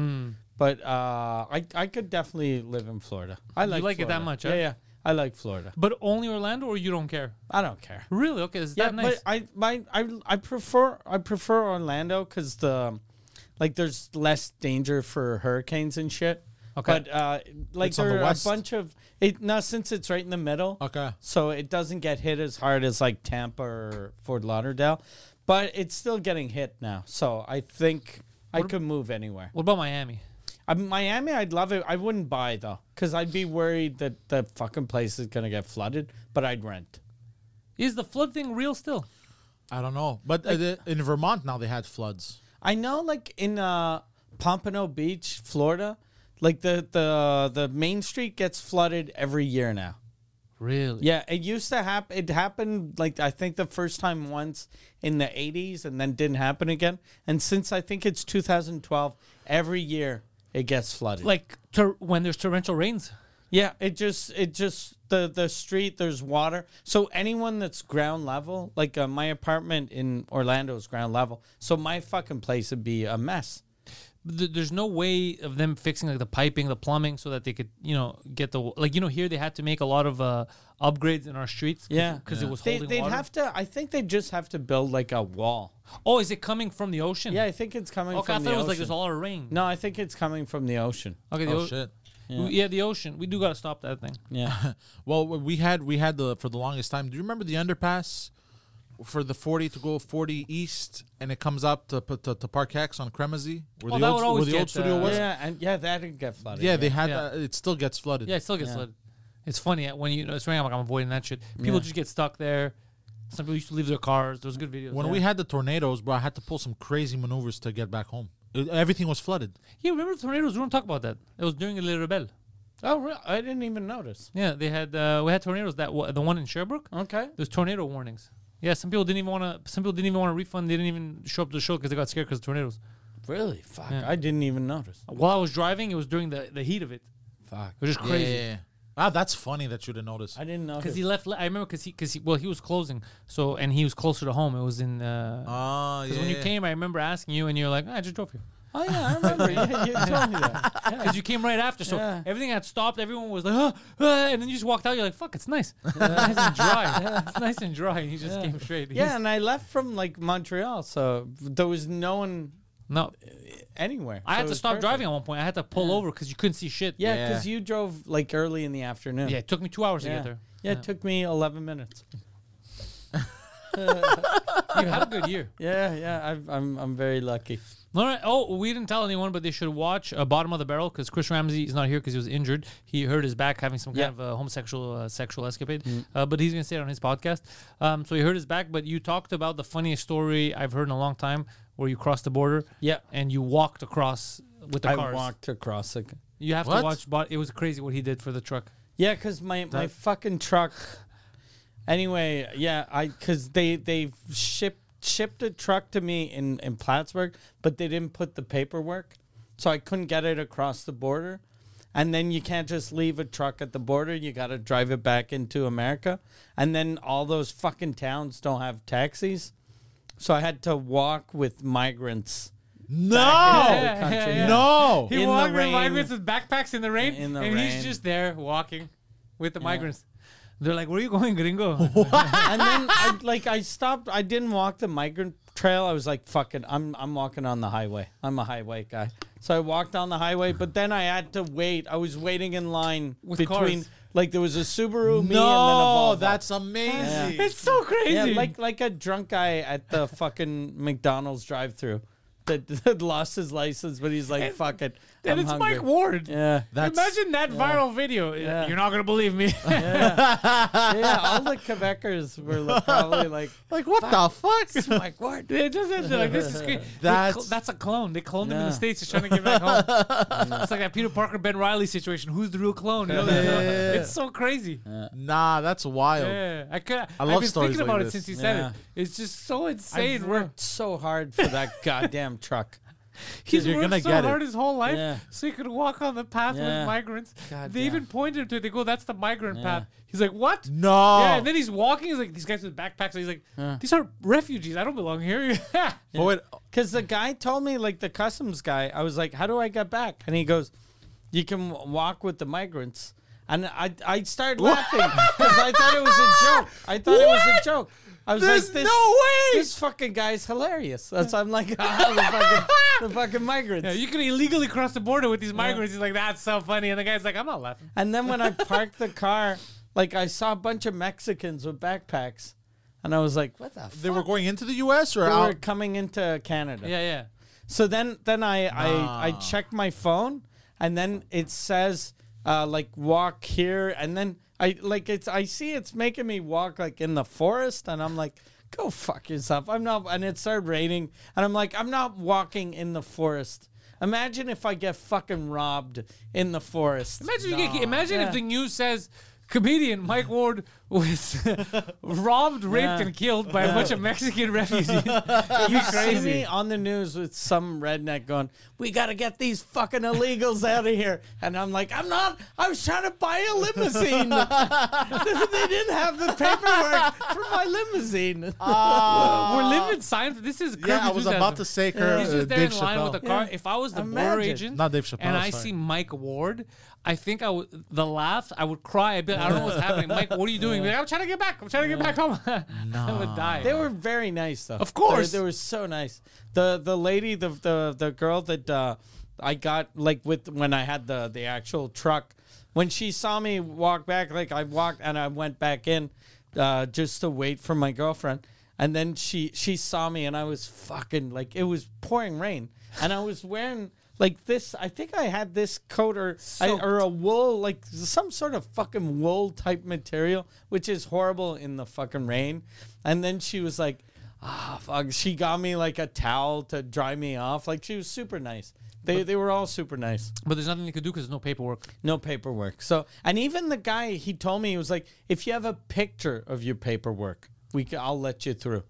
Speaker 2: But uh, I I could definitely live in Florida. I like
Speaker 1: like it that
Speaker 2: Florida.
Speaker 1: much,
Speaker 2: Yeah,
Speaker 1: huh?
Speaker 2: yeah. I like Florida.
Speaker 1: But only Orlando, or you don't care?
Speaker 2: I don't care.
Speaker 1: Really? Okay, is
Speaker 2: Yeah,
Speaker 1: that nice?
Speaker 2: but I my I I prefer I prefer Orlando because the like there's less danger for hurricanes and shit.
Speaker 1: Okay.
Speaker 2: But uh, like
Speaker 3: It's on
Speaker 2: there
Speaker 3: the
Speaker 2: are a
Speaker 3: west.
Speaker 2: bunch of it now since it's right in the middle.
Speaker 3: Okay.
Speaker 2: So it doesn't get hit as hard as like Tampa or Fort Lauderdale, but it's still getting hit now. So I think I could move anywhere.
Speaker 1: what about Miami?
Speaker 2: Uh, Miami, I'd love it. I wouldn't buy though, because I'd be worried that the fucking place is gonna get flooded. But I'd rent.
Speaker 1: Is the flood thing real still?
Speaker 3: I don't know, but uh, the- in Vermont now they had floods.
Speaker 2: I know, like in uh, Pompano Beach, Florida, like the the the main street gets flooded every year now.
Speaker 1: Really?
Speaker 2: Yeah, it used to happen. It happened like I think the first time once in the '80s, and then didn't happen again. And since I think it's 2012, every year it gets flooded.
Speaker 1: Like tor- when there's torrential rains.
Speaker 2: Yeah, it just it just the the street there's water. So anyone that's ground level, like uh, my apartment in Orlando is ground level. So my fucking place would be a mess.
Speaker 1: th- there's no way of them fixing like the piping, the plumbing, so that they could, you know, get the like you know here they had to make a lot of uh, upgrades in our streets.
Speaker 2: Yeah,
Speaker 1: because it was
Speaker 2: They,
Speaker 1: holding
Speaker 2: they'd
Speaker 1: water.
Speaker 2: have to. I think they just have to build like a wall.
Speaker 1: oh, is it coming from the ocean?
Speaker 2: Yeah, I think it's coming.
Speaker 1: Oh, Okay, I
Speaker 2: from
Speaker 1: thought
Speaker 2: the
Speaker 1: it was like
Speaker 2: ocean.
Speaker 1: there's a lot of rain.
Speaker 2: No, I think it's coming from the ocean.
Speaker 1: Okay. The
Speaker 3: Oh
Speaker 1: o-
Speaker 3: shit!
Speaker 1: Yeah. the ocean. We do gotta stop that thing.
Speaker 2: Yeah,
Speaker 3: Well, w- we had we had the for the longest time. Do you remember the underpass for the forty to go forty east, and it comes up to put to, to Park X on Cremazy, where
Speaker 1: Oh, that
Speaker 3: the old,
Speaker 1: would
Speaker 3: where
Speaker 1: always
Speaker 3: the old
Speaker 1: get,
Speaker 3: studio
Speaker 1: uh,
Speaker 3: was? Yeah,
Speaker 2: yeah, and yeah, that didn't get flooded.
Speaker 3: they had
Speaker 1: Yeah.
Speaker 3: that. It still gets flooded.
Speaker 1: Yeah, it still gets flooded. It's funny uh, when you know it's raining. I'm like I'm avoiding that shit. People just get stuck there. Some people used to leave their cars. There's good videos.
Speaker 3: When we had the tornadoes, bro, I had to pull some crazy maneuvers to get back home. It- everything was flooded.
Speaker 1: yeah, remember the tornadoes? We don't talk about that. It was during Le Rebel.
Speaker 2: Oh, real? I didn't even notice.
Speaker 1: Yeah, they had uh, we had tornadoes. That wa- the one in Sherbrooke.
Speaker 2: Okay.
Speaker 1: There's tornado warnings. Yeah, some people didn't even want to. Some people didn't even want to refund. They didn't even show up to the show because they got scared because of tornadoes.
Speaker 2: Really? Fuck. I didn't even notice.
Speaker 1: While I was driving, it was during the, the heat of it.
Speaker 2: Fuck.
Speaker 1: It was just crazy.
Speaker 3: Ah, that's funny that you didn't notice.
Speaker 2: I didn't notice.
Speaker 1: Because he left. I remember because he because he, well he was closing. So and he was closer to home. It was in. Because
Speaker 3: Ah, yeah.
Speaker 1: when you came, I remember asking you, and you're like, "Ah, I just drove here.
Speaker 2: Oh yeah, I remember. yeah, you told me that.
Speaker 1: Because you came right after, so
Speaker 2: Yeah.
Speaker 1: everything had stopped. Everyone was like, ah, ah," and then you just walked out. You're like, "Fuck, it's nice. It's nice and dry. It's nice and dry." And you just came straight.
Speaker 2: Yeah,
Speaker 1: He's-
Speaker 2: and I left from like Montreal, so there was no one
Speaker 1: No,
Speaker 2: anywhere.
Speaker 1: I
Speaker 2: so
Speaker 1: had
Speaker 2: it
Speaker 1: to
Speaker 2: was
Speaker 1: stop
Speaker 2: perfect.
Speaker 1: driving at one point. I had to pull over because you couldn't see shit.
Speaker 2: Yeah,
Speaker 3: Yeah.
Speaker 2: because you drove like early in the afternoon.
Speaker 1: Yeah, it took me two hours to
Speaker 2: yeah.
Speaker 1: get there.
Speaker 2: Yeah, it took me eleven minutes.
Speaker 1: You had a good year.
Speaker 2: Yeah, yeah, I've, I'm I'm very lucky.
Speaker 1: All right. Oh, we didn't tell anyone, but they should watch uh, Bottom of the Barrel because Chris Ramsey is not here because he was injured. He hurt his back having some
Speaker 2: Yeah. Mm.
Speaker 1: kind of uh, homosexual uh, sexual escapade, uh, but he's going to say it on his podcast. Um, so he hurt his back, but you talked about the funniest story I've heard in a long time where you crossed the border.
Speaker 2: Yeah.
Speaker 1: And you walked across with the
Speaker 2: I
Speaker 1: cars.
Speaker 2: walked across it.
Speaker 1: You have
Speaker 3: What?
Speaker 1: to watch. But it was crazy what he did for the truck.
Speaker 2: Yeah, because my my fucking truck. Anyway, yeah, I because they they shipped shipped a truck to me in in Plattsburgh, but they didn't put the paperwork, so I couldn't get it across the border. And then you can't just leave a truck at the border. You got to drive it back into America. And then all those fucking towns don't have taxis. So I had to walk with migrants
Speaker 3: no,
Speaker 2: Yeah, yeah, yeah, yeah.
Speaker 3: no.
Speaker 1: He
Speaker 2: In the
Speaker 1: walked with
Speaker 2: rain.
Speaker 1: migrants with backpacks in the rain,
Speaker 2: In the
Speaker 1: and
Speaker 2: rain.
Speaker 1: he's just there walking with the migrants. They're like, "Where are you going, gringo?"
Speaker 2: and then I, like I stopped. I didn't walk the migrant trail. I was like, "Fuck it, I'm I'm walking on the highway. I'm a highway guy." So I walked on the highway, but then I had to wait. I was waiting in line
Speaker 1: With
Speaker 2: between
Speaker 1: cars.
Speaker 2: like there was a Subaru, me,
Speaker 3: no,
Speaker 2: and then a Volvo.
Speaker 3: that's amazing.
Speaker 1: It's so crazy.
Speaker 2: yeah, like like a drunk guy at the fucking McDonald's drive-through that, that lost his license, but he's like, "Fuck it,
Speaker 1: and
Speaker 2: I'm
Speaker 1: it's
Speaker 2: hungry."
Speaker 1: Mike Ward.
Speaker 2: Yeah,
Speaker 3: That's-
Speaker 1: Imagine that viral video.
Speaker 2: Yeah.
Speaker 1: You're not gonna believe me.
Speaker 2: yeah. All the Quebecers were like, probably like,
Speaker 3: Like what the fuck?
Speaker 2: "Mike Ward."
Speaker 1: They just have to, like this is crazy.
Speaker 3: That's-
Speaker 1: that's a clone. They cloned him in
Speaker 2: Yeah.
Speaker 1: the states. Just trying to get back home. it's like that Peter Parker Ben Riley situation. Who's the real clone? You know?
Speaker 3: Yeah.
Speaker 1: It's so crazy. Yeah,
Speaker 3: nah, that's wild.
Speaker 1: I could. I
Speaker 3: love
Speaker 1: have been
Speaker 3: stories
Speaker 1: thinking
Speaker 3: like
Speaker 1: about
Speaker 3: this.
Speaker 1: it since he
Speaker 2: Yeah.
Speaker 1: said it. It's just so insane.
Speaker 2: I've worked so hard for that goddamn truck.
Speaker 1: He's
Speaker 3: you're
Speaker 1: worked
Speaker 3: gonna
Speaker 1: so
Speaker 3: get it.
Speaker 1: hard his whole life
Speaker 2: Yeah.
Speaker 1: so he could walk on the path
Speaker 2: Yeah.
Speaker 1: with migrants.
Speaker 2: God
Speaker 1: they
Speaker 2: damn.
Speaker 1: even pointed him to it. They go, "That's the migrant
Speaker 2: Yeah.
Speaker 1: path." He's like, "What?"
Speaker 3: No.
Speaker 1: Yeah, and then he's walking. He's like, these guys with backpacks. He's like, these are refugees. I don't belong here.
Speaker 3: But wait,
Speaker 2: Because the guy told me, like the customs guy, I was like, "How do I get back?" And he goes, "You can w- walk with the migrants." And I, I started laughing because I thought it was a joke. I thought it was a joke. I was
Speaker 3: There's
Speaker 2: like, "This
Speaker 3: no way!"
Speaker 2: This fucking guy's hilarious." That's I'm like, ah, the, fucking, the fucking migrants.
Speaker 1: Yeah, you can illegally cross the border with these migrants. He's like, that's so funny. And the guy's like, I'm not laughing.
Speaker 2: And then when I parked the car, like I saw a bunch of Mexicans with backpacks, and I was like, "What the?"
Speaker 3: they were going into the U.S. or
Speaker 2: They were
Speaker 3: out?
Speaker 2: coming into Canada.
Speaker 1: Yeah, yeah.
Speaker 2: So then then I I, I check my phone and then it says uh, like walk here, and then I like it's. I see it's making me walk like in the forest, and I'm like, go fuck yourself. I'm not. And it started raining, and I'm like, I'm not walking in the forest. Imagine if I get fucking robbed in the forest.
Speaker 1: Imagine you get. Imagine if the news says comedian Mike Ward was robbed, raped,
Speaker 2: Yeah.
Speaker 1: and killed by a bunch of Mexican refugees. you
Speaker 2: See me
Speaker 1: crazy.
Speaker 2: on the news with some redneck going, "We gotta get these fucking illegals out of here," and I'm like, "I'm not. I was trying to buy a limousine. they didn't have the paperwork for my limousine."
Speaker 1: Ah. We're living Seinfeld. This is Kirby
Speaker 3: Yeah, I was about to say Kirby.
Speaker 1: He's
Speaker 3: uh,
Speaker 1: just there
Speaker 3: Dave
Speaker 1: in line
Speaker 3: Chappelle.
Speaker 1: with a car. If I was the war
Speaker 2: Imagine.
Speaker 1: agent,
Speaker 3: Not Dave Chappelle,
Speaker 1: and I
Speaker 3: sorry.
Speaker 1: see Mike Ward, I think I would the laughs. I would cry. I'd be like, I don't know what's happening. Mike, what are you doing? Be like, I'm trying to get back. I'm trying to get back home. I would die.
Speaker 2: They were very nice, though.
Speaker 1: Of course.
Speaker 2: they, they were so nice. the The lady, the the the girl that uh, I got like with when I had the the actual truck, when she saw me walk back, like I walked and I went back in, uh, just to wait for my girlfriend, and then she she saw me and I was fucking like it was pouring rain and I was wearing. Like this, I think I had this coat or I, or a wool, like some sort of fucking wool type material, which is horrible in the fucking rain. And then she was like, ah, fuck. She got me like a towel to dry me off. Like she was super nice. They, they were all super nice.
Speaker 1: but there's nothing you could do because there's no paperwork.
Speaker 2: No paperwork. So, and even the guy, he told me, he was like, if you have a picture of your paperwork, we ca I'll let you through.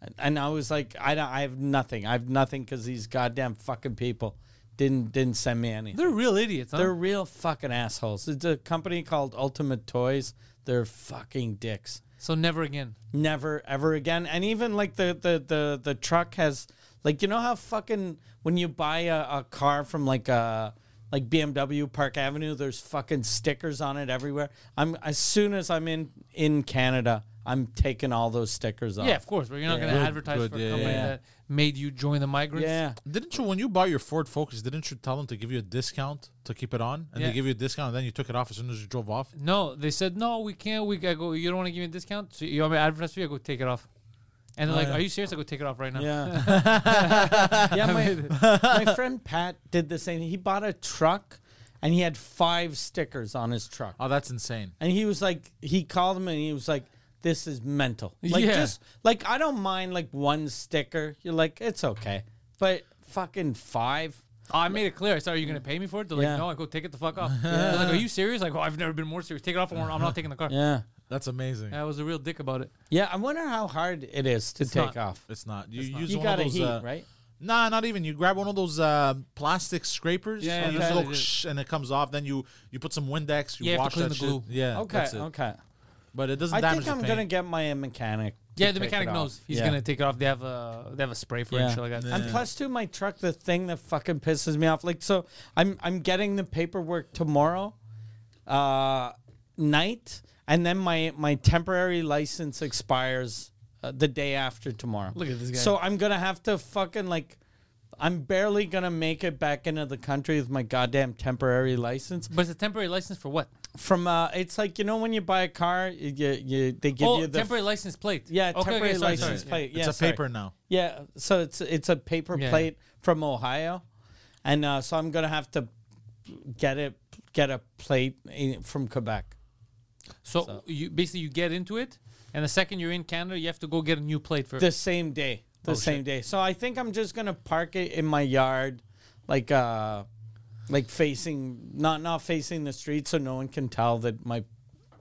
Speaker 2: And, and I was like, I, don't- I have nothing. I have nothing because these goddamn fucking people didn't didn't send me anything.
Speaker 1: They're real idiots. Huh?
Speaker 2: They're real fucking assholes. It's a company called Ultimate Toys. They're fucking dicks.
Speaker 1: so never again.
Speaker 2: Never ever again. And even like the the the the truck has like you know how fucking when you buy a, a car from like a like BMW Park Avenue, there's fucking stickers on it everywhere. I'm as soon as I'm in in Canada, I'm taking all those stickers off.
Speaker 1: Yeah, of course. But you're not going to advertise
Speaker 3: good,
Speaker 1: for a
Speaker 3: yeah,
Speaker 1: company
Speaker 2: yeah.
Speaker 1: that made you join the migrants.
Speaker 2: Yeah.
Speaker 3: Didn't you when you bought your Ford Focus? Didn't you tell them to give you a discount to keep it on, and
Speaker 1: Yeah.
Speaker 3: they give you a discount, and then you took it off as soon as you drove off?
Speaker 1: No, they said no. We can't. We I go. You don't want to give me a discount. So you want me to advertise for you? I go take it off. And they're like, "Are you serious? I go take it off right now."
Speaker 2: Oh, Yeah. yeah, my, my friend Pat did the same. He bought a truck and he had five stickers on his truck.
Speaker 3: Oh, that's insane.
Speaker 2: And he was like, he called him and he was like, this is mental. Like,
Speaker 1: Yeah.
Speaker 2: just like, I don't mind like one sticker. You're like, it's okay. But fucking five.
Speaker 1: Oh, I made it clear. I said, "Are you going to pay me for it?" They're like,
Speaker 2: Yeah.
Speaker 1: "No." I go take it the fuck off. They're like, "Are you serious?" I go, "I've never been more serious. Take it off, or I'm not taking the car."
Speaker 2: Yeah.
Speaker 3: That's amazing.
Speaker 1: I was a real dick about it.
Speaker 2: Yeah. I wonder how hard it is to
Speaker 1: not.
Speaker 2: take off.
Speaker 3: It's not. You use
Speaker 2: You
Speaker 3: one of
Speaker 2: gotta
Speaker 3: those,
Speaker 2: heat,
Speaker 3: uh,
Speaker 2: right?
Speaker 3: Nah, not even. You grab one of those uh, plastic scrapers.
Speaker 1: Yeah,
Speaker 3: and you
Speaker 1: yeah,
Speaker 3: just
Speaker 1: yeah.
Speaker 3: go ksh, and it comes off. Then you you put some Windex. You,
Speaker 1: Yeah, you have
Speaker 3: wash
Speaker 1: to clean
Speaker 3: that
Speaker 1: the glue.
Speaker 3: shit. Yeah.
Speaker 2: Okay.
Speaker 3: that's it.
Speaker 2: Okay.
Speaker 3: But it doesn't
Speaker 2: I
Speaker 3: damage
Speaker 2: think I'm
Speaker 3: the
Speaker 2: going to
Speaker 3: paint.
Speaker 2: get my mechanic. to
Speaker 1: Yeah, the
Speaker 2: take it
Speaker 1: mechanic
Speaker 2: off.
Speaker 1: knows he's
Speaker 2: Yeah.
Speaker 1: going to take it off. They have a they have a spray for it and shit like that.
Speaker 2: And plus, too, my truck, the thing that fucking pisses me off. Like, so I'm I'm getting the paperwork tomorrow uh, night, and then my my temporary license expires uh, the day after tomorrow.
Speaker 1: Look at this guy.
Speaker 2: So I'm gonna have to fucking like. I'm barely gonna make it back into the country with my goddamn temporary license.
Speaker 1: But it's a temporary license for what?
Speaker 2: From uh, it's like you know when you buy a car, you, you they give
Speaker 1: oh,
Speaker 2: you the
Speaker 1: temporary license plate.
Speaker 2: yeah
Speaker 1: Okay, okay,
Speaker 2: temporary
Speaker 1: sorry, sorry.
Speaker 2: license plate. Yeah,
Speaker 3: it's a
Speaker 2: sorry.
Speaker 3: paper now.
Speaker 2: Yeah, so it's it's a paper
Speaker 1: Yeah.
Speaker 2: plate from Ohio, and uh, so I'm gonna have to get it get a plate in, from Quebec.
Speaker 1: So, you basically you get into it, and the second you're in Canada, you have to go get a new plate for.
Speaker 2: the same day. The same day. So I think I'm just gonna park it in my yard, like uh, like facing not not facing the street, so no one can tell that my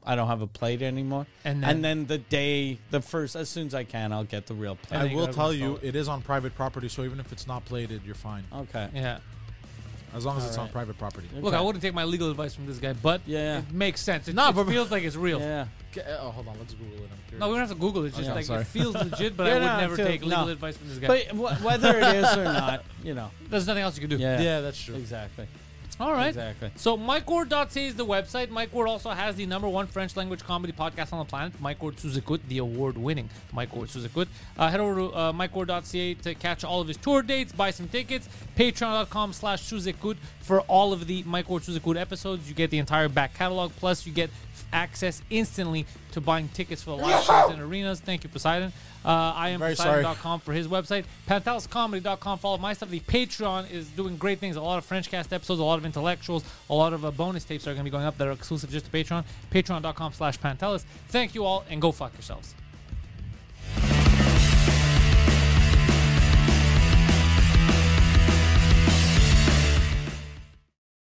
Speaker 2: I don't have a plate anymore.
Speaker 1: And
Speaker 2: and then the day the first as soon as I can, I'll get the real plate.
Speaker 3: I
Speaker 1: you
Speaker 3: will
Speaker 1: gotta
Speaker 3: tell
Speaker 1: install
Speaker 3: you, it Oh. is on private property. So even if it's not plated, you're fine.
Speaker 2: Okay.
Speaker 1: yeah.
Speaker 3: As long as it's on private property.
Speaker 1: Look, I wouldn't take my legal advice from this guy, but
Speaker 2: Yeah, yeah.
Speaker 1: it makes sense. It,
Speaker 3: No,
Speaker 1: it
Speaker 3: but-
Speaker 1: feels like it's real.
Speaker 2: Yeah. Oh,
Speaker 3: Okay, uh, oh, hold on. Let's Google it. I'm curious.
Speaker 1: No, we don't have to Google it. It's just
Speaker 3: Okay, I'm
Speaker 1: like
Speaker 3: sorry.
Speaker 1: it feels legit, but I
Speaker 2: Yeah,
Speaker 1: would
Speaker 2: no, I
Speaker 1: never
Speaker 2: feel-
Speaker 1: take legal
Speaker 2: no.
Speaker 1: advice from this guy.
Speaker 2: But w- whether it is or not, you know.
Speaker 1: There's nothing else you can do.
Speaker 2: Yeah.
Speaker 3: yeah, that's true.
Speaker 2: Exactly.
Speaker 1: All right.
Speaker 2: Exactly.
Speaker 1: So MikeWard.ca is the website. Mike Ward also has the number one French language comedy podcast on the planet, Mike Ward Suzekut, the award-winning Mike Ward Suzekut. Uh, head over to uh, MikeWard.ca to catch all of his tour dates, buy some tickets, patreon.com slash Suzekut for all of the Mike Ward Suzekut episodes. You get the entire back catalog, plus you get access instantly to buying tickets for the live shows and arenas. Thank you, Poseidon. Uh, I am
Speaker 3: Very
Speaker 1: Poseidon.com
Speaker 3: sorry.
Speaker 1: com for his website. PanthelisComedy.com. Follow my stuff. The Patreon is doing great things. A lot of Frenchcast episodes, a lot of intellectuals. A lot of uh, bonus tapes are going to be going up that are exclusive just to Patreon. Patreon.com slash Pantelis. Thank you all and go fuck yourselves.